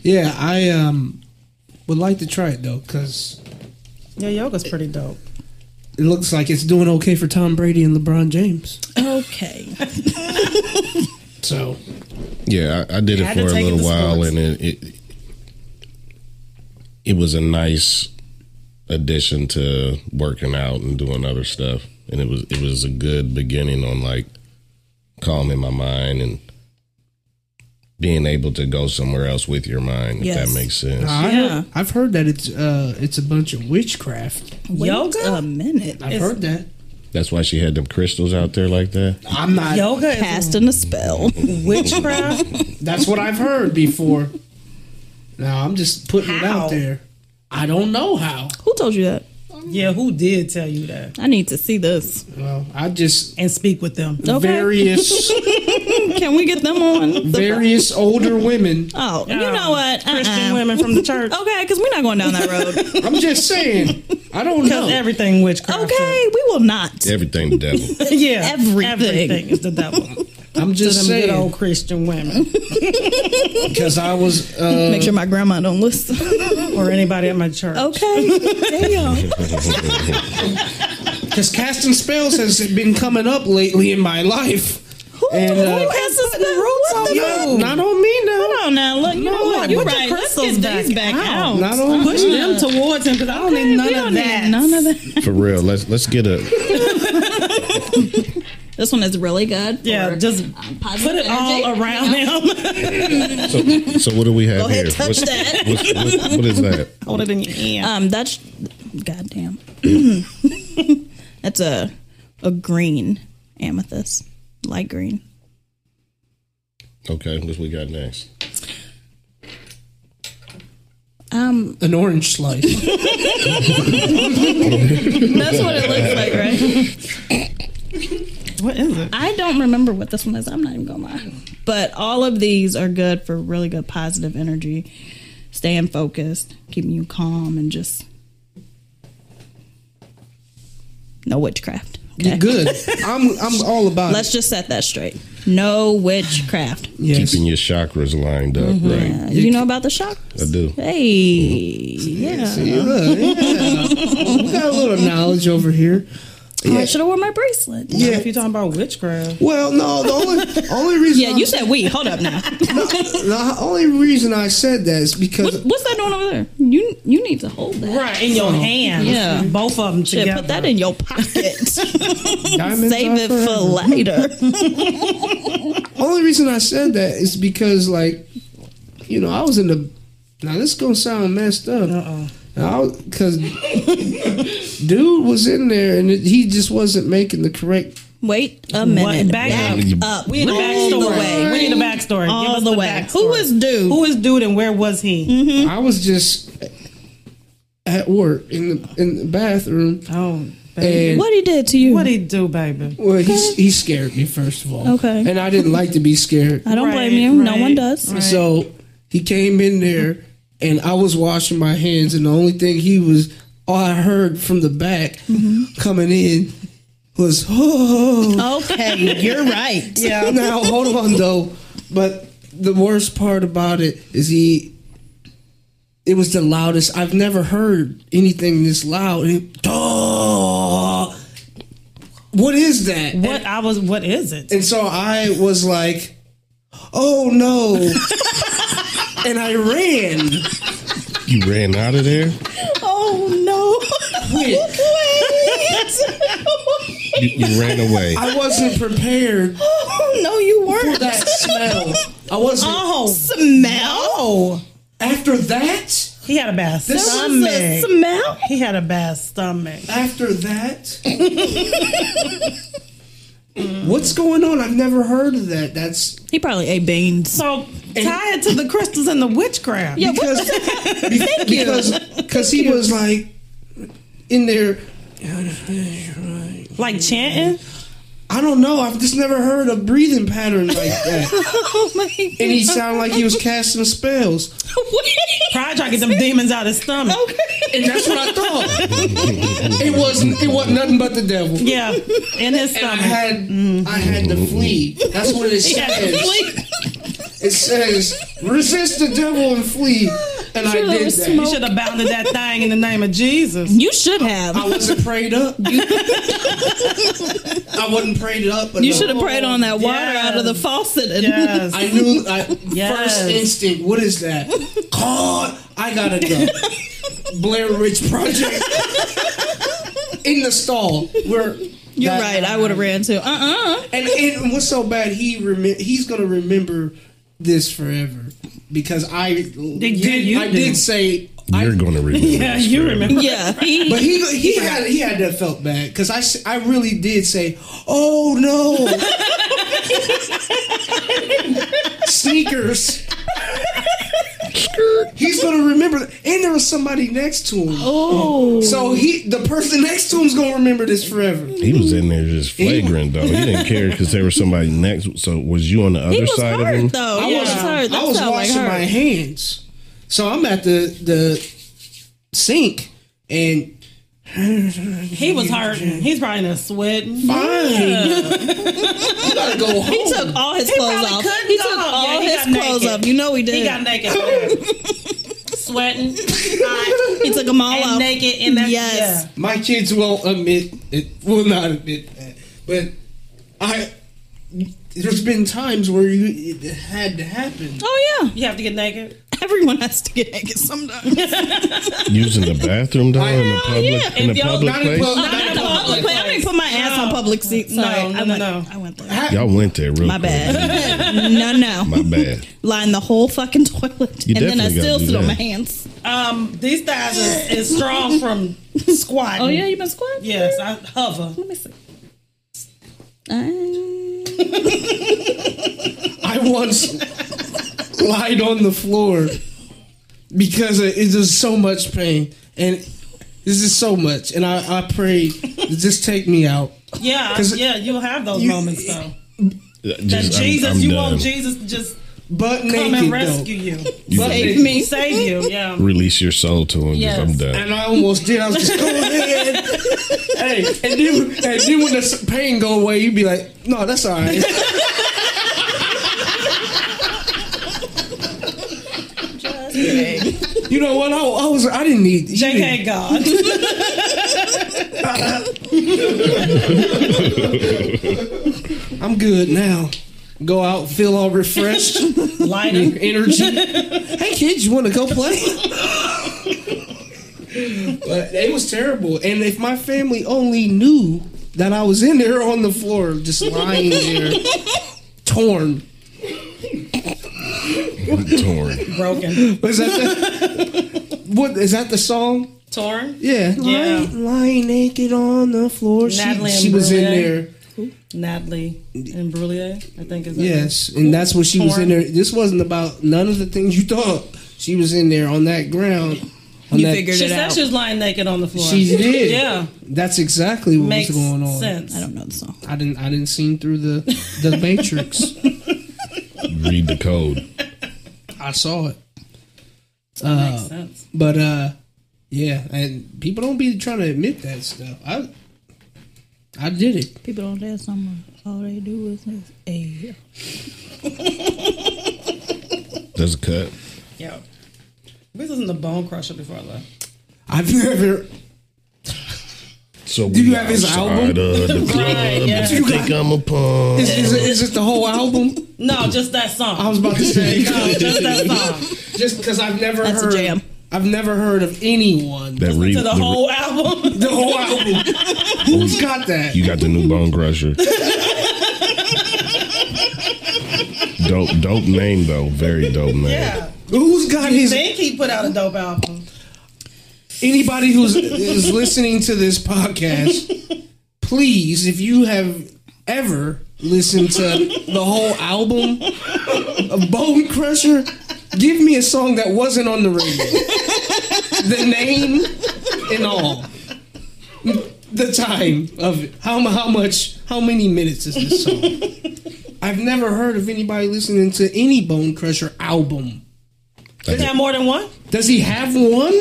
Speaker 1: Yeah, I um would like to try it though because
Speaker 4: Your yoga's pretty dope.
Speaker 1: it looks like it's doing okay for Tom Brady and LeBron James.
Speaker 5: okay.
Speaker 1: So
Speaker 2: Yeah, I, I did it
Speaker 4: Had
Speaker 2: for
Speaker 4: to
Speaker 2: a
Speaker 4: take it
Speaker 2: little
Speaker 4: to
Speaker 2: while,
Speaker 4: sports.
Speaker 2: and it, it it was a nice addition to working out and doing other stuff. And it was it was a good beginning on like calming my mind and being able to go somewhere else with your mind, if
Speaker 5: Yes.
Speaker 2: that makes sense.
Speaker 4: Uh-huh.
Speaker 1: I
Speaker 5: Yeah.
Speaker 1: I've heard that it's uh it's a bunch of witchcraft.
Speaker 5: Wait
Speaker 4: Yoga?
Speaker 5: a minute.
Speaker 1: I've
Speaker 4: It's-
Speaker 1: heard that.
Speaker 2: That's why she had them crystals out there like that.
Speaker 1: I'm not.
Speaker 4: Yoga is
Speaker 5: Casting a spell.
Speaker 4: witchcraft.
Speaker 1: That's what I've heard before. Now I'm just putting it
Speaker 4: How?
Speaker 1: out there. I don't know how.
Speaker 5: Who told you that?
Speaker 4: yeah, who did tell you that?
Speaker 5: I need to see this.
Speaker 1: Well, I just
Speaker 4: And speak with them.
Speaker 5: Okay.
Speaker 1: various
Speaker 5: Can we get them on? the-
Speaker 1: Various older women.
Speaker 5: oh, you know what?
Speaker 4: Christian
Speaker 5: Uh-uh.
Speaker 4: women from the church.
Speaker 5: Okay, because we're not going down that road.
Speaker 1: I'm just saying. I don't know.
Speaker 4: Because everything witchcraft.
Speaker 5: okay, we will not.
Speaker 2: Everything the devil.
Speaker 4: Yeah.
Speaker 5: Everything.
Speaker 4: Everything is the devil.
Speaker 1: I'm
Speaker 4: Them
Speaker 1: just
Speaker 4: good
Speaker 1: saying
Speaker 4: old Christian women.
Speaker 1: because I was. Uh,
Speaker 5: Make sure my grandma don't listen.
Speaker 4: Or anybody at my church.
Speaker 5: Oh, okay, damn.
Speaker 1: Because casting spells has been coming up lately in my life.
Speaker 5: Who,
Speaker 1: And, uh,
Speaker 5: who has this now? What the
Speaker 1: No,
Speaker 5: fuck?
Speaker 1: not on me now.
Speaker 5: Hold on now. Look, you know
Speaker 4: No,
Speaker 5: what? You're
Speaker 4: put your
Speaker 5: right. Let's get
Speaker 4: crystals
Speaker 5: these
Speaker 4: back
Speaker 5: back
Speaker 4: out.
Speaker 5: out.
Speaker 1: Not on
Speaker 4: Push
Speaker 1: me.
Speaker 4: them towards him because I don't need none
Speaker 5: We
Speaker 4: of
Speaker 5: don't need
Speaker 4: that.
Speaker 5: None of that.
Speaker 2: For real. Let's let's get a
Speaker 5: This one is really good. for,
Speaker 4: Yeah, just
Speaker 5: um, positive
Speaker 4: put it
Speaker 5: energy,
Speaker 4: all around
Speaker 5: you know?
Speaker 4: him.
Speaker 2: so, so what do we have
Speaker 5: Go ahead,
Speaker 2: here?
Speaker 5: touch
Speaker 2: What's-
Speaker 5: that.
Speaker 2: what's- what- what is that?
Speaker 4: Hold it in your hand.
Speaker 5: Um, that's goddamn. that's a a green amethyst, light green.
Speaker 2: Okay, what we got next?
Speaker 5: Um,
Speaker 1: An orange slice.
Speaker 5: that's what it looks like, right?
Speaker 4: what is it?
Speaker 5: I don't remember what this one is. I'm not even gonna lie. But all of these are good for really good positive energy, staying focused, keeping you calm, and just no witchcraft. Okay?
Speaker 1: Good. I'm. I'm all about
Speaker 5: Let's just set that straight. No witchcraft.
Speaker 1: it. Yes.
Speaker 2: Keeping your chakras lined up, right?
Speaker 5: Uh, you know about the shock?
Speaker 2: I do.
Speaker 5: Hey,
Speaker 4: Mm-hmm.
Speaker 5: yeah.
Speaker 1: See, look, yeah. We got a little knowledge over here.
Speaker 5: I should have worn my bracelet.
Speaker 1: Yeah.
Speaker 4: If you're talking about witchcraft,
Speaker 1: Well, no. The only only reason.
Speaker 5: Yeah, you said we. Hold up now.
Speaker 1: The only reason I said that is because
Speaker 5: What, what's that doing over there? You you need to hold that.
Speaker 4: right in
Speaker 1: Oh.
Speaker 4: your hand.
Speaker 5: Yeah.
Speaker 4: both of them
Speaker 5: Shit,
Speaker 4: together.
Speaker 5: put that in your pocket.
Speaker 1: diamonds
Speaker 5: Save
Speaker 1: are
Speaker 5: it
Speaker 1: forever.
Speaker 5: for later.
Speaker 1: only reason I said that is because, like, you know, I was in the. Now this gonna sound messed up. Uh oh. Because dude was in there and it, he just wasn't making the correct.
Speaker 5: Wait a minute.
Speaker 4: Back up.
Speaker 5: up.
Speaker 4: We need a
Speaker 5: all
Speaker 4: backstory.
Speaker 5: the way.
Speaker 4: We need a backstory. Give
Speaker 5: All
Speaker 4: us
Speaker 5: the way. Who
Speaker 4: backstory.
Speaker 5: is dude?
Speaker 4: Who is dude and where was he?
Speaker 1: I was just at work in the in the bathroom
Speaker 5: Hmm?
Speaker 4: Oh, baby.
Speaker 1: and
Speaker 5: What he did to you?
Speaker 4: What he do, baby?
Speaker 1: well he s- he scared me first of all.
Speaker 5: Okay.
Speaker 1: And I didn't like to be scared.
Speaker 5: I don't
Speaker 4: Right,
Speaker 5: blame you.
Speaker 4: right,
Speaker 5: no one does.
Speaker 4: right.
Speaker 1: So he came in there, and I was washing my hands, and the only thing he was, all I heard from the back coming in was,
Speaker 4: Mm-hmm.
Speaker 1: oh.
Speaker 5: Okay, you're right.
Speaker 1: Yeah. Now, hold on, though. But the worst part about it is he, it was the loudest. I've never heard anything this loud. And it, oh, what is that?
Speaker 4: What I was? What is it?
Speaker 1: And so I was like, oh no. and I ran.
Speaker 2: You ran out of there.
Speaker 5: Oh no! Wait.
Speaker 2: You, you ran away.
Speaker 1: I wasn't prepared
Speaker 5: Oh no, you
Speaker 1: for
Speaker 5: weren't.
Speaker 1: that smell. I wasn't.
Speaker 4: Oh,
Speaker 5: smell.
Speaker 1: Oh, after that?
Speaker 4: He had a bad
Speaker 1: This is a
Speaker 5: This is
Speaker 4: stomach.
Speaker 5: a smell.
Speaker 4: He had a bad stomach.
Speaker 1: After that? What's going on? I've never heard of that. That's
Speaker 5: He probably ate beans.
Speaker 4: So tie it to the crystals and the witchcraft.
Speaker 5: Yeah, what
Speaker 1: because be- because because he was like in there.
Speaker 4: Like chanting.
Speaker 1: I don't know. I've just never heard a breathing pattern like that.
Speaker 5: Oh my god.
Speaker 1: and he sounded like he was casting spells.
Speaker 4: Probably try to get them demons out of his stomach.
Speaker 1: And that's what I thought. it wasn't. It wasn't nothing but the devil.
Speaker 4: Yeah, in his
Speaker 1: And I
Speaker 4: stomach.
Speaker 1: had, I had to flee. That's what it
Speaker 4: He had to
Speaker 1: says.
Speaker 4: flee.
Speaker 1: It says, resist the devil and flee. And I did
Speaker 5: was
Speaker 1: that.
Speaker 4: You should have bounded that thing in the name of Jesus.
Speaker 5: You should have.
Speaker 1: I wasn't prayed up. I wasn't prayed up.
Speaker 5: You
Speaker 1: enough.
Speaker 5: should have prayed on that water
Speaker 4: Yes.
Speaker 5: out of the faucet. And
Speaker 4: Yes.
Speaker 1: I knew. I,
Speaker 4: Yes.
Speaker 1: First instinct. What is that? God, I gotta go. Blair Witch Project. In the stall. Where
Speaker 5: You're right. I would have ran too. Uh uh
Speaker 1: And, and what's so bad? He rem- he's gonna remember this forever because I did.
Speaker 4: you
Speaker 1: I
Speaker 4: do.
Speaker 1: did say. I,
Speaker 2: You're gonna remember.
Speaker 4: Yeah,
Speaker 2: this
Speaker 4: you
Speaker 2: forever.
Speaker 4: remember.
Speaker 5: Yeah. He,
Speaker 1: but he he had he had that felt bad because I, s- I really did say oh no sneakers He's gonna remember, that. and there was somebody next to him. Oh, so he, the person next to him's gonna remember this forever.
Speaker 2: He was in there just flagrant though. He didn't care because there was somebody next. So was you on the
Speaker 5: He
Speaker 2: other
Speaker 5: was
Speaker 2: side
Speaker 5: hurt
Speaker 2: of him?
Speaker 5: though. He was hurt. That
Speaker 1: I was
Speaker 5: sounded like
Speaker 1: washing
Speaker 5: hurt.
Speaker 1: my hands, so I'm at the the sink, and
Speaker 4: He was hurting. He's probably in a sweat.
Speaker 1: fine, you gotta go home.
Speaker 5: He took all his clothes
Speaker 4: probably
Speaker 5: off.
Speaker 4: couldn't
Speaker 5: He
Speaker 4: go
Speaker 5: took
Speaker 4: home.
Speaker 5: all
Speaker 4: Yeah, he
Speaker 5: his
Speaker 4: got
Speaker 5: clothes
Speaker 4: naked.
Speaker 5: off. You know he did.
Speaker 4: He got naked, sweating, hot,
Speaker 5: He took them all
Speaker 4: and
Speaker 5: off.
Speaker 4: naked in that.
Speaker 5: Yes.
Speaker 1: My kids won't admit it will not admit that. But I there's been times where you it had to happen.
Speaker 5: Oh yeah.
Speaker 4: Yeah. You have to get naked.
Speaker 5: Everyone has to get naked sometimes.
Speaker 2: Using the bathroom though in the public
Speaker 5: yeah.
Speaker 2: in the
Speaker 4: If y'all-
Speaker 2: public
Speaker 1: Not in
Speaker 2: place.
Speaker 1: public.
Speaker 5: Not in a public place. I didn't put my ass on public seat.
Speaker 4: No,
Speaker 5: Sorry,
Speaker 4: no,
Speaker 5: I went,
Speaker 4: no.
Speaker 5: I went there.
Speaker 2: Y'all went there real
Speaker 5: My
Speaker 2: quick.
Speaker 5: bad. no, no.
Speaker 2: My bad.
Speaker 5: Line the whole fucking toilet,
Speaker 2: You
Speaker 5: and then I
Speaker 2: definitely gotta
Speaker 5: still
Speaker 2: do
Speaker 5: sit on
Speaker 2: that.
Speaker 5: my hands.
Speaker 4: Um, these thighs is, is strong from squatting.
Speaker 5: Oh yeah, you been squatting?
Speaker 4: Yes, I hover.
Speaker 5: Let me see. Uh,
Speaker 1: I once lied on the floor because it's just so much pain and this is so much and I, I prayed just take me out.
Speaker 4: Yeah,
Speaker 1: 'Cause
Speaker 4: yeah. You'll have those
Speaker 1: you-
Speaker 4: moments though. That
Speaker 2: Just, I'm-
Speaker 4: Jesus,
Speaker 2: I'm
Speaker 4: you
Speaker 2: done.
Speaker 4: want Jesus to just
Speaker 1: But
Speaker 4: come
Speaker 1: naked
Speaker 4: and
Speaker 1: though.
Speaker 4: rescue you,
Speaker 2: You
Speaker 1: But
Speaker 2: just
Speaker 1: naked.
Speaker 5: save me.
Speaker 4: save you. Yeah.
Speaker 2: Release your soul to him.
Speaker 4: Yes.
Speaker 2: Just, I'm done.
Speaker 1: And I almost did. I was just go ahead. hey, and then, and then when the pain go away, you'd be like, no, that's all right. You know what? I, I was. I didn't need. you didn't-
Speaker 4: JK God.
Speaker 1: I'm good now. Go out, feel all refreshed,
Speaker 4: Lighting.
Speaker 1: energy. hey kids, you want to go play? but it was terrible. And if my family only knew that I was in there on the floor, just lying there, torn.
Speaker 2: I'm torn.
Speaker 4: Broken.
Speaker 1: Is that the, what is that the song?
Speaker 4: Torn.
Speaker 1: Yeah.
Speaker 4: Yeah.
Speaker 1: Lying, lying naked on the floor. She,
Speaker 4: Natalie
Speaker 1: she was in there.
Speaker 4: Imbruglia. Natalie and Brulier, I think is that
Speaker 1: Yes. And that's what she was in there. This wasn't about none of the things you thought. She was in there on that ground. On
Speaker 5: You
Speaker 1: that,
Speaker 5: figured
Speaker 4: She
Speaker 5: it
Speaker 4: said
Speaker 5: out.
Speaker 4: she was lying naked on the floor.
Speaker 1: She did.
Speaker 4: Yeah.
Speaker 1: That's exactly what
Speaker 4: Makes
Speaker 1: was going on.
Speaker 4: sense.
Speaker 5: I don't know the song.
Speaker 1: I didn't I didn't see through the, the matrix.
Speaker 2: Read the code.
Speaker 1: I saw it.
Speaker 4: Makes sense.
Speaker 1: But uh yeah, and people don't be trying to admit that stuff. I I did it.
Speaker 5: People don't dance no more. All they do is this. Hey.
Speaker 2: That's a cut.
Speaker 4: Yeah. This isn't the Bone Crusher before I left.
Speaker 1: I've never
Speaker 2: So
Speaker 1: Do you have his album?
Speaker 2: Of the club.
Speaker 4: yeah.
Speaker 2: If you think I'm a punk.
Speaker 1: is, is, it, is it the whole album?
Speaker 4: No, just that song.
Speaker 1: I was about to say
Speaker 4: no, just that song.
Speaker 1: just because I've never
Speaker 5: That's a
Speaker 1: heard
Speaker 5: jam.
Speaker 1: I've never heard of anyone
Speaker 2: That re-
Speaker 4: To the
Speaker 2: re-
Speaker 4: whole album.
Speaker 1: the whole album. Who's got that?
Speaker 2: You got the new bone crusher. dope, dope name though. Very dope name.
Speaker 4: Yeah.
Speaker 1: Who's got his
Speaker 4: Think he put out a dope album.
Speaker 1: anybody who's is listening to this podcast, please, if you have ever listened to the whole album of Bone Crusher, give me a song that wasn't on the radio. the name and all. The time of it. How, mu- how much, how many minutes is this song? I've never heard of anybody listening to any Bone Crusher album.
Speaker 4: Did he have more than one?
Speaker 1: Does he have one?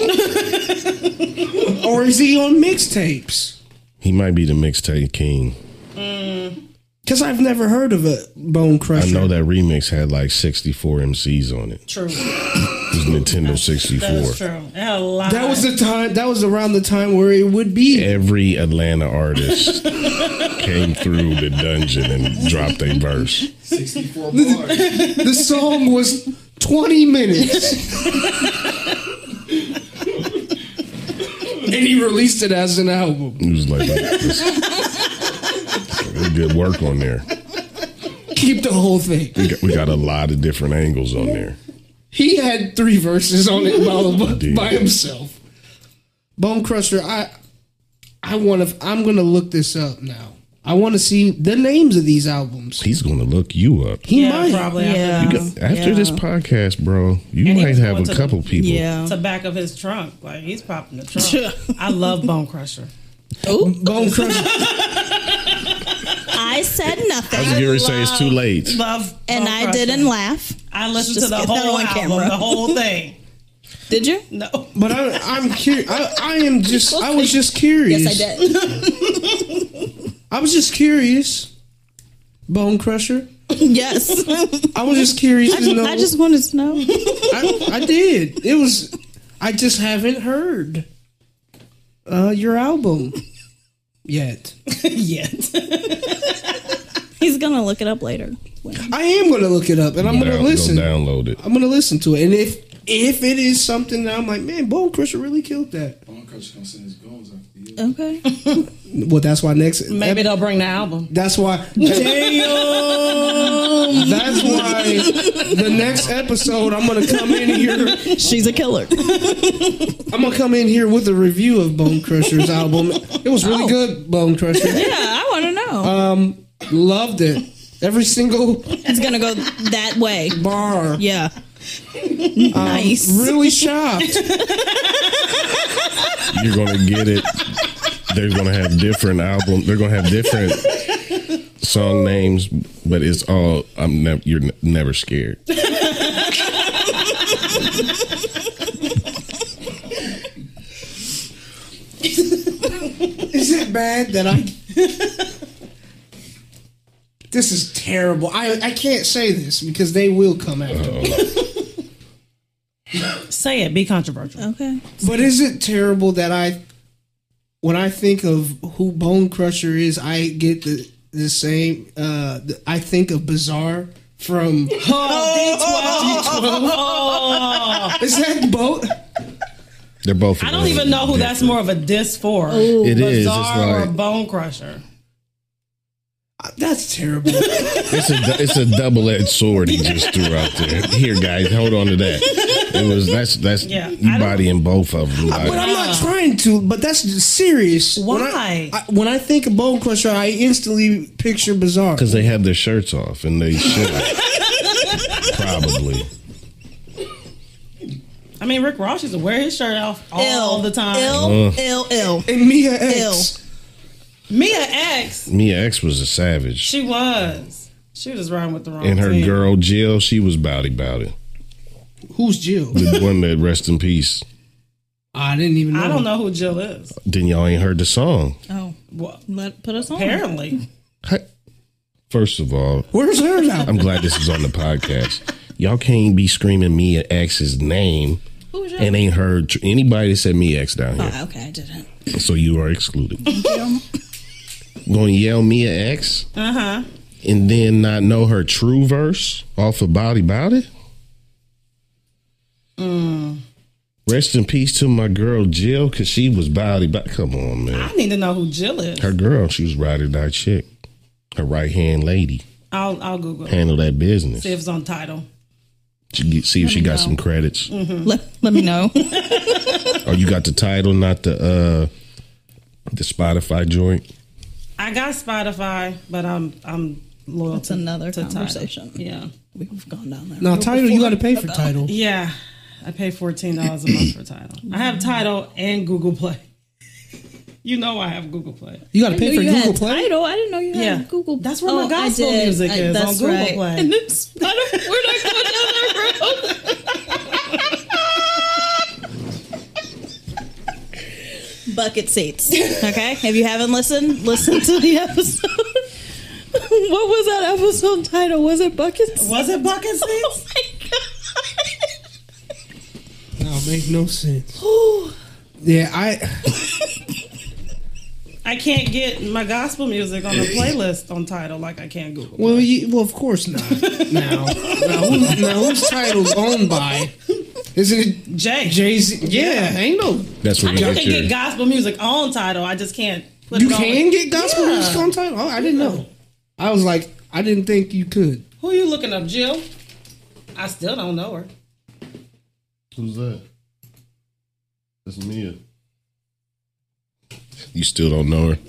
Speaker 1: or is he on mixtapes?
Speaker 2: He might be the mixtape king.
Speaker 1: Because I've never heard of a Bone
Speaker 2: I
Speaker 1: Crusher.
Speaker 2: know that remix had like 64 MCs on it.
Speaker 4: True.
Speaker 2: It was Nintendo
Speaker 4: That is
Speaker 2: 64.
Speaker 4: true. It had a lot.
Speaker 1: That was the time. That was around the time where it would be.
Speaker 2: Every Atlanta artist came through the dungeon and dropped a verse.
Speaker 6: 64 bars.
Speaker 1: The song was twenty minutes, and he released it as an album.
Speaker 2: It was like, this- good work on there.
Speaker 1: Keep the whole thing.
Speaker 2: We got, we got a lot of different angles on there.
Speaker 1: He had three verses on it by,
Speaker 2: Dude.
Speaker 1: by himself. Bone Crusher. I, I want to. I'm gonna look this up now. I want to see the names of these albums.
Speaker 2: He's gonna look you up.
Speaker 1: He
Speaker 4: yeah,
Speaker 1: might.
Speaker 4: probably
Speaker 5: Yeah.
Speaker 2: You
Speaker 4: after
Speaker 2: got- after this
Speaker 5: yeah.
Speaker 2: podcast, bro, you
Speaker 4: And he
Speaker 2: might
Speaker 4: was
Speaker 2: have
Speaker 4: going
Speaker 2: a
Speaker 4: to-
Speaker 2: couple people.
Speaker 5: Yeah.
Speaker 4: the back of his trunk. Like he's popping the trunk. I love Bone Crusher.
Speaker 1: Bone Crusher.
Speaker 5: I said
Speaker 2: I
Speaker 5: nothing,
Speaker 2: was gonna say it's too late.
Speaker 4: Love
Speaker 5: and
Speaker 4: Bone
Speaker 5: I
Speaker 4: Crusher.
Speaker 5: didn't laugh.
Speaker 4: I listened
Speaker 5: Just
Speaker 4: to the
Speaker 5: get that
Speaker 4: whole
Speaker 5: on
Speaker 4: album,
Speaker 5: camera.
Speaker 4: the whole thing.
Speaker 5: Did you?
Speaker 4: No,
Speaker 1: But I, I'm curious. I, I am just. I was just curious.
Speaker 5: Yes, I did.
Speaker 1: I was just curious. Bone Crusher.
Speaker 5: yes,
Speaker 1: I was just curious to know.
Speaker 5: I just wanted to know.
Speaker 1: I, I did. It was. I just haven't heard uh, your album yet.
Speaker 4: yet.
Speaker 5: He's gonna look it up later.
Speaker 1: I am gonna look it up and I'm
Speaker 2: Down-
Speaker 1: gonna
Speaker 2: go
Speaker 1: listen.
Speaker 2: download it.
Speaker 1: I'm gonna listen to it, and if if it is something that I'm like, man, Bone Crusher really killed that.
Speaker 6: Bone Crusher's gonna send his goons after you.
Speaker 5: Okay.
Speaker 1: Well, that's why next.
Speaker 4: Maybe they'll bring the album.
Speaker 1: That's why. Damn. That's why the next episode I'm gonna come in here.
Speaker 5: She's a killer.
Speaker 1: I'm gonna come in here with a review of Bone Crusher's album. It was really
Speaker 5: Oh.
Speaker 1: good, Bone Crusher.
Speaker 5: Yeah, I want to know.
Speaker 1: Um, loved it. Every single
Speaker 5: it's gonna go that way.
Speaker 1: bar.
Speaker 5: Yeah. Um, nice.
Speaker 1: Really shocked.
Speaker 2: You're gonna get it. They're gonna have different album. They're gonna have different song names, but it's all. I'm never. You're n- never scared.
Speaker 1: Is it bad that I? this is terrible. I I can't say this because they will come after me.
Speaker 4: Say it. Be controversial.
Speaker 5: Okay.
Speaker 1: But is it terrible that I, when I think of who Bone Crusher is, I get the the same. Uh, the, I think of Bizarre from
Speaker 4: Oh,
Speaker 1: is that boat?
Speaker 2: They're both.
Speaker 4: I don't even know who that's more of a diss for.
Speaker 2: Oh, It is. It's
Speaker 4: Bizarre or
Speaker 2: like
Speaker 4: Bone Crusher.
Speaker 1: That's terrible.
Speaker 2: it's a it's a double edged sword he just threw out there. Here, guys, hold on to that. It was that's that's
Speaker 4: Yeah,
Speaker 2: you
Speaker 4: I don't-
Speaker 2: bodying both of them.
Speaker 1: but
Speaker 2: Like,
Speaker 1: I'm not trying to. But that's just serious. When I,
Speaker 4: Why?
Speaker 1: I- when I think of Bone Crusher, I instantly picture Bizarre.
Speaker 2: Because they have their shirts off and they should probably.
Speaker 4: I mean, Rick Ross used to wear his shirt off all the time.
Speaker 5: Ill.
Speaker 2: Ugh.
Speaker 5: Ill. Ill.
Speaker 1: And Mia X.
Speaker 5: Ew.
Speaker 4: Mia X,
Speaker 2: Mia X was a savage,
Speaker 4: she was. She was riding with the wrong
Speaker 2: and her
Speaker 4: team.
Speaker 2: girl Jill, she was bowdy bowdy.
Speaker 1: Who's Jill?
Speaker 2: The one that rest in peace.
Speaker 1: I didn't even. know.
Speaker 4: I don't know who Jill is.
Speaker 2: Then y'all ain't heard the song.
Speaker 5: Oh,
Speaker 4: Well,
Speaker 5: let put us on.
Speaker 4: apparently,
Speaker 2: Hey, First of all,
Speaker 1: Where's her now?
Speaker 2: I'm glad this is on the podcast. Y'all can't be screaming Mia X's name
Speaker 5: Who was your?
Speaker 2: and ain't heard tr- anybody that said Mia X down here.
Speaker 5: Oh, okay, I didn't.
Speaker 2: So you are excluded. Going to yell Mia X
Speaker 4: uh huh.
Speaker 2: and then not know her true verse off of Body Body?
Speaker 4: Mm.
Speaker 2: Rest in peace to my girl Jill because she was body body. Come on, man.
Speaker 4: I need to know who Jill is.
Speaker 2: Her girl, she was ride or die chick. Her right hand lady.
Speaker 4: I'll I'll Google. it.
Speaker 2: Handle that business.
Speaker 4: See if it's on title.
Speaker 2: She get- see if she got some credits.
Speaker 4: Mm.
Speaker 5: Let, let me know.
Speaker 2: Oh, you got the title, not the uh the Spotify joint.
Speaker 4: I got Spotify, but I'm I'm loyal
Speaker 5: That's
Speaker 4: to
Speaker 5: another
Speaker 4: to Tidal.
Speaker 5: conversation.
Speaker 4: Yeah,
Speaker 5: We've gone down there.
Speaker 1: No, title. You got to pay for title.
Speaker 4: yeah. I pay fourteen dollars a month for title. I have title and Google Play. You know I have Google Play.
Speaker 1: You got to
Speaker 5: I
Speaker 1: pay
Speaker 5: knew
Speaker 1: for
Speaker 5: you
Speaker 1: Google
Speaker 5: had
Speaker 1: Play.
Speaker 5: Tidal. I didn't know you had
Speaker 4: Yeah.
Speaker 5: Google. Oh,
Speaker 4: That's where my
Speaker 5: I
Speaker 4: gospel
Speaker 5: did.
Speaker 4: music is, on
Speaker 5: that's
Speaker 4: Google
Speaker 5: right.
Speaker 4: Play.
Speaker 5: And it's, I don't, we're not going down that road. Bucket seats. Okay, if you haven't listened, listen to the episode. what was that episode title? Was it buckets?
Speaker 4: Was it bucket seats?
Speaker 5: Oh my god!
Speaker 1: No, it make no sense. yeah, I.
Speaker 4: I can't get my gospel music on the playlist on title like I can Google.
Speaker 1: Well, you, well, of course not. now, now, who, now, whose title's owned by? Isn't it
Speaker 4: Jay,
Speaker 1: Jay Z? Yeah, ain't no.
Speaker 2: That's where you
Speaker 4: you
Speaker 2: get
Speaker 4: can get
Speaker 2: your
Speaker 4: gospel music on title. I just can't. Put
Speaker 1: You
Speaker 4: it on-
Speaker 1: can get gospel
Speaker 4: Yeah.
Speaker 1: music on title. Oh, I didn't know. I was like, I didn't think you could.
Speaker 4: Who you looking up, Jill? I still don't know her.
Speaker 2: Who's that? That's Mia. You still don't know her.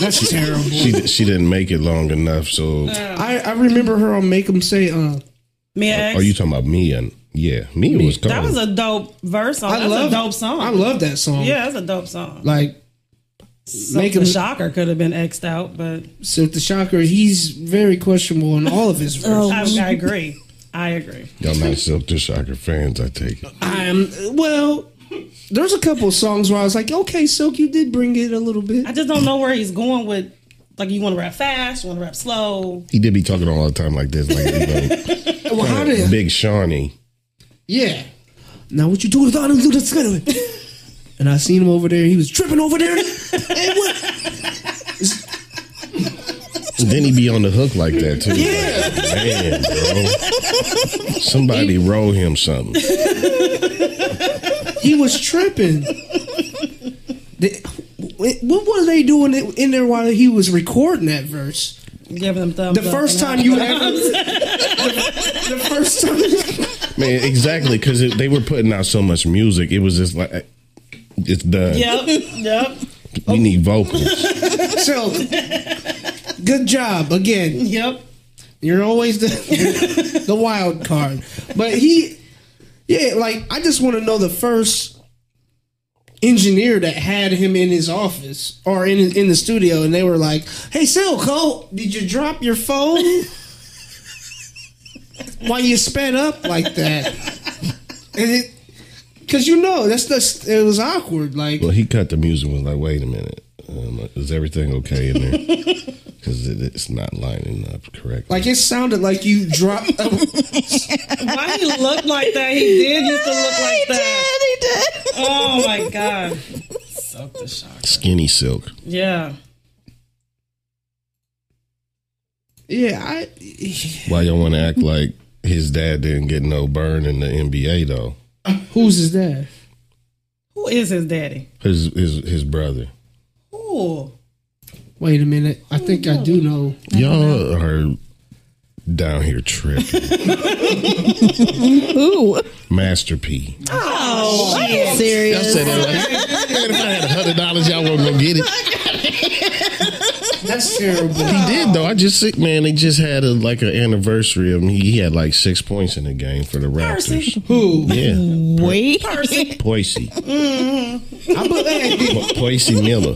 Speaker 1: That's terrible.
Speaker 2: She di- she didn't make it long enough. So
Speaker 1: I, I remember her on Make 'em Say,
Speaker 4: Oh,
Speaker 1: uh,
Speaker 4: May I ask?
Speaker 2: are you talking about me and yeah, me was cold.
Speaker 4: that was a dope verse. On,
Speaker 1: I
Speaker 4: that's
Speaker 1: love
Speaker 4: a dope song.
Speaker 1: I love that song.
Speaker 4: Yeah, that's a dope song.
Speaker 1: Like,
Speaker 4: Make
Speaker 1: make
Speaker 4: the
Speaker 1: him-
Speaker 4: shocker could have been xed out, but
Speaker 1: Silk the Shocker, he's very questionable in all of his verses.
Speaker 4: I, I agree. I agree.
Speaker 2: y'all not Silk the Shocker fans. I take it.
Speaker 1: I'm, Um, well, there's a couple of songs where I was like, okay, Silk, you did bring it a little bit.
Speaker 4: I just don't know where he's going with. Like you want to rap fast, you want to rap slow.
Speaker 2: He did be talking all the time like this, like you know,
Speaker 1: Well, how did,
Speaker 2: Big Shawnee.
Speaker 1: yeah. Now what you do with Donald do the skin of it. And I seen him over there. He was tripping over there. hey, what?
Speaker 2: Then he be on the hook like that too. Like, man, bro. Somebody roll him something.
Speaker 1: He was tripping. They- what were they doing in there while he was recording that verse?
Speaker 4: Give them thumbs.
Speaker 1: The
Speaker 4: up
Speaker 1: first
Speaker 4: and
Speaker 1: time you ever, the, the first time,
Speaker 2: Man, exactly because they were putting out so much music, it was just like it's done.
Speaker 4: Yep, yep,
Speaker 2: We need vocals.
Speaker 1: so good job again.
Speaker 4: yep.
Speaker 1: You're always the the wild card, but he, yeah, like I just want to know the first engineer that had him in his office or in in the studio, and they were like, "Hey, Silco, did you drop your phone?" Why you sped up like that? And it, because you know that's just it was awkward. Like
Speaker 2: well, he cut the music. and Was like, wait a minute, um, is everything okay in there? Because it, it's not lining up correctly.
Speaker 1: Like it sounded like you dropped.
Speaker 4: Why he looked like that? He did used to look like that.
Speaker 5: did. He did.
Speaker 4: Oh my god. Suck the shock.
Speaker 2: skinny silk.
Speaker 4: Yeah.
Speaker 1: yeah, I.
Speaker 2: Why y'all want to act like his dad didn't get no burn in the NBA though?
Speaker 1: Whose is that?
Speaker 4: Who is his daddy?
Speaker 2: His his his brother.
Speaker 4: Who?
Speaker 1: Wait a minute. I think I do know.
Speaker 2: Y'all are down here tripping.
Speaker 5: Ooh,
Speaker 2: Master P.
Speaker 5: are you
Speaker 2: Y'all
Speaker 5: serious?
Speaker 2: said that like, man, if I had hundred dollars, y'all wouldn't gonna get it.
Speaker 1: That's terrible.
Speaker 2: He did though. I just see- man, they just had a, like an anniversary of him. He, he had like six points in the game for the Raptors.
Speaker 1: Who?
Speaker 2: Yeah,
Speaker 5: Wait,
Speaker 2: Poise,
Speaker 1: I believe
Speaker 2: Po- Poise Miller.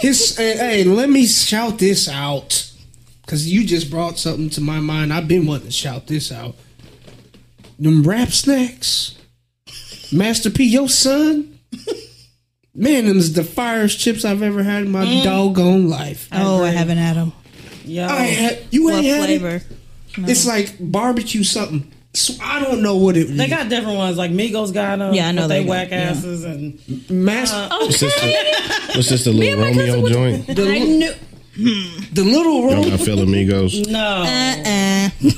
Speaker 1: his. Hey, hey, let me shout this out because you just brought something to my mind. I've been wanting to shout this out. Them rap snacks, Master P, your son. Man, them's the firest chips I've ever had in my
Speaker 5: Mm.
Speaker 1: doggone life.
Speaker 5: Oh, I haven't had them.
Speaker 4: Yo.
Speaker 1: I had, you
Speaker 5: What
Speaker 1: ain't had it?
Speaker 5: flavor?
Speaker 1: It's like barbecue something. So I don't know what it.
Speaker 4: They got different ones. Like Migos got them.
Speaker 5: Yeah, I know
Speaker 4: but they,
Speaker 5: they got-
Speaker 4: whack
Speaker 5: yeah.
Speaker 4: asses and
Speaker 1: Mas-
Speaker 2: What's this? The, what's this? The little Romeo joint?
Speaker 1: the,
Speaker 5: uh, I
Speaker 1: li-
Speaker 5: knew. Hmm.
Speaker 1: the little
Speaker 2: Y'all
Speaker 1: Ro-
Speaker 2: got Phil Amigos.
Speaker 4: no.
Speaker 5: Uh-uh.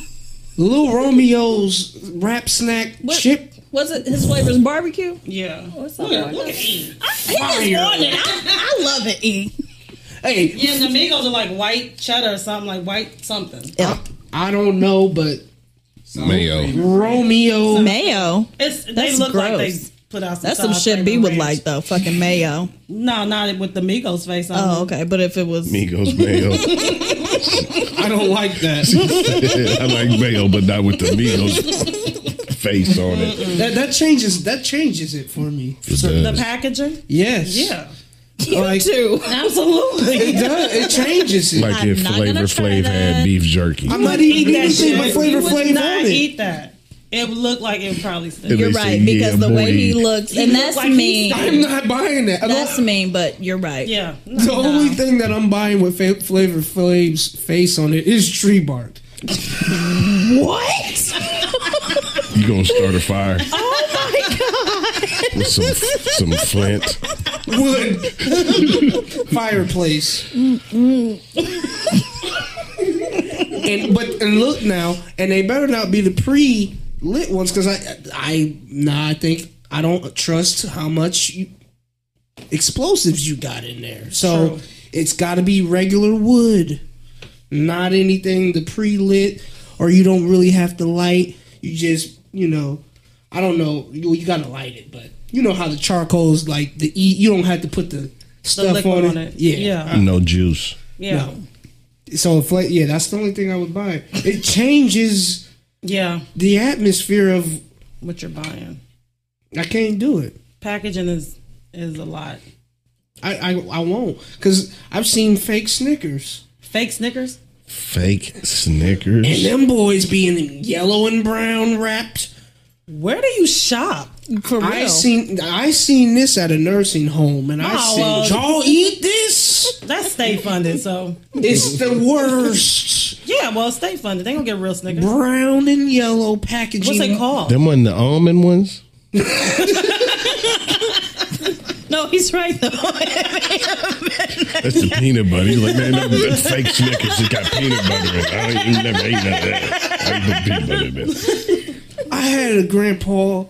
Speaker 1: little Romeo's rap snack chip.
Speaker 5: Was it his flavor's barbecue?
Speaker 4: Yeah.
Speaker 5: What's that one? Look at E. I, he just wanted it. I, I love it, E.
Speaker 1: Hey,
Speaker 4: Yeah, and the Migos are like white cheddar or something, like white something.
Speaker 1: I don't know, but
Speaker 2: Mayo.
Speaker 1: Romeo.
Speaker 5: Mayo.
Speaker 4: It's they
Speaker 5: That's
Speaker 4: look like they
Speaker 5: gross.
Speaker 4: put out some
Speaker 5: That's some
Speaker 4: sauce,
Speaker 5: shit
Speaker 4: like
Speaker 5: B
Speaker 4: the
Speaker 5: would
Speaker 4: ranch.
Speaker 5: like though. Fucking mayo.
Speaker 4: No, not with the Migos face on.
Speaker 5: Oh,
Speaker 4: Oh,
Speaker 5: okay. But if it was
Speaker 2: Amigos Mayo.
Speaker 1: I don't like that.
Speaker 2: I like Mayo, but not with the Amigos face on it.
Speaker 1: that. That changes. That changes it for me.
Speaker 2: It
Speaker 4: the
Speaker 2: does.
Speaker 4: packaging.
Speaker 1: Yes.
Speaker 4: Yeah,
Speaker 1: Like,
Speaker 5: two.
Speaker 4: absolutely.
Speaker 1: It does. It changes it.
Speaker 2: Like
Speaker 5: I'm
Speaker 2: if
Speaker 5: not
Speaker 2: Flavor
Speaker 5: gonna try
Speaker 2: Flav had
Speaker 5: that.
Speaker 2: beef jerky.
Speaker 1: I'm not eating
Speaker 4: That
Speaker 1: anything but
Speaker 4: shit,
Speaker 1: Flavor
Speaker 4: you would
Speaker 1: Flav
Speaker 4: not
Speaker 1: on it.
Speaker 4: eat that. It would look like it would probably stick.
Speaker 2: If
Speaker 5: You're
Speaker 2: they
Speaker 5: right
Speaker 2: say,
Speaker 5: because
Speaker 2: "Yeah,
Speaker 5: the way
Speaker 2: boy."
Speaker 5: he looks, and
Speaker 4: look
Speaker 5: that's
Speaker 4: like he's
Speaker 5: mean.
Speaker 4: dying.
Speaker 1: I'm not buying that.
Speaker 5: That's mean, but you're right.
Speaker 4: Yeah,
Speaker 1: the only thing that I'm buying with fa- Flavor Flav's face on it is tree bark.
Speaker 5: What?
Speaker 2: You gonna start a fire
Speaker 5: Oh my god.
Speaker 2: with some some flint?
Speaker 1: wood fireplace. and but and look now, and they better not be the pre lit ones because I I nah I think I don't trust how much you, explosives you got in there. So
Speaker 4: True.
Speaker 1: it's got to be regular wood, not anything the pre lit, or you don't really have to light. You just you know. I don't know. You, you gotta light it, but you know how the charcoal's like the e. You don't have to put the stuff
Speaker 4: liquid
Speaker 1: on it.
Speaker 4: on it.
Speaker 1: Yeah.
Speaker 4: Yeah.
Speaker 2: No juice.
Speaker 4: Yeah.
Speaker 1: No. So fla- yeah, that's the only thing I would buy. It changes
Speaker 4: Yeah.
Speaker 1: the atmosphere of
Speaker 4: What you're buying.
Speaker 1: I can't do it.
Speaker 4: Packaging is is a lot.
Speaker 1: I I, I won't because I've seen fake Snickers
Speaker 4: Fake Snickers?
Speaker 2: Fake Snickers.
Speaker 1: and them boys being yellow and brown wrapped.
Speaker 4: Where do you shop?
Speaker 5: For real.
Speaker 1: I seen I seen this at a nursing home, and I
Speaker 4: Oh,
Speaker 1: said,
Speaker 4: well-
Speaker 1: "Y'all eat this?
Speaker 4: That's state funded, so
Speaker 1: It's the worst."
Speaker 4: yeah. Well, state funded. They gonna get real Snickers.
Speaker 1: Brown and yellow packaging.
Speaker 4: What's it called?
Speaker 2: Them wasn't the almond ones?
Speaker 5: no, he's right though.
Speaker 2: That's the peanut butter. He's like, man, them, them fake Snickers just got peanut butter in it. I ain't never ate none of that. I ain't put peanut butter in it.
Speaker 1: I had a grandpa,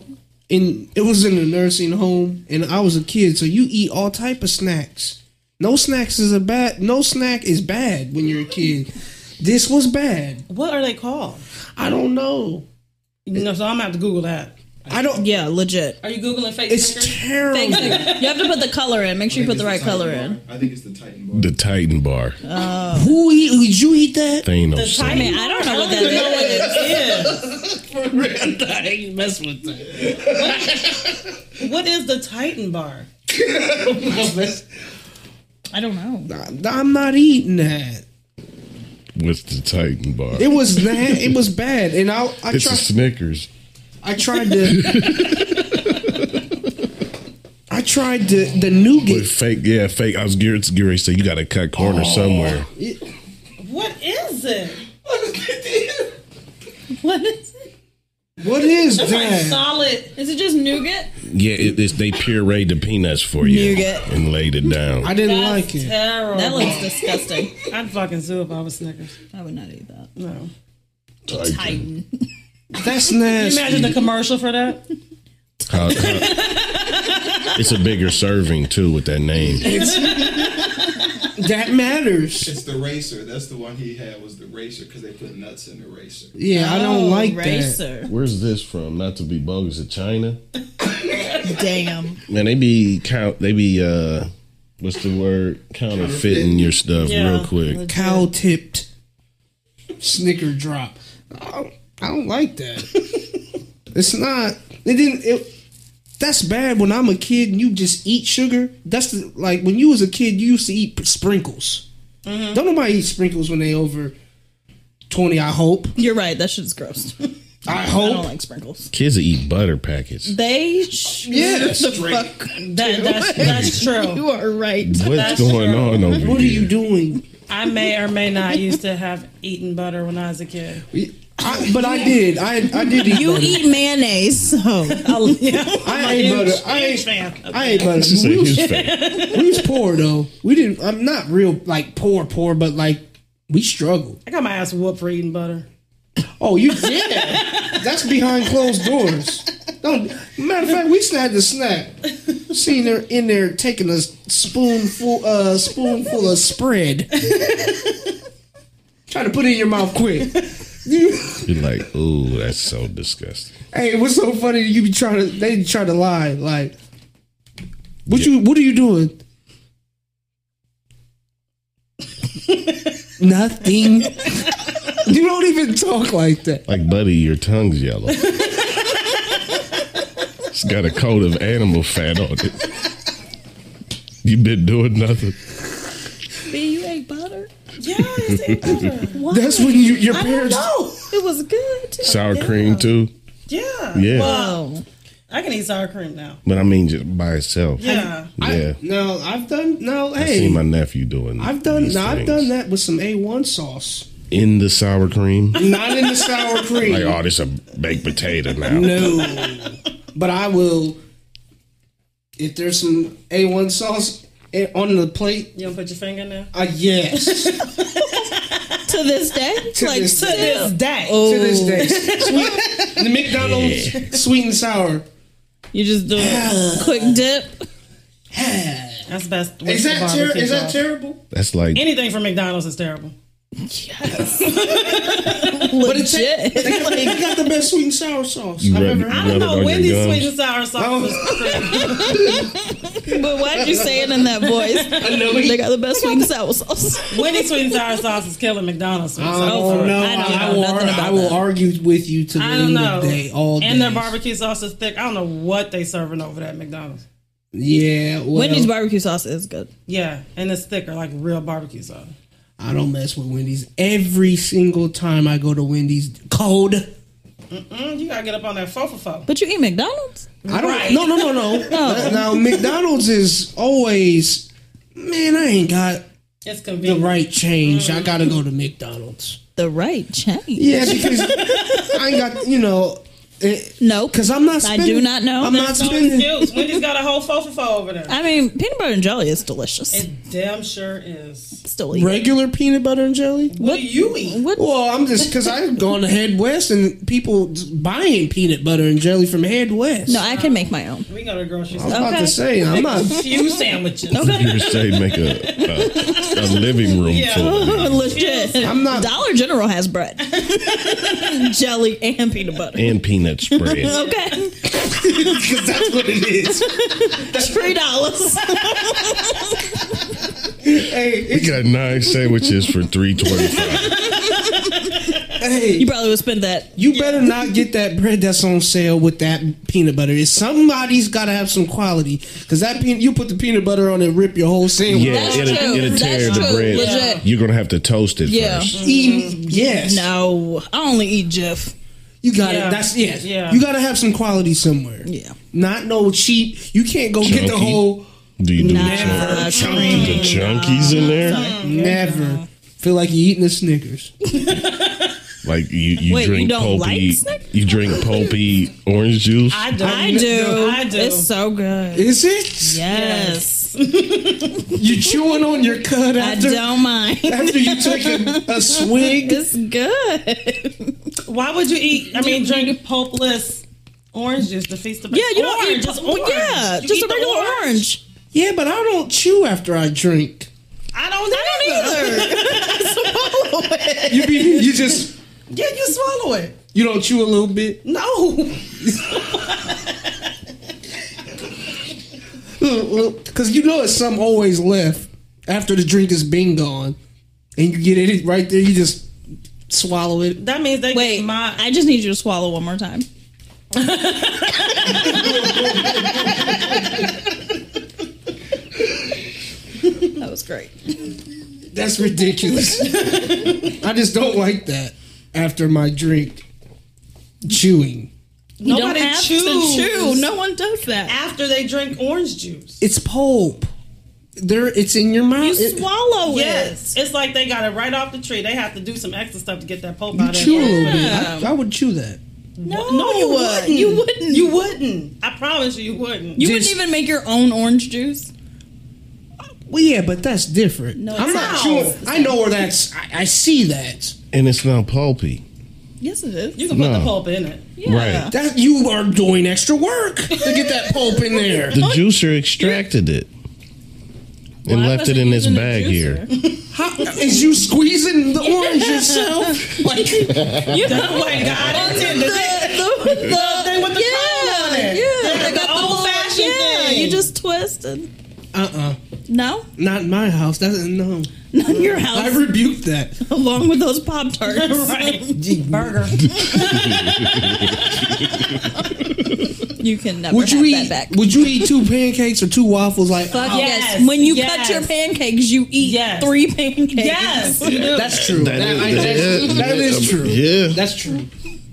Speaker 1: and it was in a nursing home, and I was a kid, so you eat all type of snacks. No snacks is a bad. No snack is bad when you're a kid. This was bad.
Speaker 4: What are they called?
Speaker 1: I don't know.
Speaker 4: You know, so I'm gonna have to Google that.
Speaker 1: I don't.
Speaker 5: yeah, legit.
Speaker 4: Are you googling fake
Speaker 1: It's
Speaker 5: Fake
Speaker 1: terrible.
Speaker 5: Snickers. You have to put the color in. Make sure you put
Speaker 6: It's
Speaker 5: the right
Speaker 6: Titan
Speaker 5: color
Speaker 6: bar.
Speaker 5: in.
Speaker 6: I think it's the Titan bar.
Speaker 2: The Titan bar.
Speaker 1: Who eat? Did you eat that?
Speaker 2: They ain't no
Speaker 4: The
Speaker 2: Snickers.
Speaker 4: Titan-
Speaker 5: Man, I don't know what that
Speaker 1: I
Speaker 5: is.
Speaker 1: ain't mess with that.
Speaker 4: What is the Titan bar?
Speaker 5: I don't know.
Speaker 1: I'm not eating that.
Speaker 2: What's the Titan bar?
Speaker 1: It was that. It was bad, and I I
Speaker 2: it's a
Speaker 1: tried.
Speaker 2: Snickers.
Speaker 1: I tried to. I tried the the nougat.
Speaker 2: But fake, yeah, fake. I was geared to Gary said you got to cut corner somewhere.
Speaker 4: What is it?
Speaker 5: What is it?
Speaker 1: What is
Speaker 4: Like
Speaker 1: that?
Speaker 4: solid.
Speaker 5: Is it just nougat?
Speaker 2: Yeah, it, it's, they pureed the peanuts for you
Speaker 5: Nougat.
Speaker 2: and laid it down.
Speaker 1: I didn't like it.
Speaker 4: Terrible.
Speaker 5: That looks disgusting.
Speaker 4: I'd fucking sue if I was Snickers.
Speaker 5: I would not eat that.
Speaker 4: No.
Speaker 5: Titan.
Speaker 1: That's
Speaker 4: Can you
Speaker 1: nasty.
Speaker 4: imagine the commercial for that?
Speaker 2: How- how- it's a bigger serving too with that name.
Speaker 1: That matters.
Speaker 6: It's the racer. That's the one he had was the racer because they put nuts in the racer.
Speaker 1: Yeah, I don't like that.
Speaker 5: Oh, racer.
Speaker 2: Where's this from? Not to be bogus, is it China?
Speaker 5: Damn.
Speaker 2: Man, they be count. They be uh, what's the word? Counterfeiting your stuff real quick.
Speaker 1: Cow tipped snicker drop. I don't, I don't like that. it's not. It didn't. It, that's bad when I'm a kid and you just eat sugar. That's the, like when you was a kid, you used to eat sprinkles.
Speaker 5: Mm-hmm.
Speaker 1: Don't nobody eat sprinkles when they over 20, I hope.
Speaker 5: You're right. That shit's gross.
Speaker 1: I
Speaker 5: I
Speaker 1: hope.
Speaker 5: don't like sprinkles.
Speaker 2: Kids will eat butter packets.
Speaker 5: They. Sh-
Speaker 1: Yeah,
Speaker 5: the
Speaker 1: that's straight.
Speaker 5: fuck.
Speaker 4: That that's, that's true.
Speaker 5: You are right.
Speaker 2: What's going on over here?
Speaker 1: what are you doing?
Speaker 4: I may or may not used to have eaten butter when I was a kid.
Speaker 1: I, but I did. I I did eat
Speaker 5: You
Speaker 1: butter.
Speaker 5: eat mayonnaise, so I'll,
Speaker 1: I ate butter. I ate,
Speaker 4: fan.
Speaker 1: I ate butter.
Speaker 2: She said
Speaker 1: We was,
Speaker 2: huge fan.
Speaker 1: we was poor though. We didn't. I'm not real like poor, poor, but like we struggled.
Speaker 4: I got my ass whooped for eating butter.
Speaker 1: Oh, you yeah. That's behind closed doors. Don't. Matter of fact, we still had the snack. Seen her in there taking a spoonful, uh, spoonful of spread. Trying to put it in your mouth quick.
Speaker 2: You're like, ooh, that's so disgusting.
Speaker 1: Hey, what's so funny? You be trying to they try to lie. Like, what you what are you doing? Nothing. you don't even talk like that.
Speaker 2: Like, buddy, your tongue's yellow. it's got a coat of animal fat on it. You've been doing nothing.
Speaker 5: B, you ate butter.
Speaker 4: Yeah, I used to eat butter.
Speaker 5: Why?
Speaker 1: That's when you, your parents.
Speaker 4: No.
Speaker 5: it was good. Too.
Speaker 2: Sour
Speaker 5: Yeah.
Speaker 2: cream too.
Speaker 4: Yeah.
Speaker 2: Yeah.
Speaker 5: Oh,
Speaker 4: I can eat sour cream now.
Speaker 2: But I mean, just by itself.
Speaker 4: Yeah.
Speaker 2: Yeah.
Speaker 1: No, I've done no.
Speaker 2: I see
Speaker 1: Hey,
Speaker 2: my nephew doing.
Speaker 1: I've done.
Speaker 2: these
Speaker 1: No, I've
Speaker 2: things.
Speaker 1: done that with some A one sauce.
Speaker 2: in the sour cream.
Speaker 1: Not in the sour cream.
Speaker 2: Like, oh, this a baked potato now.
Speaker 1: No. but I will. If there's some A one sauce eh, on the plate,
Speaker 4: You don't put your finger in there?
Speaker 1: uh, yes.
Speaker 5: to this day,
Speaker 1: To
Speaker 5: like
Speaker 1: this
Speaker 5: to
Speaker 1: day.
Speaker 5: this
Speaker 4: That.
Speaker 1: to this day. Sweet, the McDonald's sweet and sour.
Speaker 5: You just do a quick dip.
Speaker 4: That's best.
Speaker 1: Is that ter-
Speaker 4: barbecue
Speaker 1: is that
Speaker 4: sauce.
Speaker 1: terrible?
Speaker 2: That's like
Speaker 4: Anything from McDonald's is terrible.
Speaker 5: Yes.
Speaker 1: But it's
Speaker 5: legit.
Speaker 1: they, got, they got the best sweet and sour sauce I've
Speaker 2: rub-
Speaker 1: ever had.
Speaker 2: rub
Speaker 4: I
Speaker 2: it on
Speaker 4: don't know
Speaker 2: your
Speaker 4: when these
Speaker 2: gums.
Speaker 4: sweet and sour sauce was
Speaker 5: but why'd you say it in that voice? They got the best sweet and sour sauce.
Speaker 4: Wendy's sweet and sour sauce is killing McDonald's sweet and sour sauce.
Speaker 1: Oh, no,
Speaker 5: I don't
Speaker 1: I,
Speaker 5: know
Speaker 1: will,
Speaker 5: nothing
Speaker 1: I
Speaker 5: about
Speaker 1: will
Speaker 5: that.
Speaker 1: argue with you to the
Speaker 4: I
Speaker 1: end
Speaker 4: don't
Speaker 1: of
Speaker 4: know.
Speaker 1: the day all day.
Speaker 4: and their barbecue sauce is thick. I don't know what they serving over there at McDonald's.
Speaker 1: Yeah, well,
Speaker 5: Wendy's barbecue sauce is good.
Speaker 4: Yeah, and it's thicker, like real barbecue sauce.
Speaker 1: I don't mess with Wendy's. Every single time I go to Wendy's, cold.
Speaker 4: Mm, you gotta get up on that fo for fo.
Speaker 5: But you eat McDonald's?
Speaker 1: I don't. No, no, no, no. Now McDonald's is always. Man, I ain't got
Speaker 4: It's
Speaker 1: the
Speaker 4: convenient.
Speaker 1: right change. I gotta go to McDonald's.
Speaker 5: The right change.
Speaker 1: Yeah, because I ain't got you know. Because
Speaker 5: Nope.
Speaker 1: I'm not.
Speaker 5: I
Speaker 1: Spending,
Speaker 5: do not know.
Speaker 1: I'm not
Speaker 5: That's
Speaker 4: No
Speaker 1: spending.
Speaker 4: excuse. Wendy's got a whole fo for fo over there.
Speaker 5: I mean, peanut butter and jelly is delicious.
Speaker 4: It damn sure is.
Speaker 5: Still eat. it.
Speaker 1: Regular peanut butter and jelly.
Speaker 4: What, do you eat?
Speaker 5: What?
Speaker 1: Well, I'm just because I've gone to Head West and people buying peanut butter and jelly from Head West.
Speaker 5: No, I can make my own.
Speaker 4: We go to the grocery
Speaker 1: I'm
Speaker 4: store.
Speaker 1: about to
Speaker 5: okay.
Speaker 1: say I'm not.
Speaker 4: Few sandwiches.
Speaker 2: You would say make a, a, a living room
Speaker 4: Yeah.
Speaker 2: full of these.
Speaker 5: Legit.
Speaker 1: I'm not-
Speaker 5: Dollar General has bread, jelly, and peanut butter.
Speaker 2: and peanut spread.
Speaker 5: Okay,
Speaker 1: Because that's what it is.
Speaker 5: three dollars.
Speaker 1: hey,
Speaker 2: We got nine sandwiches for three twenty-five.
Speaker 1: hey,
Speaker 5: You probably would spend that.
Speaker 1: you better not get that bread that's on sale with that peanut butter. It's somebody's got to have some quality because that peanut you put the peanut butter on it, rip your whole sandwich.
Speaker 2: Yeah,
Speaker 5: That's
Speaker 2: it'll,
Speaker 5: true.
Speaker 2: it'll tear
Speaker 5: That's
Speaker 2: the
Speaker 5: true.
Speaker 2: bread.
Speaker 5: Legit.
Speaker 2: You're gonna have to toast it
Speaker 5: Yeah.
Speaker 2: first.
Speaker 1: Even- yes,
Speaker 5: No, I only eat Jif.
Speaker 1: you got to
Speaker 4: Yeah.
Speaker 1: That's yes.
Speaker 4: Yeah.
Speaker 1: You got to have some quality somewhere.
Speaker 5: Yeah.
Speaker 1: Not no cheap. You can't go get the
Speaker 2: Chunky.
Speaker 1: whole.
Speaker 2: Do you do the, chunk-
Speaker 5: Nah,
Speaker 2: the
Speaker 5: cream.
Speaker 2: chunkies in there?
Speaker 1: Never feel like you're eating a Snickers.
Speaker 2: Like you, you
Speaker 5: Wait, you
Speaker 2: drink
Speaker 5: don't
Speaker 2: pulpy,
Speaker 5: like Snickers?
Speaker 2: you drink pulpy orange juice.
Speaker 4: I do.
Speaker 5: I do.
Speaker 4: I do.
Speaker 5: It's so good.
Speaker 1: Is it?
Speaker 5: Yes,
Speaker 1: You chewing on your cud
Speaker 5: I
Speaker 1: after
Speaker 5: don't mind.
Speaker 1: after you take a, a swig?
Speaker 5: It's good.
Speaker 4: Why would you eat? I mean, drink pulpless orange juice to feast the.
Speaker 5: Yeah, you don't
Speaker 4: orange,
Speaker 5: eat
Speaker 4: just
Speaker 5: well,
Speaker 4: orange.
Speaker 5: Yeah,
Speaker 4: You
Speaker 5: just
Speaker 4: eat
Speaker 5: a
Speaker 4: the
Speaker 5: regular orange.
Speaker 1: Yeah, but I don't chew after I drink.
Speaker 4: I don't. I don't either.
Speaker 1: You be you just
Speaker 4: yeah, you swallow it.
Speaker 1: you don't chew a little bit.
Speaker 4: No,
Speaker 1: Because you know it's some always left after the drink has been gone. And you get it right there, you just swallow it.
Speaker 4: that means they
Speaker 5: Wait,
Speaker 4: get my.
Speaker 5: I just need you to swallow one more time. that was great.
Speaker 1: That's ridiculous. I just don't like that after my drink chewing.
Speaker 5: You
Speaker 4: Nobody
Speaker 5: don't have
Speaker 4: chews.
Speaker 5: to chew. No one does that.
Speaker 4: after they drink orange juice.
Speaker 1: It's pulp. There it's in your mouth.
Speaker 5: You
Speaker 1: It-
Speaker 5: swallow
Speaker 4: Yes, it's like they got it right off the tree. They have to do some extra stuff to get that pulp
Speaker 1: you
Speaker 4: out
Speaker 1: chew a
Speaker 4: of it.
Speaker 1: little bit. I, I would chew that.
Speaker 5: it. No,
Speaker 4: No, you wouldn't.
Speaker 5: You wouldn't.
Speaker 4: You wouldn't. I promise you, you wouldn't.
Speaker 5: You
Speaker 1: Just-
Speaker 5: wouldn't even make your own orange juice.
Speaker 1: Well, yeah, but that's different.
Speaker 5: No,
Speaker 1: I'm
Speaker 5: it's
Speaker 1: not
Speaker 5: not.
Speaker 1: chewing. I know where that's. I, I see that.
Speaker 2: and it's not pulpy.
Speaker 5: Yes, it is.
Speaker 4: you can put
Speaker 2: No.
Speaker 4: the pulp in it.
Speaker 5: Yeah.
Speaker 2: Right.
Speaker 1: That you are doing extra work to get that pulp in there.
Speaker 2: The juicer extracted it and
Speaker 5: Why
Speaker 2: left
Speaker 5: was
Speaker 2: it in this
Speaker 5: using a
Speaker 2: bag here.
Speaker 5: juicer?
Speaker 1: How, is you squeezing the orange yourself? Like
Speaker 5: You know,
Speaker 4: Oh my God!
Speaker 5: the, the, the,
Speaker 4: thing with the
Speaker 5: yeah,
Speaker 4: crown on it.
Speaker 5: Yeah,
Speaker 4: The old-fashioned
Speaker 5: yeah,
Speaker 4: thing.
Speaker 5: You just twisted.
Speaker 1: Uh uh
Speaker 5: No,
Speaker 1: Not in my house. That's no.
Speaker 5: not in your house.
Speaker 1: I rebuked that.
Speaker 5: along with those pop tarts.
Speaker 1: Burger.
Speaker 5: You can never
Speaker 1: Would
Speaker 5: have
Speaker 1: you
Speaker 5: that
Speaker 1: eat?
Speaker 5: back.
Speaker 1: Would you eat two pancakes or two waffles? Like
Speaker 5: Fuck
Speaker 1: oh,
Speaker 5: yes.
Speaker 4: Yes,
Speaker 5: When you
Speaker 4: yes.
Speaker 5: cut your pancakes, you eat
Speaker 4: Yes.
Speaker 5: three pancakes.
Speaker 4: Yes, you do.
Speaker 1: that's true. That,
Speaker 2: is-
Speaker 1: I-
Speaker 2: that
Speaker 1: that's-
Speaker 2: is-
Speaker 1: that is true.
Speaker 2: yeah.
Speaker 1: that's true.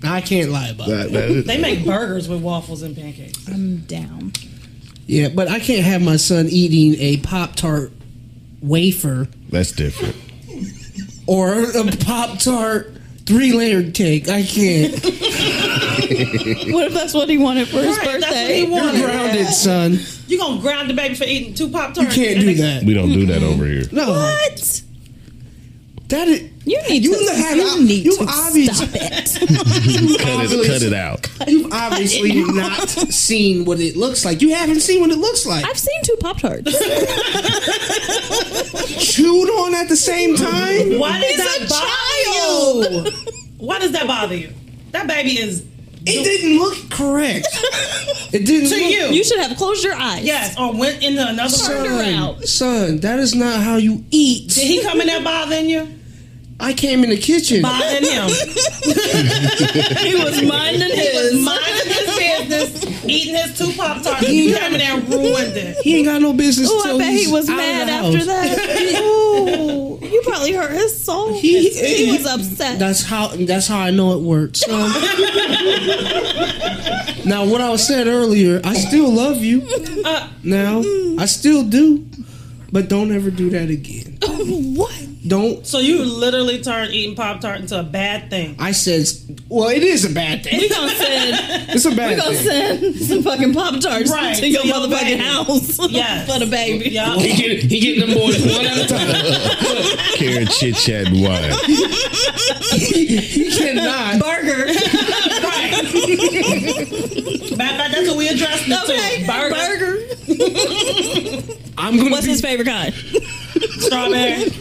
Speaker 1: I can't lie about it.
Speaker 2: That- that is-
Speaker 4: They make burgers with waffles and pancakes.
Speaker 5: I'm down.
Speaker 1: Yeah, but I can't have my son eating a pop tart wafer
Speaker 2: that's different.
Speaker 1: or a pop tart three layered cake. I can't.
Speaker 5: What if that's what he wanted for his
Speaker 4: Right, that's what
Speaker 5: birthday?
Speaker 4: he
Speaker 1: You're
Speaker 4: wanted.
Speaker 1: grounded, son.
Speaker 4: You gonna ground the baby for eating two pop
Speaker 1: You
Speaker 4: tarts?
Speaker 1: can't do that.
Speaker 2: We don't do that over here.
Speaker 1: No,
Speaker 5: What?
Speaker 1: that is.
Speaker 5: You need
Speaker 1: You
Speaker 5: to.
Speaker 1: have-
Speaker 5: you need
Speaker 1: you
Speaker 5: to
Speaker 1: obvious-
Speaker 5: stop it.
Speaker 2: Cut it, cut it out.
Speaker 1: You've obviously not seen what it looks like. You haven't seen what it looks like.
Speaker 5: I've seen two pop tarts.
Speaker 1: Chewed on at the same time.
Speaker 4: Why did
Speaker 5: He's
Speaker 4: that
Speaker 5: a
Speaker 4: bother you? Why does that bother you? That baby is
Speaker 1: It didn't look correct. It didn't
Speaker 4: to
Speaker 1: look
Speaker 4: you.
Speaker 5: You should have closed your eyes.
Speaker 4: yes, or went into another
Speaker 5: Sure.
Speaker 4: room.
Speaker 5: out.
Speaker 1: Son, that is not how you eat.
Speaker 4: Did he come in there bothering you?
Speaker 1: I came in the kitchen.
Speaker 4: Bothering him.
Speaker 5: He was minding his.
Speaker 4: Minding his business, eating his two Pop Tarts, and you came in there and ruined it.
Speaker 1: He ain't got no business.
Speaker 5: Ooh, I
Speaker 1: till
Speaker 5: bet
Speaker 1: he's
Speaker 5: he was
Speaker 1: out of
Speaker 5: mad
Speaker 1: the
Speaker 5: after
Speaker 1: house.
Speaker 5: that. Ooh, you probably hurt his soul.
Speaker 1: He-
Speaker 5: He, he was upset.
Speaker 1: That's how. That's how I know it works. Um, now, what I was said earlier, I still love you. Now, I still do, but don't ever do that again.
Speaker 5: Oh, what?
Speaker 1: Don't.
Speaker 4: So you literally turned eating Pop Tart into a bad thing.
Speaker 1: I said. Well, it is a bad thing.
Speaker 5: We gonna send.
Speaker 1: It's a
Speaker 5: We
Speaker 1: bad
Speaker 5: gonna
Speaker 1: thing.
Speaker 5: send some fucking pop tarts
Speaker 4: Right,
Speaker 5: to your
Speaker 4: to your
Speaker 5: motherfucking
Speaker 4: baby.
Speaker 5: house.
Speaker 4: Yes.
Speaker 5: for the baby.
Speaker 4: Yeah.
Speaker 1: He get, he get them boys one at a time.
Speaker 2: Karen chit chat and wine.
Speaker 1: He cannot.
Speaker 5: Burger.
Speaker 4: Matter of fact, that's what we addressed it
Speaker 5: Okay.
Speaker 4: to. Burger,
Speaker 1: I'm gonna
Speaker 5: What's
Speaker 1: be.
Speaker 5: his favorite kind?
Speaker 4: strawberry.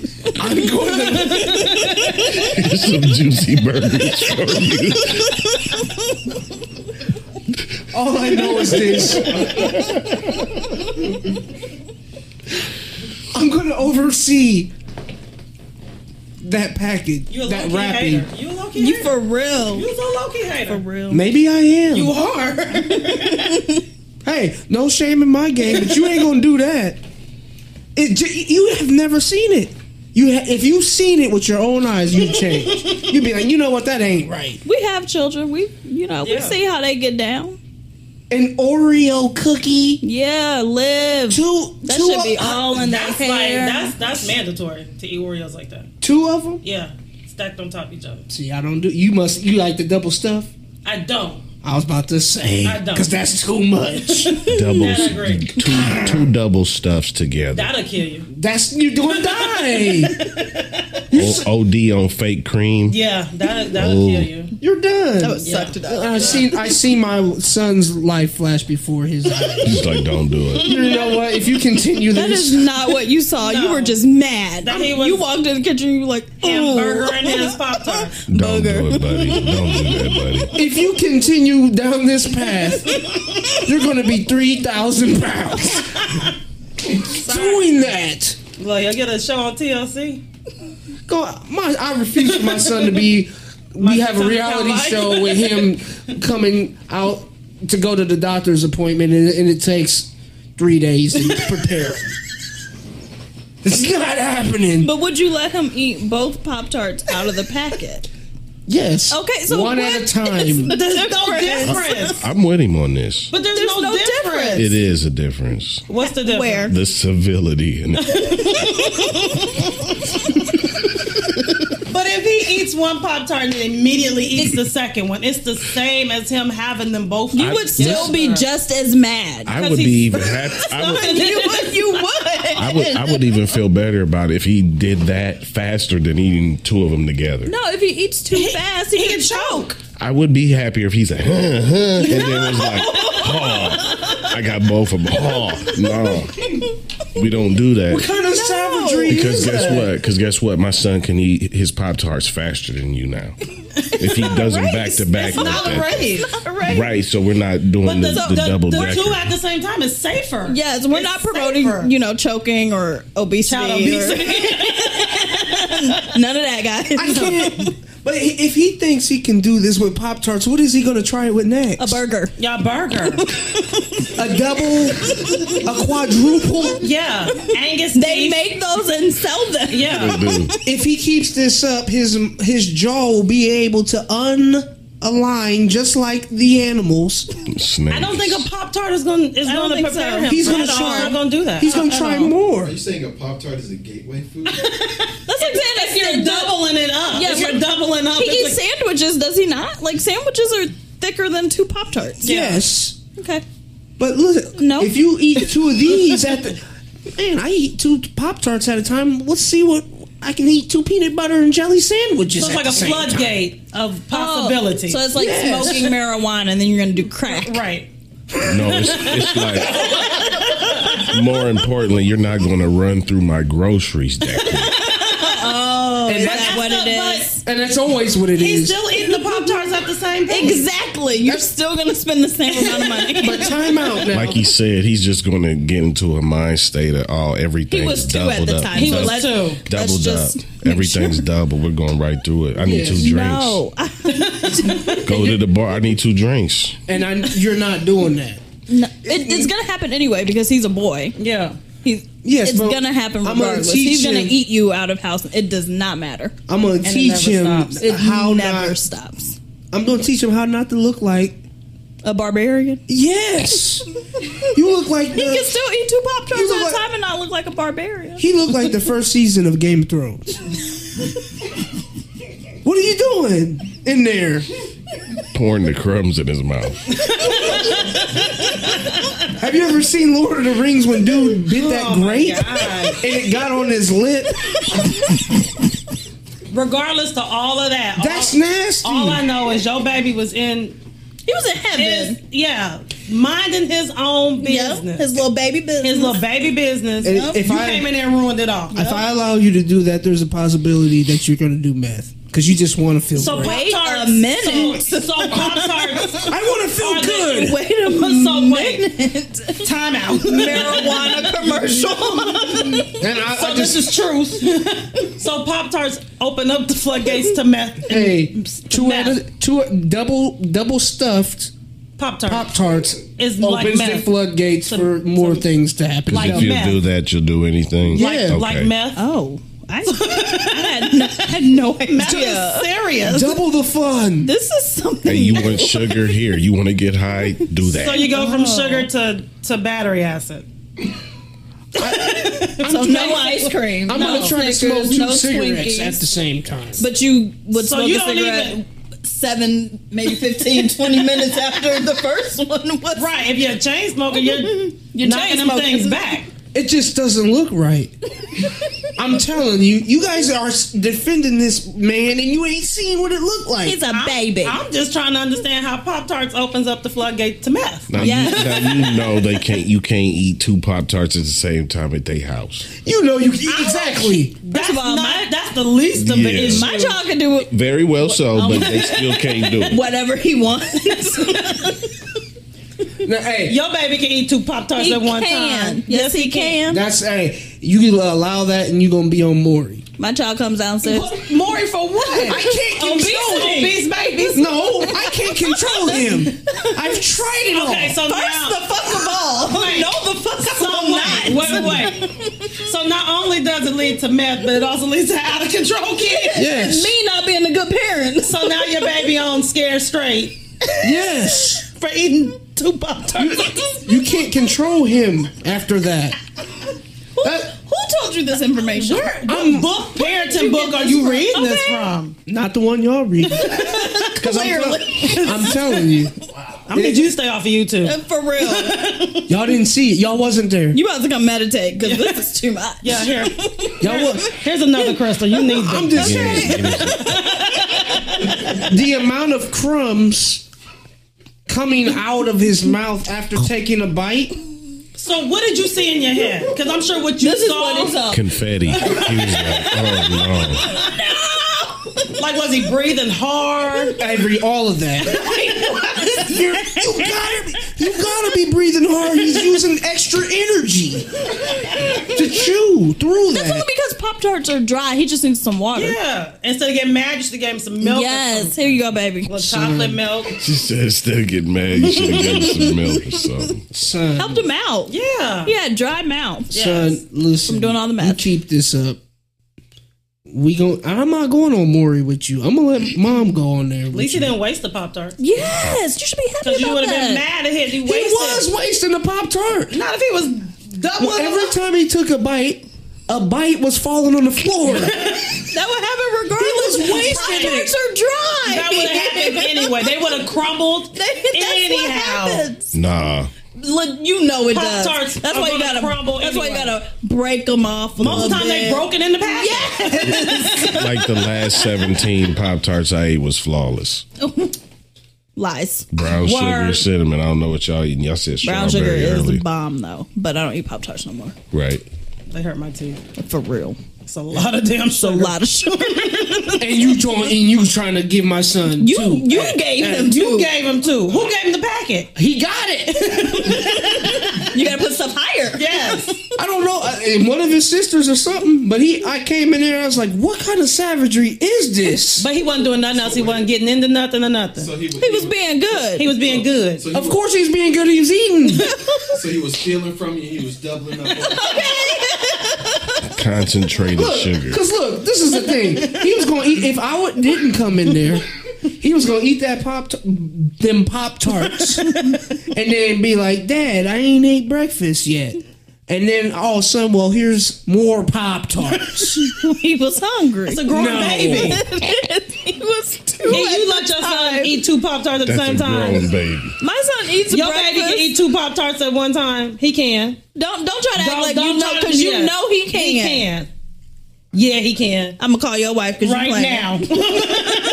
Speaker 1: I'm going to.
Speaker 2: Here's some juicy burgers for you.
Speaker 1: All I know is this. I'm gonna oversee that package,
Speaker 4: You a low
Speaker 1: that
Speaker 4: key
Speaker 1: wrapping.
Speaker 4: hater. You a low key
Speaker 5: You
Speaker 4: hater.
Speaker 5: for real?
Speaker 4: you a low key hater. For real.
Speaker 1: Maybe I am.
Speaker 4: You are.
Speaker 1: hey, no shame in my game, but you ain't gonna do that. It j- you have never seen it. You ha- if you've seen it with your own eyes, you'd change. You'd be like, you know what, that ain't right.
Speaker 5: We have children. We, you know, we
Speaker 4: Yeah.
Speaker 5: see how they get down.
Speaker 1: An Oreo cookie,
Speaker 5: Yeah, live.
Speaker 1: two,
Speaker 5: that
Speaker 1: two,
Speaker 5: should be
Speaker 1: of,
Speaker 5: all in that
Speaker 4: uh, That's like
Speaker 5: hair.
Speaker 4: that's that's mandatory to eat Oreos like that.
Speaker 1: two of them.
Speaker 4: Yeah, stacked on top of each other.
Speaker 1: See, I don't do. You must. You like the double stuff.
Speaker 4: I don't.
Speaker 1: I was about to say
Speaker 4: I don't.
Speaker 1: because that's too much.
Speaker 4: That I agree.
Speaker 2: Doubles, two, two double stuffs together.
Speaker 4: That'll kill you.
Speaker 1: that's you doing die.
Speaker 2: O- OD on fake cream.
Speaker 4: Yeah, that that'll
Speaker 2: Oh.
Speaker 4: kill you.
Speaker 1: You're done. That
Speaker 7: was sucked it up.
Speaker 1: I seen I seen my son's life flash before his eyes.
Speaker 2: He's like, don't do it.
Speaker 1: You know what? If you continue
Speaker 5: That is
Speaker 1: this,
Speaker 5: not what you saw. You were just mad.
Speaker 4: That he was-
Speaker 5: you walked in the kitchen. You were like, oh,
Speaker 4: Hamburger and his pop tart.
Speaker 2: Don't do it, buddy. Don't do that, buddy.
Speaker 1: if you continue down this path, you're gonna be three thousand pounds doing that.
Speaker 4: Well, you'll get a show on TLC.
Speaker 1: Go, my, I refuse for my son to be. We have a
Speaker 4: son to
Speaker 1: reality
Speaker 4: come by.
Speaker 1: show with him coming out to go to the doctor's appointment, and, and it takes three days to prepare. it's not happening.
Speaker 5: But would you let him eat both Pop Tarts out of the packet?
Speaker 1: Yes.
Speaker 5: Okay, so
Speaker 1: one
Speaker 5: what
Speaker 1: at a
Speaker 5: is
Speaker 1: time.
Speaker 5: the
Speaker 4: There's no
Speaker 5: difference?
Speaker 4: difference.
Speaker 2: I'm with him on this.
Speaker 4: But there's, no,
Speaker 5: no
Speaker 4: difference.
Speaker 5: difference.
Speaker 2: It is a difference.
Speaker 4: What's the difference?
Speaker 5: Where?
Speaker 2: The civility in it.
Speaker 4: But if he eats one pop tart and immediately eats the second one, it's the same as him having them both.
Speaker 5: You would still be just as mad.
Speaker 2: I would be even happy. I would,
Speaker 5: you would. You would.
Speaker 2: I would I would even feel better about it if he did that faster than eating two of them together.
Speaker 5: No, if he eats too fast, he, can choke.
Speaker 2: I would be happier if he's like, huh, huh, and then was like, oh, I got both of them. Oh, no, we don't do
Speaker 1: What
Speaker 2: that
Speaker 1: kind of savagery
Speaker 2: because
Speaker 1: is
Speaker 2: guess
Speaker 1: that?
Speaker 2: what? Because guess what? My son can eat his pop tarts faster than you now if he does them back to back. like
Speaker 4: not a
Speaker 2: that.
Speaker 4: race.
Speaker 5: Right.
Speaker 2: Right, so we're not doing the,
Speaker 4: So
Speaker 2: the, double
Speaker 4: two
Speaker 2: decker.
Speaker 4: at the same time is safer.
Speaker 5: Yes, we're
Speaker 4: It's
Speaker 5: not promoting,
Speaker 4: safer.
Speaker 5: you know, choking or obesity.
Speaker 4: Child
Speaker 5: Or,
Speaker 4: obesity.
Speaker 5: none of that, guys.
Speaker 1: I can't. But i- if he thinks he can do this with Pop Tarts, what is he going to try it with next?
Speaker 5: A burger.
Speaker 4: Y'all burger.
Speaker 1: a double, a quadruple.
Speaker 4: Yeah. Angus
Speaker 5: They
Speaker 4: beef.
Speaker 5: make those and sell them.
Speaker 4: Yeah.
Speaker 2: Dude,
Speaker 1: If he keeps this up, his his jaw will be able to unalign just like the animals.
Speaker 2: snakes.
Speaker 4: I don't think a Pop Tart is going to is
Speaker 5: I don't
Speaker 4: going to
Speaker 5: think
Speaker 4: prepare
Speaker 5: so.
Speaker 4: him.
Speaker 1: He's
Speaker 4: for
Speaker 1: gonna
Speaker 4: that.
Speaker 1: try-
Speaker 4: He's not going to do that.
Speaker 1: He's going to
Speaker 4: At
Speaker 1: try
Speaker 4: all.
Speaker 1: more.
Speaker 6: Are you saying a Pop Tart is a gateway food?
Speaker 5: That's like saying
Speaker 4: If you're doubling it up.
Speaker 5: Yeah,
Speaker 4: if you're
Speaker 5: but-
Speaker 4: doubling up,
Speaker 5: He
Speaker 4: it's
Speaker 5: eats
Speaker 4: like-
Speaker 5: sandwiches, does he not? Like sandwiches are thicker than two Pop Tarts.
Speaker 1: Yes.
Speaker 5: Okay.
Speaker 1: But listen,
Speaker 5: No.
Speaker 1: if you eat two of these at the man, I eat two Pop Tarts at a time. Let's see what I can eat two peanut butter and jelly sandwiches.
Speaker 4: So
Speaker 1: at
Speaker 4: it's like
Speaker 1: the
Speaker 4: a
Speaker 1: same time.
Speaker 4: floodgate of possibility.
Speaker 5: Oh. So it's like
Speaker 1: Yes.
Speaker 5: smoking marijuana and then you're gonna do crack.
Speaker 4: right.
Speaker 2: No, it's, it's like. More importantly, you're not going to run through my groceries that quick.
Speaker 5: Oh, is
Speaker 1: that's
Speaker 5: that what
Speaker 4: But
Speaker 5: it is? Yes.
Speaker 1: And that's always what it is.
Speaker 4: He's still eating the Pop Tarts at the same thing.
Speaker 5: Exactly. You're still going to spend the same amount of money.
Speaker 1: but time out now.
Speaker 2: Like he said, he's just going to get into a mind state of all everything's
Speaker 5: He was two
Speaker 2: doubled
Speaker 5: at the
Speaker 2: up.
Speaker 5: time.
Speaker 2: He
Speaker 5: so
Speaker 4: was
Speaker 5: let's-
Speaker 4: two.
Speaker 5: let's
Speaker 2: doubled
Speaker 5: just
Speaker 2: up.
Speaker 5: make
Speaker 2: Everything's
Speaker 5: sure.
Speaker 2: double. We're going right through it. I need two drinks.
Speaker 5: No, I-
Speaker 2: Go to the bar. I need two drinks.
Speaker 1: and I, you're not doing that.
Speaker 5: no. It, it's gonna happen anyway because he's a boy.
Speaker 4: Yeah.
Speaker 5: He's
Speaker 1: Yes,
Speaker 5: it's
Speaker 1: but
Speaker 5: gonna happen
Speaker 1: I'm gonna
Speaker 5: regardless.
Speaker 1: teach
Speaker 5: he's gonna
Speaker 1: him-
Speaker 5: eat you out of house. It does not matter.
Speaker 1: I'm gonna
Speaker 5: And it
Speaker 1: teach him
Speaker 5: never stops. It
Speaker 1: how
Speaker 5: never
Speaker 1: not.
Speaker 5: stops.
Speaker 1: I'm gonna teach him how not to look like.
Speaker 5: A barbarian.
Speaker 1: Yes, you look like
Speaker 5: He can
Speaker 1: the,
Speaker 5: still eat two pop
Speaker 1: You
Speaker 5: tarts
Speaker 1: look
Speaker 5: at a
Speaker 1: like-
Speaker 5: time and not look like a barbarian.
Speaker 1: he looked like the first season of Game of Thrones. what are you doing in there?
Speaker 2: Pouring the crumbs in his mouth.
Speaker 1: Have you ever seen Lord of the Rings when dude bit that grape
Speaker 4: Oh God.
Speaker 1: and it got on his lip?
Speaker 4: Regardless to all of that,
Speaker 1: That's
Speaker 4: all,
Speaker 1: nasty.
Speaker 4: all I know is your baby was in
Speaker 5: He was in heaven.
Speaker 4: his yeah, minding his own
Speaker 5: Yeah,
Speaker 4: business,
Speaker 5: his
Speaker 4: his,
Speaker 5: little baby business.
Speaker 4: little baby business.
Speaker 1: If- if
Speaker 4: you
Speaker 1: I-
Speaker 4: came in there and ruined it all.
Speaker 1: If I allow you to do that, there's a possibility that you're gonna do meth because you just want to feel
Speaker 4: So
Speaker 1: great.
Speaker 5: Wait a
Speaker 4: Pop-Tarts-
Speaker 5: minute.
Speaker 4: So, so Pop Tarts.
Speaker 1: I want to feel
Speaker 4: Are they-
Speaker 1: good.
Speaker 5: Wait a
Speaker 4: So wait.
Speaker 5: minute.
Speaker 4: Time out.
Speaker 5: Marijuana commercial.
Speaker 1: And I,
Speaker 4: So
Speaker 1: I
Speaker 4: this
Speaker 1: just
Speaker 4: is truth. so Pop Tarts open up the floodgates to meth.
Speaker 1: hey two
Speaker 4: Meth.
Speaker 1: out of- two double double stuffed
Speaker 4: Pop
Speaker 1: pop
Speaker 4: Tarts.
Speaker 1: tarts
Speaker 4: Is
Speaker 1: opens
Speaker 4: like
Speaker 1: the
Speaker 4: meth.
Speaker 1: floodgates
Speaker 4: Some-
Speaker 1: for more
Speaker 4: some-
Speaker 1: things to happen.
Speaker 4: Like-
Speaker 2: if you
Speaker 4: meth.
Speaker 2: do that, you'll do anything.
Speaker 1: Yeah.
Speaker 4: Like,
Speaker 1: Okay.
Speaker 4: like meth.
Speaker 5: Oh, I, I, had, no, I had no
Speaker 4: That is
Speaker 5: idea.
Speaker 4: serious.
Speaker 1: double the fun.
Speaker 5: This is something.
Speaker 2: Hey, you want sugar here? You want to get high? Do that.
Speaker 4: So you go from
Speaker 5: Oh.
Speaker 4: sugar to, to battery acid.
Speaker 5: so no ice cream.
Speaker 1: I'm
Speaker 5: no
Speaker 1: gonna try to smoke
Speaker 5: Snickers,
Speaker 1: two
Speaker 5: no
Speaker 1: cigarettes
Speaker 5: Twinkies.
Speaker 1: at the same time.
Speaker 5: but you would
Speaker 4: So
Speaker 5: smoke
Speaker 4: you
Speaker 5: a
Speaker 4: don't
Speaker 5: cigarette seven, maybe 15, 20 minutes after the first one was.
Speaker 4: Right. If you're a chain smoker, you're,
Speaker 5: You're
Speaker 4: you're knocking them
Speaker 5: chain-smoking.
Speaker 4: things back.
Speaker 1: It just doesn't look right. I'm telling you, you guys are s- defending this man, and you ain't seen what it looked like.
Speaker 5: He's a baby.
Speaker 4: I'm just trying to understand how Pop Tarts opens up the floodgate to meth.
Speaker 2: Now,
Speaker 5: Yeah.
Speaker 2: you, now you know they can't. You can't eat two pop tarts at the same time at their house.
Speaker 1: you know, you exactly.
Speaker 4: That's,
Speaker 5: of all,
Speaker 4: not,
Speaker 5: my-
Speaker 4: that's the least of
Speaker 2: Yeah.
Speaker 4: the issue.
Speaker 5: My child can do
Speaker 2: Very well so, but they still can't do it.
Speaker 5: whatever he wants.
Speaker 1: Now, hey,
Speaker 4: Your baby can eat two Pop Tarts
Speaker 5: he
Speaker 4: at one
Speaker 5: can.
Speaker 4: time.
Speaker 5: Yes, he can.
Speaker 1: that's hey. You allow that, and you gonna be on Maury.
Speaker 5: My child comes downstairs.
Speaker 4: Maury for what?
Speaker 1: I can't control
Speaker 4: obese,
Speaker 1: him.
Speaker 4: obese babies.
Speaker 1: No, I can't control him. I've tried it all.
Speaker 4: Okay, so now
Speaker 5: First the fuck of all.
Speaker 4: Wait.
Speaker 5: No, the fuck of
Speaker 4: So
Speaker 5: all
Speaker 4: wait,
Speaker 5: not.
Speaker 4: wait, wait. so not only does it lead to meth, but it also leads to out of control kids.
Speaker 1: Yes.
Speaker 5: Me not being a good parent.
Speaker 4: So now your baby on scared straight
Speaker 1: Yes.
Speaker 4: for eating two pop tarts.
Speaker 1: You can't control him after that.
Speaker 5: Who,
Speaker 1: That-
Speaker 5: who told you this information?
Speaker 4: What book parenting book are you reading this from?
Speaker 1: Not the one y'all read. 'Cause I'm, tell- I'm telling you.
Speaker 4: I'm glad you stay off of YouTube.
Speaker 5: For real.
Speaker 1: Y'all didn't see it. Y'all wasn't there.
Speaker 5: You about to come meditate because this is too much.
Speaker 4: Yeah, here. Oh,
Speaker 1: Y'all was.
Speaker 4: Here's another crystal. You need
Speaker 1: I'm
Speaker 4: this.
Speaker 1: just
Speaker 2: Yeah,
Speaker 1: saying.
Speaker 2: it is-
Speaker 1: The amount of crumbs coming out of his mouth after taking a bite.
Speaker 4: So what did you see in your head? Because I'm sure what you
Speaker 5: This is
Speaker 4: saw.
Speaker 5: what it's up.
Speaker 2: confetti. He was like, oh
Speaker 4: like was he breathing hard?
Speaker 1: Every all of that. You're- you gotta be, you gotta be breathing hard. He's using extra energy to chew through
Speaker 5: That's only
Speaker 1: that.
Speaker 5: because Pop Tarts are dry. He just needs some water.
Speaker 4: Yeah. Instead of getting mad, you should have gave him some milk. or
Speaker 5: Yes. Here you go, baby.
Speaker 4: some- Chocolate milk.
Speaker 2: no. She said instead of getting mad, you should have given some milk or something.
Speaker 1: Son,
Speaker 5: Helped him out.
Speaker 4: Yeah.
Speaker 5: He had dry mouth.
Speaker 1: son, listen.
Speaker 5: I'm doing all the
Speaker 1: You
Speaker 5: math.
Speaker 1: keep this up. We go. I'm not going on Maury with you. I'm gonna let mom go on there.
Speaker 4: At
Speaker 1: With
Speaker 4: least
Speaker 1: you.
Speaker 4: you didn't waste the pop tart.
Speaker 5: Yes. You should be happy
Speaker 4: Because you
Speaker 5: about
Speaker 4: would have
Speaker 5: that.
Speaker 4: been mad at him. He
Speaker 1: He was
Speaker 4: wasted.
Speaker 1: wasting a pop tart.
Speaker 4: Not if he was double.
Speaker 1: Every time he took a bite, a bite was falling on the floor.
Speaker 5: That would happen regardless.
Speaker 1: He was wasting
Speaker 5: Pop
Speaker 1: it.
Speaker 5: Tarts are dry.
Speaker 4: that would have happened anyway. They would have crumbled
Speaker 5: That- That's
Speaker 4: anyhow.
Speaker 5: what happens.
Speaker 2: Nah.
Speaker 5: Look, you know it does.
Speaker 4: Pop-Tarts
Speaker 5: that's
Speaker 4: are
Speaker 5: why you
Speaker 4: gonna
Speaker 5: gotta.
Speaker 4: crumble
Speaker 5: That's why
Speaker 4: anyway.
Speaker 5: you gotta break them off. A
Speaker 4: Most of the
Speaker 5: little
Speaker 4: time they
Speaker 5: bit.
Speaker 4: broken in the pack. Yeah.
Speaker 2: Like the last 17 Pop Tarts I ate was flawless.
Speaker 5: Lies.
Speaker 2: Brown sugar,
Speaker 5: Word.
Speaker 2: cinnamon. I don't know what y'all eating. Y'all said
Speaker 5: Brown sugar
Speaker 2: strawberry
Speaker 5: is
Speaker 2: early.
Speaker 5: a bomb though, but I don't eat Pop Tarts no more.
Speaker 2: right.
Speaker 4: They hurt my teeth.
Speaker 5: For real.
Speaker 4: It's a lot of damn
Speaker 5: a
Speaker 4: sugar.
Speaker 5: lot of sugar.
Speaker 1: And you trying and you trying to give my son
Speaker 5: You
Speaker 1: two.
Speaker 5: you gave him
Speaker 4: You
Speaker 5: two.
Speaker 4: gave him two. Who gave him the packet?
Speaker 1: He got it.
Speaker 5: You gotta put stuff higher.
Speaker 4: Yes.
Speaker 1: I don't know, I- and one of his sisters or something. But he, I came in there, and I was like, "What kind of savagery is this?"
Speaker 4: but he wasn't doing nothing else. He wasn't getting into nothing or nothing.
Speaker 6: So he was,
Speaker 5: He was being good.
Speaker 4: he was being good.
Speaker 6: So he,
Speaker 1: Of
Speaker 6: was,
Speaker 1: course, he's being good. He's eating.
Speaker 6: so he was stealing from you. He was doubling up. on-
Speaker 2: Concentrated sugar.
Speaker 1: Because look, this is the thing. He was gonna eat if I would, didn't come in there. He was gonna eat that pop, t- them pop tarts, and then be like, "Dad, I ain't ate breakfast yet." And then all of a sudden, well, here's more pop tarts.
Speaker 5: He was hungry. It's a
Speaker 4: grown
Speaker 1: No. baby.
Speaker 5: he was two.
Speaker 4: And you
Speaker 5: at
Speaker 4: let
Speaker 5: the
Speaker 4: your son
Speaker 5: time.
Speaker 4: eat two Pop Tarts at the
Speaker 2: That's
Speaker 4: same
Speaker 2: a
Speaker 4: time.
Speaker 2: grown baby.
Speaker 5: My son eats
Speaker 4: Your
Speaker 5: breakfast.
Speaker 4: baby can eat two Pop Tarts at one time. He can.
Speaker 5: Don't don't try to act
Speaker 4: Don't-
Speaker 5: like
Speaker 4: don't
Speaker 5: you know
Speaker 4: try to-
Speaker 5: because you
Speaker 4: yeah.
Speaker 5: know he can.
Speaker 4: He can. Yeah, he can.
Speaker 5: I'm gonna call your wife because
Speaker 4: Right
Speaker 5: you playing.
Speaker 4: now.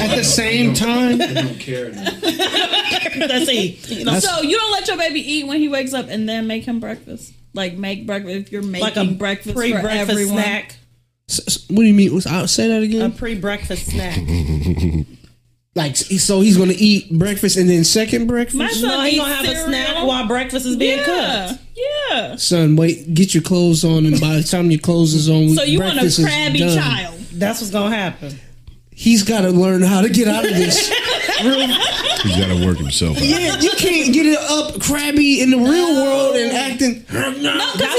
Speaker 1: At the same time,
Speaker 6: I don't care. anymore.
Speaker 4: That's it.
Speaker 5: So you don't let your baby eat when he wakes up and then make him breakfast. Like make breakfast if you're making
Speaker 4: Like a
Speaker 5: breakfast for
Speaker 4: pre-breakfast
Speaker 5: everyone.
Speaker 4: snack.
Speaker 1: S- s- what do you mean? What's- I'll say that
Speaker 4: A
Speaker 1: again.
Speaker 4: pre-breakfast snack.
Speaker 1: Mm-hmm. Like, s- so he's gonna eat breakfast and then second breakfast.
Speaker 5: My son
Speaker 4: No,
Speaker 5: eats
Speaker 4: he gonna have
Speaker 5: cereal.
Speaker 4: a snack while breakfast is being
Speaker 5: yeah.
Speaker 4: cooked.
Speaker 5: Yeah.
Speaker 1: Son, wait, get your clothes on, and by the time your clothes is on,
Speaker 5: So you want a
Speaker 1: breakfast is
Speaker 5: crabby
Speaker 1: done.
Speaker 5: child.
Speaker 4: That's what's gonna happen.
Speaker 1: He's got to learn how to get out of this.
Speaker 2: He's got to work himself out.
Speaker 1: Yeah, you can't get it up crabby in the real world and acting.
Speaker 4: That's
Speaker 5: he's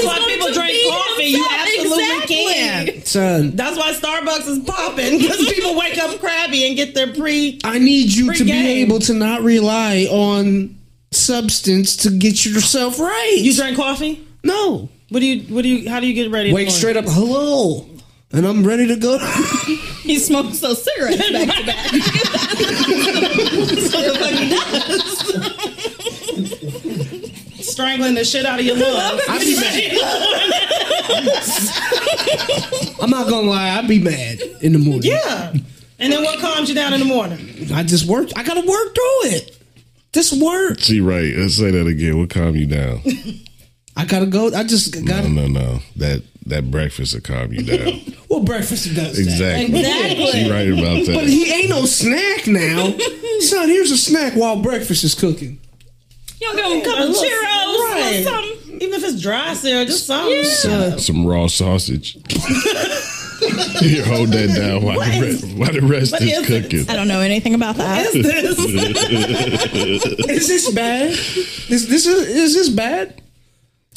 Speaker 4: why
Speaker 5: going
Speaker 4: people
Speaker 5: to
Speaker 4: drink
Speaker 5: feed
Speaker 4: coffee. You
Speaker 5: himself.
Speaker 4: absolutely
Speaker 5: Exactly.
Speaker 4: can.
Speaker 1: Son,
Speaker 4: That's why Starbucks is popping because people wake up crabby and get their pre.
Speaker 1: I need you to be
Speaker 4: Pre-game.
Speaker 1: able to not rely on substance to get yourself right.
Speaker 4: You drink coffee.
Speaker 1: no.
Speaker 4: What do you? What do you? How do you get ready? in the
Speaker 1: Wake
Speaker 4: morning?
Speaker 1: straight up, hello. And I'm ready to go.
Speaker 5: He smokes those cigarettes back to back. That's what the fuck he does.
Speaker 4: strangling the shit out of your love.
Speaker 1: I'd be mad. I'm not gonna lie, I'd be mad in the morning.
Speaker 4: yeah. And then what calms you down in the morning?
Speaker 1: I just worked. I gotta work through it. This work.
Speaker 2: See, right. Let's say that again. We'll calm you down.
Speaker 1: I gotta go. I just gotta.
Speaker 2: No, no, no. That that breakfast will calm you down.
Speaker 1: Well, breakfast does that.
Speaker 2: Exactly.
Speaker 5: Exactly.
Speaker 2: She right about
Speaker 1: But
Speaker 2: that.
Speaker 1: he ain't no snack now. Son, here's a snack while breakfast is cooking.
Speaker 5: You don't give him a couple
Speaker 4: little-
Speaker 5: Cheerios
Speaker 4: right.
Speaker 5: or something.
Speaker 4: Even if it's dry cereal, just something.
Speaker 1: Son,
Speaker 2: Some raw sausage. you hold that down while the, rest, while the rest
Speaker 4: What
Speaker 2: is
Speaker 4: is
Speaker 2: cooking.
Speaker 5: I don't know anything about that.
Speaker 1: is this bad? Is this is, is this bad?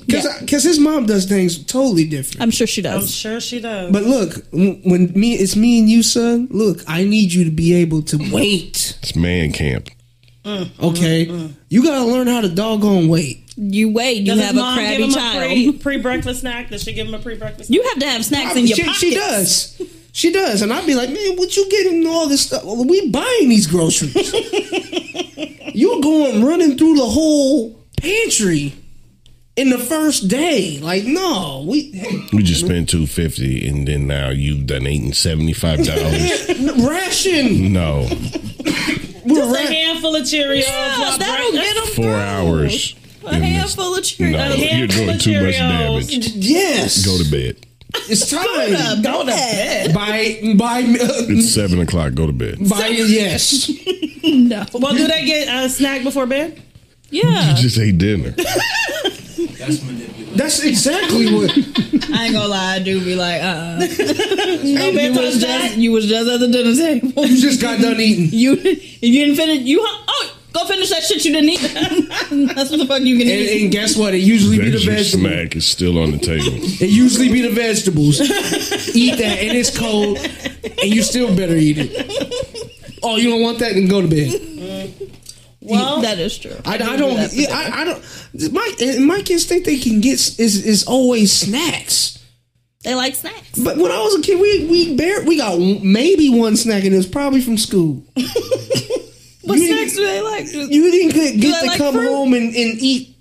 Speaker 1: Because
Speaker 5: Yeah.
Speaker 1: his mom does things totally different.
Speaker 5: I'm sure she
Speaker 4: I'm
Speaker 5: does.
Speaker 4: sure she does.
Speaker 1: But look, w- when me it's me and you, son. Look, I need you to be able to wait.
Speaker 2: It's man camp.
Speaker 1: Okay,
Speaker 2: Mm-hmm.
Speaker 1: you gotta learn how to doggone wait.
Speaker 5: You wait, you
Speaker 4: Does his
Speaker 5: have a
Speaker 4: mom give
Speaker 5: crabby
Speaker 4: him
Speaker 5: child.
Speaker 4: A pre breakfast snack? Does she give him a pre breakfast?
Speaker 5: You have to have snacks in your
Speaker 1: she,
Speaker 5: pockets.
Speaker 1: she does. She does, and I'd be like, man, what you getting all this stuff? Well, we buying these groceries. You're going running through the whole pantry in the first day. Like, no, we
Speaker 2: We
Speaker 5: Mm-hmm.
Speaker 2: just spent two fifty, and then now you've done eight and seventy five dollars.
Speaker 1: ration.
Speaker 2: no,
Speaker 1: We're
Speaker 4: A
Speaker 1: ra-
Speaker 4: handful of Cheerios.
Speaker 5: Yeah,
Speaker 4: while
Speaker 5: that'll
Speaker 4: breakfast-
Speaker 5: get him
Speaker 2: four hours.
Speaker 5: A handful of
Speaker 2: No,
Speaker 5: Cheerios.
Speaker 2: you're doing too much
Speaker 4: Cheerios.
Speaker 2: damage.
Speaker 1: yes,
Speaker 2: Go to bed.
Speaker 1: it's time.
Speaker 4: Go to bed.
Speaker 1: By by
Speaker 2: It's seven o'clock. Go to bed.
Speaker 1: by yes.
Speaker 4: Well, do they get a snack before bed?
Speaker 5: Yeah.
Speaker 2: Just ate dinner.
Speaker 6: That's manipulative.
Speaker 1: That's exactly what.
Speaker 5: I ain't gonna lie, I do be like, uh uh
Speaker 4: No bedtime
Speaker 5: was
Speaker 4: snack.
Speaker 5: just, you was just at the dinner table.
Speaker 1: You just got done eating,
Speaker 5: You if you didn't finish you hung- oh go finish that shit you didn't eat. That's what the fuck you can
Speaker 1: and,
Speaker 5: eat.
Speaker 1: and guess what? It usually be the
Speaker 2: There's your
Speaker 1: vegetables.
Speaker 2: snack. It's still on the table.
Speaker 1: It usually be the vegetables. eat that, and it's cold, and you still better eat it. Oh, you don't want that? Then go to bed.
Speaker 4: Well,
Speaker 5: that is true.
Speaker 1: I, I don't. yeah, I, I don't. My and my kids think they can get s- is is always snacks.
Speaker 5: They like snacks.
Speaker 1: But when I was a kid, we we bare we got maybe one snack, and it was probably from school.
Speaker 5: What
Speaker 1: You-
Speaker 5: snacks do they like?
Speaker 1: You didn't get,
Speaker 5: I
Speaker 1: get to
Speaker 5: like
Speaker 1: come
Speaker 5: fruit?
Speaker 1: home and, and eat.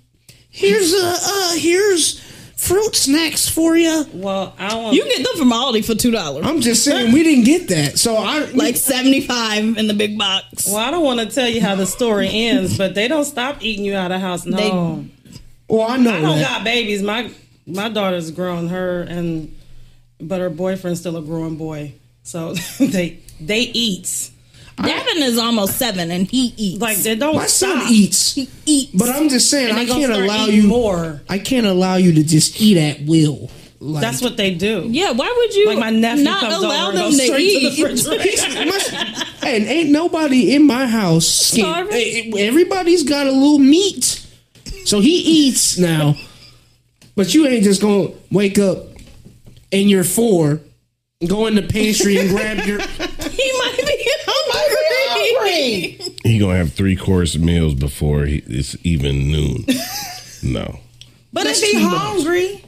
Speaker 1: Here's uh, uh here's fruit snacks for you.
Speaker 4: well, I don't.
Speaker 5: You can get them from Aldi for two dollars.
Speaker 1: I'm just saying we didn't get that. So I
Speaker 5: Like seventy five in the big box.
Speaker 4: well, I don't want to tell you how the story ends, but they don't stop eating you out of house and
Speaker 5: They-
Speaker 4: home.
Speaker 1: well Oh, I know
Speaker 4: I don't
Speaker 1: that.
Speaker 4: got babies. My my daughter's grown. Her and but her boyfriend's still a grown boy. So they they eats
Speaker 5: Devin is almost seven and he eats.
Speaker 4: like they don't.
Speaker 1: My son
Speaker 4: stop.
Speaker 1: eats,
Speaker 5: he eats.
Speaker 1: but I'm just saying
Speaker 4: And
Speaker 1: I
Speaker 4: they gonna
Speaker 1: can't
Speaker 4: start
Speaker 1: allow
Speaker 4: eating
Speaker 1: you.
Speaker 4: more.
Speaker 1: I can't allow you to just eat at will. Like,
Speaker 4: That's what they do.
Speaker 5: yeah, why would you
Speaker 4: Like my nephew
Speaker 5: not
Speaker 4: comes
Speaker 5: allow
Speaker 4: over and
Speaker 5: them
Speaker 4: goes
Speaker 5: to
Speaker 4: straight to the
Speaker 5: eat?
Speaker 4: refrigerator.
Speaker 1: My- and ain't nobody in my house skin-
Speaker 5: Starving?
Speaker 1: eh, eh, Everybody's got a little meat, so he eats now. But you ain't just gonna wake up and you're four, go in the pantry and grab your.
Speaker 5: he might be hungry.
Speaker 2: He gonna have three course meals before he, it's even noon. no,
Speaker 4: But
Speaker 1: That's
Speaker 4: if he
Speaker 1: too much.
Speaker 4: hungry,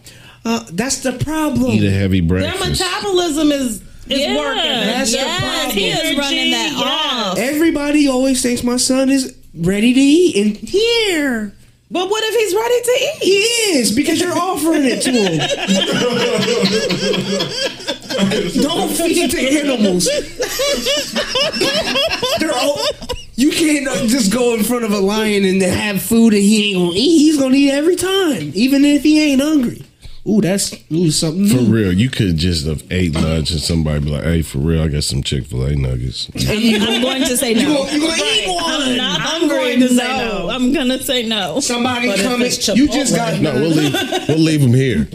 Speaker 1: Uh, that's the problem.
Speaker 2: eat a heavy
Speaker 4: their
Speaker 2: breakfast.
Speaker 4: metabolism is is
Speaker 5: Yeah.
Speaker 4: working.
Speaker 5: That's the Yes, problem. he is running that off.
Speaker 1: Everybody always thinks my son is ready to eat, and here
Speaker 4: But what if he's ready to eat?
Speaker 1: he is because you're offering it to him. Don't feed the animals. They're all, you can't uh, just go in front of a lion and then have food and he ain't gonna eat. He's gonna eat every time, even if he ain't hungry. Ooh, that's ooh something.
Speaker 2: For
Speaker 1: New.
Speaker 2: real, you could just have ate lunch and somebody be like, "Hey, for real, I got some Chick Fil A nuggets."
Speaker 1: And you,
Speaker 5: I'm going to say
Speaker 1: you
Speaker 5: no.
Speaker 1: gonna, you gonna eat one?
Speaker 5: I'm not
Speaker 4: I'm
Speaker 5: hungry.
Speaker 4: going to say
Speaker 5: no.
Speaker 4: no.
Speaker 5: I'm gonna say no.
Speaker 1: Somebody
Speaker 4: But if
Speaker 1: coming.
Speaker 4: it's
Speaker 1: You just
Speaker 4: Chipotle-
Speaker 1: got
Speaker 2: No, we'll leave. We'll leave him here.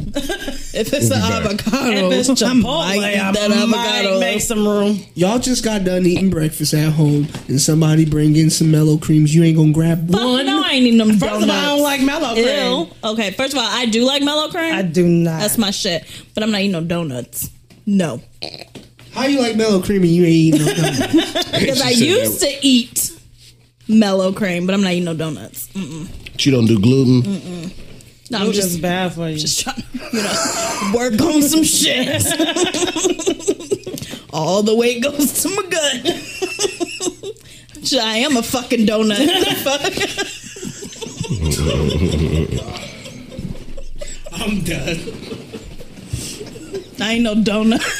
Speaker 5: If it's
Speaker 2: We'll
Speaker 5: an
Speaker 2: be back.
Speaker 5: avocado,
Speaker 4: If it's
Speaker 5: I
Speaker 4: Chipotle,
Speaker 5: might eat
Speaker 4: I
Speaker 5: that avocado.
Speaker 4: might make some room.
Speaker 1: Y'all just got done eating breakfast at home, and somebody bring in some mellow creams. You ain't gonna grab
Speaker 5: Fuck
Speaker 1: one.
Speaker 5: no, I ain't eating them
Speaker 4: First of all, I don't like mellow cream.
Speaker 5: Ew. Okay, first of all, I do like mellow cream.
Speaker 4: I do not.
Speaker 5: That's my shit. But I'm not eating no donuts. No,
Speaker 1: How you like mellow cream and you ain't eating no donuts?
Speaker 5: because I used to eat mellow cream, but I'm not eating no donuts. Mm.
Speaker 2: She don't do gluten.
Speaker 5: No,
Speaker 4: I'm
Speaker 5: I'm just,
Speaker 4: just bad for you. Just
Speaker 5: trying to you know, work on some shit. all the weight goes to my gut. Shit, I am a fucking donut. The fuck? Mm.
Speaker 1: I'm done.
Speaker 5: I ain't no donut.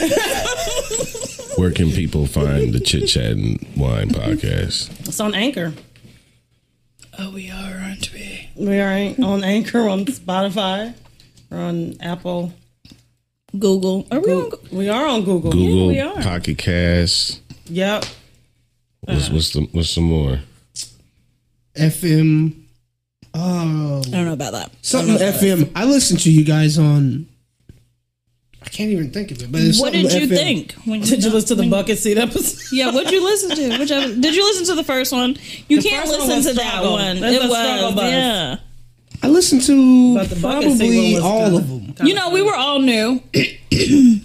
Speaker 2: Where can people find the Chit Chat and Wine podcast?
Speaker 4: it's on Anchor.
Speaker 5: Oh, we are, aren't we?
Speaker 4: We are an- on Anchor on Spotify. We're on Apple.
Speaker 5: Google. Are we on Go-
Speaker 4: We are on Google.
Speaker 2: Google
Speaker 5: we are.
Speaker 2: Pocket Cast.
Speaker 4: Yep.
Speaker 2: What's,
Speaker 5: Uh.
Speaker 2: what's the what's some more?
Speaker 1: FM. Oh,
Speaker 5: I don't know about that.
Speaker 1: something FM. I listened to you guys on. I can't even think of it. But it's
Speaker 5: What
Speaker 1: something
Speaker 5: did you
Speaker 1: FM.
Speaker 5: think? When
Speaker 4: Did you listen to the bucket seat episode?
Speaker 5: Yeah, what'd you listen to? Which episode? Did you listen to the first one? You
Speaker 4: The
Speaker 5: can't
Speaker 4: first one
Speaker 5: listen
Speaker 4: was
Speaker 5: to that
Speaker 4: Struggle.
Speaker 5: one.
Speaker 4: That's
Speaker 5: it
Speaker 4: a
Speaker 5: was
Speaker 4: Struggle bus.
Speaker 5: yeah.
Speaker 1: I listened to
Speaker 4: But the bucket
Speaker 1: probably
Speaker 4: seat one was
Speaker 1: all
Speaker 4: kinda-
Speaker 1: of them.
Speaker 5: You know, we were all new.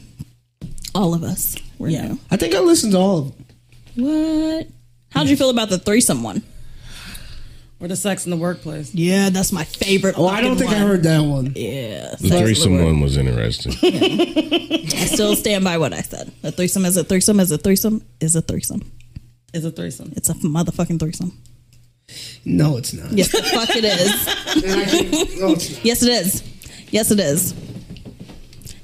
Speaker 5: all of us were new.
Speaker 1: I think I listened to all of them.
Speaker 5: What? How'd you feel about the threesome one?
Speaker 4: Or the sex in the workplace.
Speaker 5: Yeah, that's my favorite.
Speaker 1: Well, Oh, I don't think I heard that one.
Speaker 5: Yeah,
Speaker 2: The threesome one was interesting.
Speaker 5: I still stand by what I said. A threesome is a threesome is a threesome is a threesome.
Speaker 4: It's a threesome.
Speaker 5: It's a motherfucking threesome.
Speaker 1: No, it's not.
Speaker 5: Yes, the fuck it is.
Speaker 1: And I can't- no, it's not.
Speaker 5: Yes, it is. Yes, it is.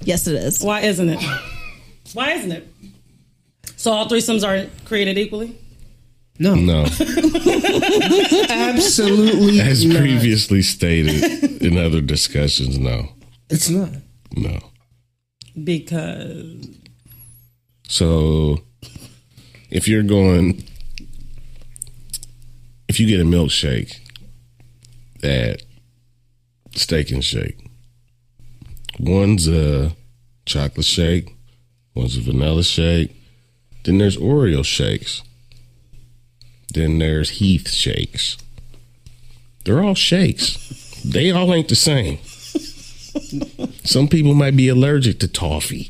Speaker 5: Yes, it is.
Speaker 4: Why isn't it? Why isn't it? So all threesomes are created equally?
Speaker 1: No,
Speaker 2: No,
Speaker 1: absolutely.
Speaker 2: as
Speaker 1: not.
Speaker 2: previously stated in other discussions, no,
Speaker 1: It's not.
Speaker 2: no.
Speaker 4: Because
Speaker 2: So if you're going, if you get a milkshake at Steak and Shake, one's a chocolate shake, one's a vanilla shake, then there's Oreo shakes, then there's Heath shakes. They're all shakes. They all ain't the same. Some people might be allergic to toffee.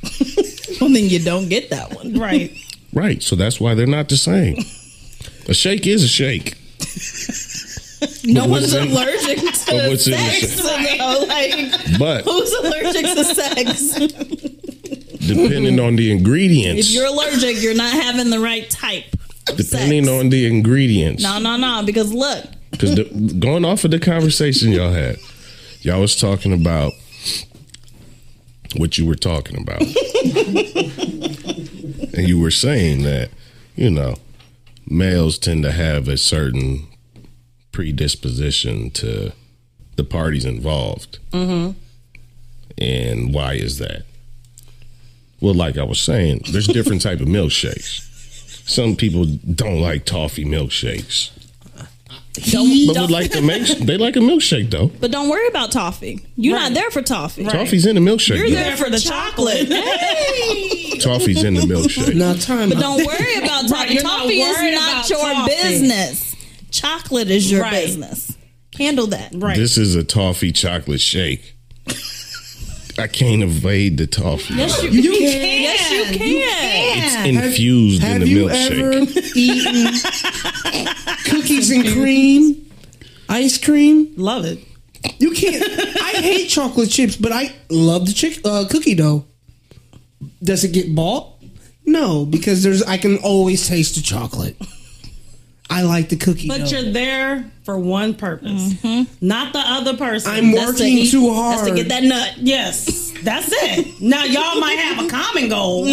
Speaker 5: Well, then you don't get that one.
Speaker 4: Right.
Speaker 2: Right. So that's why they're not the same. A shake is a shake.
Speaker 5: No
Speaker 2: But what's
Speaker 5: one's
Speaker 2: in-
Speaker 5: allergic to
Speaker 2: but what's in the
Speaker 5: sex. though. Like,
Speaker 2: But
Speaker 5: who's allergic to sex?
Speaker 2: depending on the
Speaker 5: If
Speaker 2: ingredients,
Speaker 5: you're allergic, you're not having the right type. Of
Speaker 2: depending
Speaker 5: sex.
Speaker 2: on the ingredients,
Speaker 5: No, no, no. Because look,
Speaker 2: because going off of the conversation y'all had, y'all was talking about what you were talking about, and you were saying that you know males tend to have a certain predisposition to the parties involved, mm-hmm. and why is that? Well, like I was saying, there's different type of milkshakes. Some people don't like toffee milkshakes, but would like to make. They like a milkshake though.
Speaker 5: But don't worry about toffee. You're not there for toffee.
Speaker 2: Toffee's in the milkshake.
Speaker 5: You're
Speaker 2: though.
Speaker 5: there for the chocolate.
Speaker 2: Toffee's in the milkshake.
Speaker 1: Now time
Speaker 5: But don't worry about toffee.
Speaker 4: you're not
Speaker 5: toffee
Speaker 4: worried
Speaker 5: is
Speaker 4: about
Speaker 5: not your
Speaker 4: toffee.
Speaker 5: business. Chocolate is your
Speaker 4: Right.
Speaker 5: business. Handle that.
Speaker 4: Right.
Speaker 2: This is a toffee chocolate shake. I can't evade the toffee.
Speaker 5: Yes, you,
Speaker 1: You can.
Speaker 5: Yes, you can.
Speaker 2: It's infused in
Speaker 1: Have
Speaker 2: the
Speaker 1: you
Speaker 2: milkshake.
Speaker 1: ever eaten cookies and cream, ice cream?
Speaker 4: Love it.
Speaker 1: You can't. I hate chocolate chips, but I love the chick, uh, cookie dough. Does it get bought? No, because there's. I can always taste the chocolate. I like the cookie
Speaker 4: But
Speaker 1: dough.
Speaker 4: you're there for one purpose, not the other person.
Speaker 1: I'm
Speaker 4: That's-
Speaker 5: That's to
Speaker 1: working
Speaker 5: eat-
Speaker 1: too
Speaker 5: That's to
Speaker 1: hard.
Speaker 5: get that nut.
Speaker 4: Yes, that's it. Now y'all might have a common goal,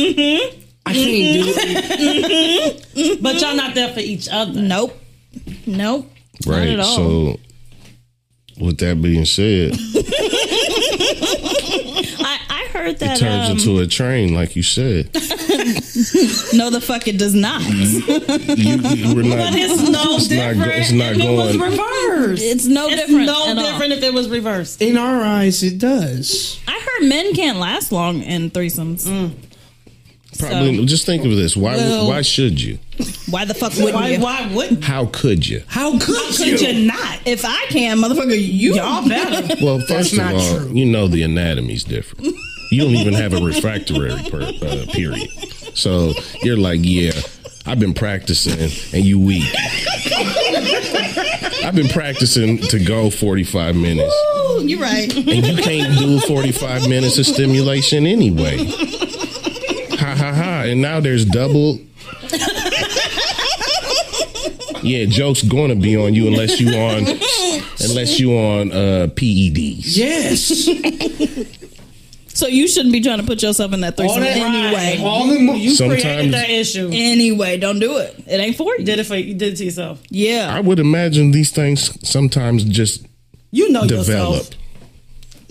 Speaker 1: I can't do it.
Speaker 4: but y'all not there for each other.
Speaker 5: Nope. Nope.
Speaker 2: Right.
Speaker 5: at all.
Speaker 2: So, with that being said,
Speaker 5: I, I heard
Speaker 2: it
Speaker 5: that.
Speaker 2: turns
Speaker 5: um,
Speaker 2: into a train, like you said.
Speaker 5: uh, no, the fuck it does not.
Speaker 2: Mm-hmm. You, you were not.
Speaker 4: It's no
Speaker 2: It's not,
Speaker 4: different.
Speaker 2: go, it's not
Speaker 4: if it was
Speaker 2: going.
Speaker 4: reversed.
Speaker 5: It's no
Speaker 4: It's
Speaker 5: different.
Speaker 4: no
Speaker 5: at all.
Speaker 4: different if it was reversed.
Speaker 1: In our eyes, it does.
Speaker 5: I heard men can't last long in threesomes.
Speaker 4: Mm.
Speaker 2: Probably. Just think of this. Why? why should you?
Speaker 5: Why the fuck wouldn't
Speaker 4: Why?
Speaker 5: you?
Speaker 4: Why wouldn't?
Speaker 2: How could you?
Speaker 1: How could,
Speaker 4: Could you not?
Speaker 5: If I can, motherfucker, you
Speaker 4: Y'all better.
Speaker 2: Well, first of
Speaker 1: not
Speaker 2: all,
Speaker 1: true.
Speaker 2: you know the anatomy's different. You don't even have a refractory per, uh, period. So you're like, yeah, I've been practicing, and you weak. I've been practicing to go 45 minutes.
Speaker 5: You're right.
Speaker 2: And you can't do 45 minutes of stimulation anyway. Ha ha ha. And now there's double. Yeah, joke's gonna be on you unless you on unless you on uh PEDs.
Speaker 1: Yes.
Speaker 5: So you shouldn't be trying to put yourself in that
Speaker 1: All
Speaker 5: threesome
Speaker 1: that
Speaker 5: anyway.
Speaker 1: All the mo- you
Speaker 4: Created
Speaker 2: Sometimes
Speaker 4: that issue.
Speaker 5: Anyway, don't do it. It ain't for you.
Speaker 4: Did it for you did it to yourself.
Speaker 5: Yeah.
Speaker 2: I would imagine these things sometimes just
Speaker 4: You know
Speaker 2: develop.
Speaker 4: yourself.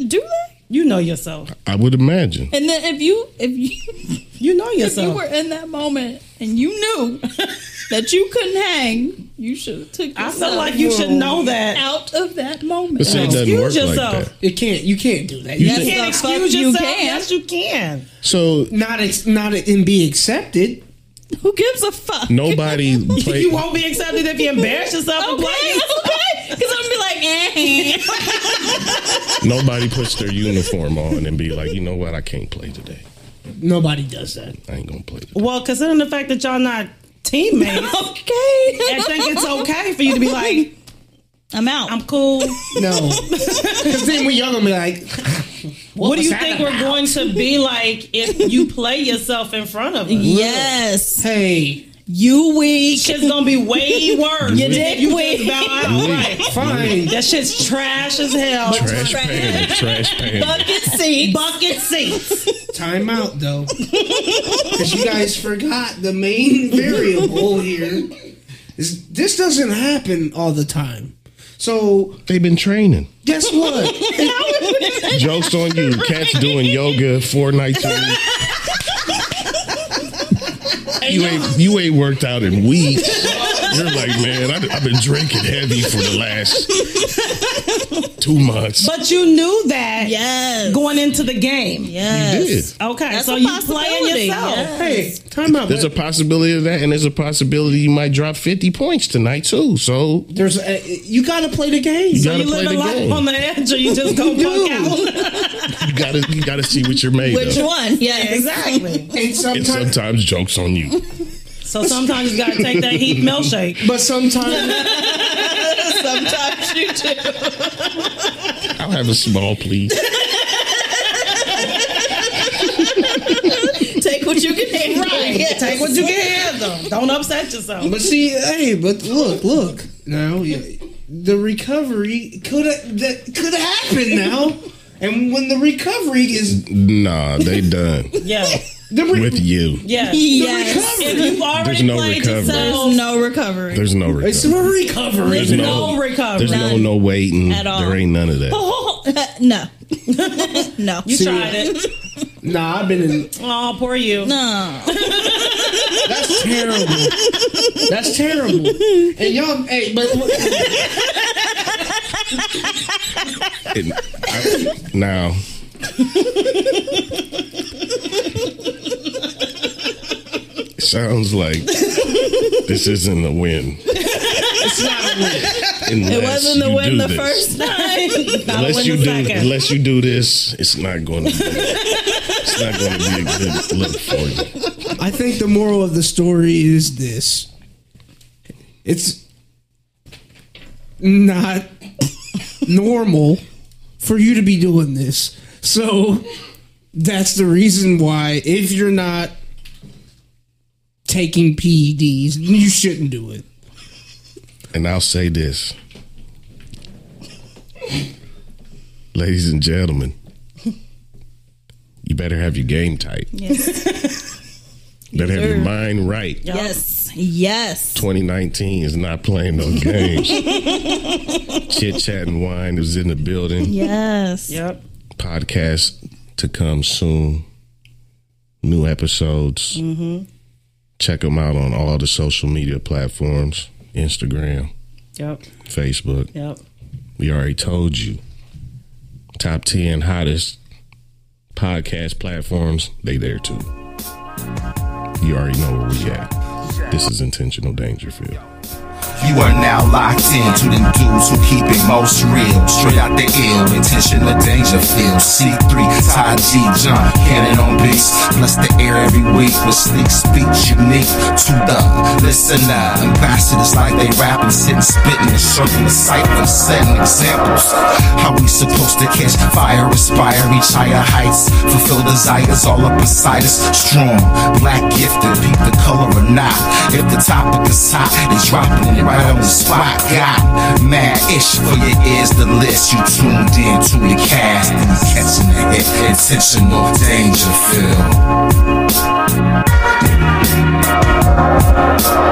Speaker 5: Do they?
Speaker 4: You know yourself.
Speaker 2: I would imagine.
Speaker 5: And then if you if you
Speaker 4: You know
Speaker 5: if you
Speaker 4: yourself.
Speaker 5: were in that moment and you knew that you couldn't hang, you should have took
Speaker 4: I
Speaker 5: yourself
Speaker 4: feel like you should know that.
Speaker 5: out of that moment.
Speaker 2: But see, it doesn't work like
Speaker 4: Excuse yourself.
Speaker 2: that.
Speaker 1: It can't. You can't do that.
Speaker 2: You
Speaker 5: Yes,
Speaker 2: think-
Speaker 5: the
Speaker 4: Can't
Speaker 5: fuck
Speaker 4: excuse
Speaker 5: you
Speaker 4: yourself.
Speaker 5: can.
Speaker 4: Yes, you can.
Speaker 2: So
Speaker 1: Not ex- not and be accepted.
Speaker 5: Who gives a fuck?
Speaker 2: nobody play,
Speaker 4: You won't be accepted if you embarrass yourself in
Speaker 5: Okay,
Speaker 4: public.
Speaker 5: okay. Because I'm gonna be like, eh.
Speaker 2: nobody puts their uniform on and be like, you know what, I can't play today.
Speaker 1: Nobody does that.
Speaker 2: I ain't gonna play today.
Speaker 4: Well, considering the fact that y'all not teammates,
Speaker 5: okay.
Speaker 4: I think it's okay for you to be like,
Speaker 5: I'm out.
Speaker 4: I'm cool.
Speaker 1: No. Because then when y'all gonna be like,
Speaker 4: What, do
Speaker 1: was
Speaker 4: you
Speaker 1: that
Speaker 4: think we're going to be like if you play yourself in front of us?
Speaker 5: yes.
Speaker 1: hey,
Speaker 5: You weak.
Speaker 4: Shit's gonna be way worse.
Speaker 5: Your
Speaker 4: than
Speaker 5: dick
Speaker 4: if you
Speaker 5: weak.
Speaker 4: just bow out. Right.
Speaker 1: fine.
Speaker 4: That shit's trash as hell.
Speaker 2: Trash panda, trash panda.
Speaker 5: Bucket seat.
Speaker 4: Bucket seats.
Speaker 1: Time out though. Because you guys forgot the main variable here. Is this doesn't happen all the time. So
Speaker 2: They've been training.
Speaker 1: guess what?
Speaker 2: Jokes on you. Cats doing yoga four nights a week. You ain't you ain't worked out in weeks. You're like, man, I, I've been drinking heavy for the last two months.
Speaker 4: But you knew that
Speaker 5: Yes.
Speaker 4: going into the game.
Speaker 5: Yes.
Speaker 2: did.
Speaker 4: Okay,
Speaker 5: That's
Speaker 4: so
Speaker 5: a
Speaker 4: you playing
Speaker 5: possibility,
Speaker 4: yourself.
Speaker 5: yeah.
Speaker 1: hey, time out.
Speaker 2: There's a possibility of that, and there's a possibility you might drop 50 points tonight too. So
Speaker 1: There's a, you gotta play the game.
Speaker 2: you
Speaker 4: Are
Speaker 2: gotta
Speaker 4: you
Speaker 2: play the
Speaker 4: living life
Speaker 2: game.
Speaker 4: on the edge, or you just go
Speaker 1: do.
Speaker 4: fuck out?
Speaker 2: you gotta you gotta see what you're made
Speaker 5: Which
Speaker 2: of.
Speaker 5: one? Yes.
Speaker 4: Exactly.
Speaker 1: and
Speaker 2: And
Speaker 1: sometimes,
Speaker 2: sometimes jokes on you.
Speaker 4: So sometimes you gotta take that heat milkshake.
Speaker 1: but sometimes
Speaker 5: Sometimes you do.
Speaker 2: I'll have a small, please.
Speaker 5: Take what you can handle. Yes.
Speaker 4: Take what you can handle. Don't upset yourself.
Speaker 1: But see, hey, but look, look. Now yeah, the recovery could that could happen now, and when the recovery is
Speaker 2: Nah, they done
Speaker 4: Yeah,
Speaker 1: the re-
Speaker 2: with you.
Speaker 4: yeah.
Speaker 5: Yes.
Speaker 4: If you already
Speaker 2: There's no
Speaker 4: played
Speaker 2: recovery.
Speaker 4: yourself,
Speaker 5: There's no recovery.
Speaker 2: There's no
Speaker 1: it's
Speaker 2: recovery.
Speaker 1: a recovery.
Speaker 2: There's
Speaker 4: no recovery.
Speaker 2: There's no no waiting
Speaker 5: At all. Oh.
Speaker 2: There ain't none of that.
Speaker 5: no. no.
Speaker 4: you tried it.
Speaker 1: Nah, I've been in.
Speaker 4: Oh, poor you.
Speaker 5: No.
Speaker 1: That's terrible. That's terrible. And y'all, hey, but
Speaker 2: And I- now, sounds like this isn't a win.
Speaker 1: it's not a win.
Speaker 2: Unless
Speaker 5: It wasn't the
Speaker 2: you
Speaker 5: win
Speaker 2: do
Speaker 5: the
Speaker 2: this.
Speaker 5: first time.
Speaker 4: Not
Speaker 2: Unless
Speaker 4: win
Speaker 2: you
Speaker 4: the
Speaker 2: do,
Speaker 4: second.
Speaker 2: unless you do this, it's not going to. be It's not going to be a good look for you.
Speaker 1: I think the moral of the story is this: it's not normal for you to be doing this. So that's the reason why, if you're not taking PEDs, you shouldn't do it.
Speaker 2: And I'll say this, ladies and gentlemen, you better have your game tight.
Speaker 5: Yes.
Speaker 2: Better have your
Speaker 5: Sure.
Speaker 2: mind right.
Speaker 5: Yes. Yes.
Speaker 2: 2019 is not playing no games. Chit chat and wine is in the building.
Speaker 5: Yes.
Speaker 4: Yep.
Speaker 2: Podcast to come soon. New episodes. Check them out on all the social media platforms: Instagram,
Speaker 4: Yep.
Speaker 2: Facebook.
Speaker 4: Yep.
Speaker 2: We already told you. Top 10 hottest podcast platforms, they there too. You already know where we at. This is Intentional Dangerfield.
Speaker 3: You are now locked in to them dudes who keep it most real. Straight out the ill, intentional Dangerfield. C3, Ty G, John, cannon on beats. Bless the air every week with sleek speech unique to the listener. Ambassadors like they rapping, sitting, spitting, and serving the cipher, setting examples. How we supposed to catch fire, aspire, reach higher heights, fulfill desires, all up beside us. Strong, black gifted, peep the color or not. If the topic is hot, they dropping it right on the spot. Got mad ish for your ears, the list you tuned in to the cast and you catching the hit. Intentional danger feel.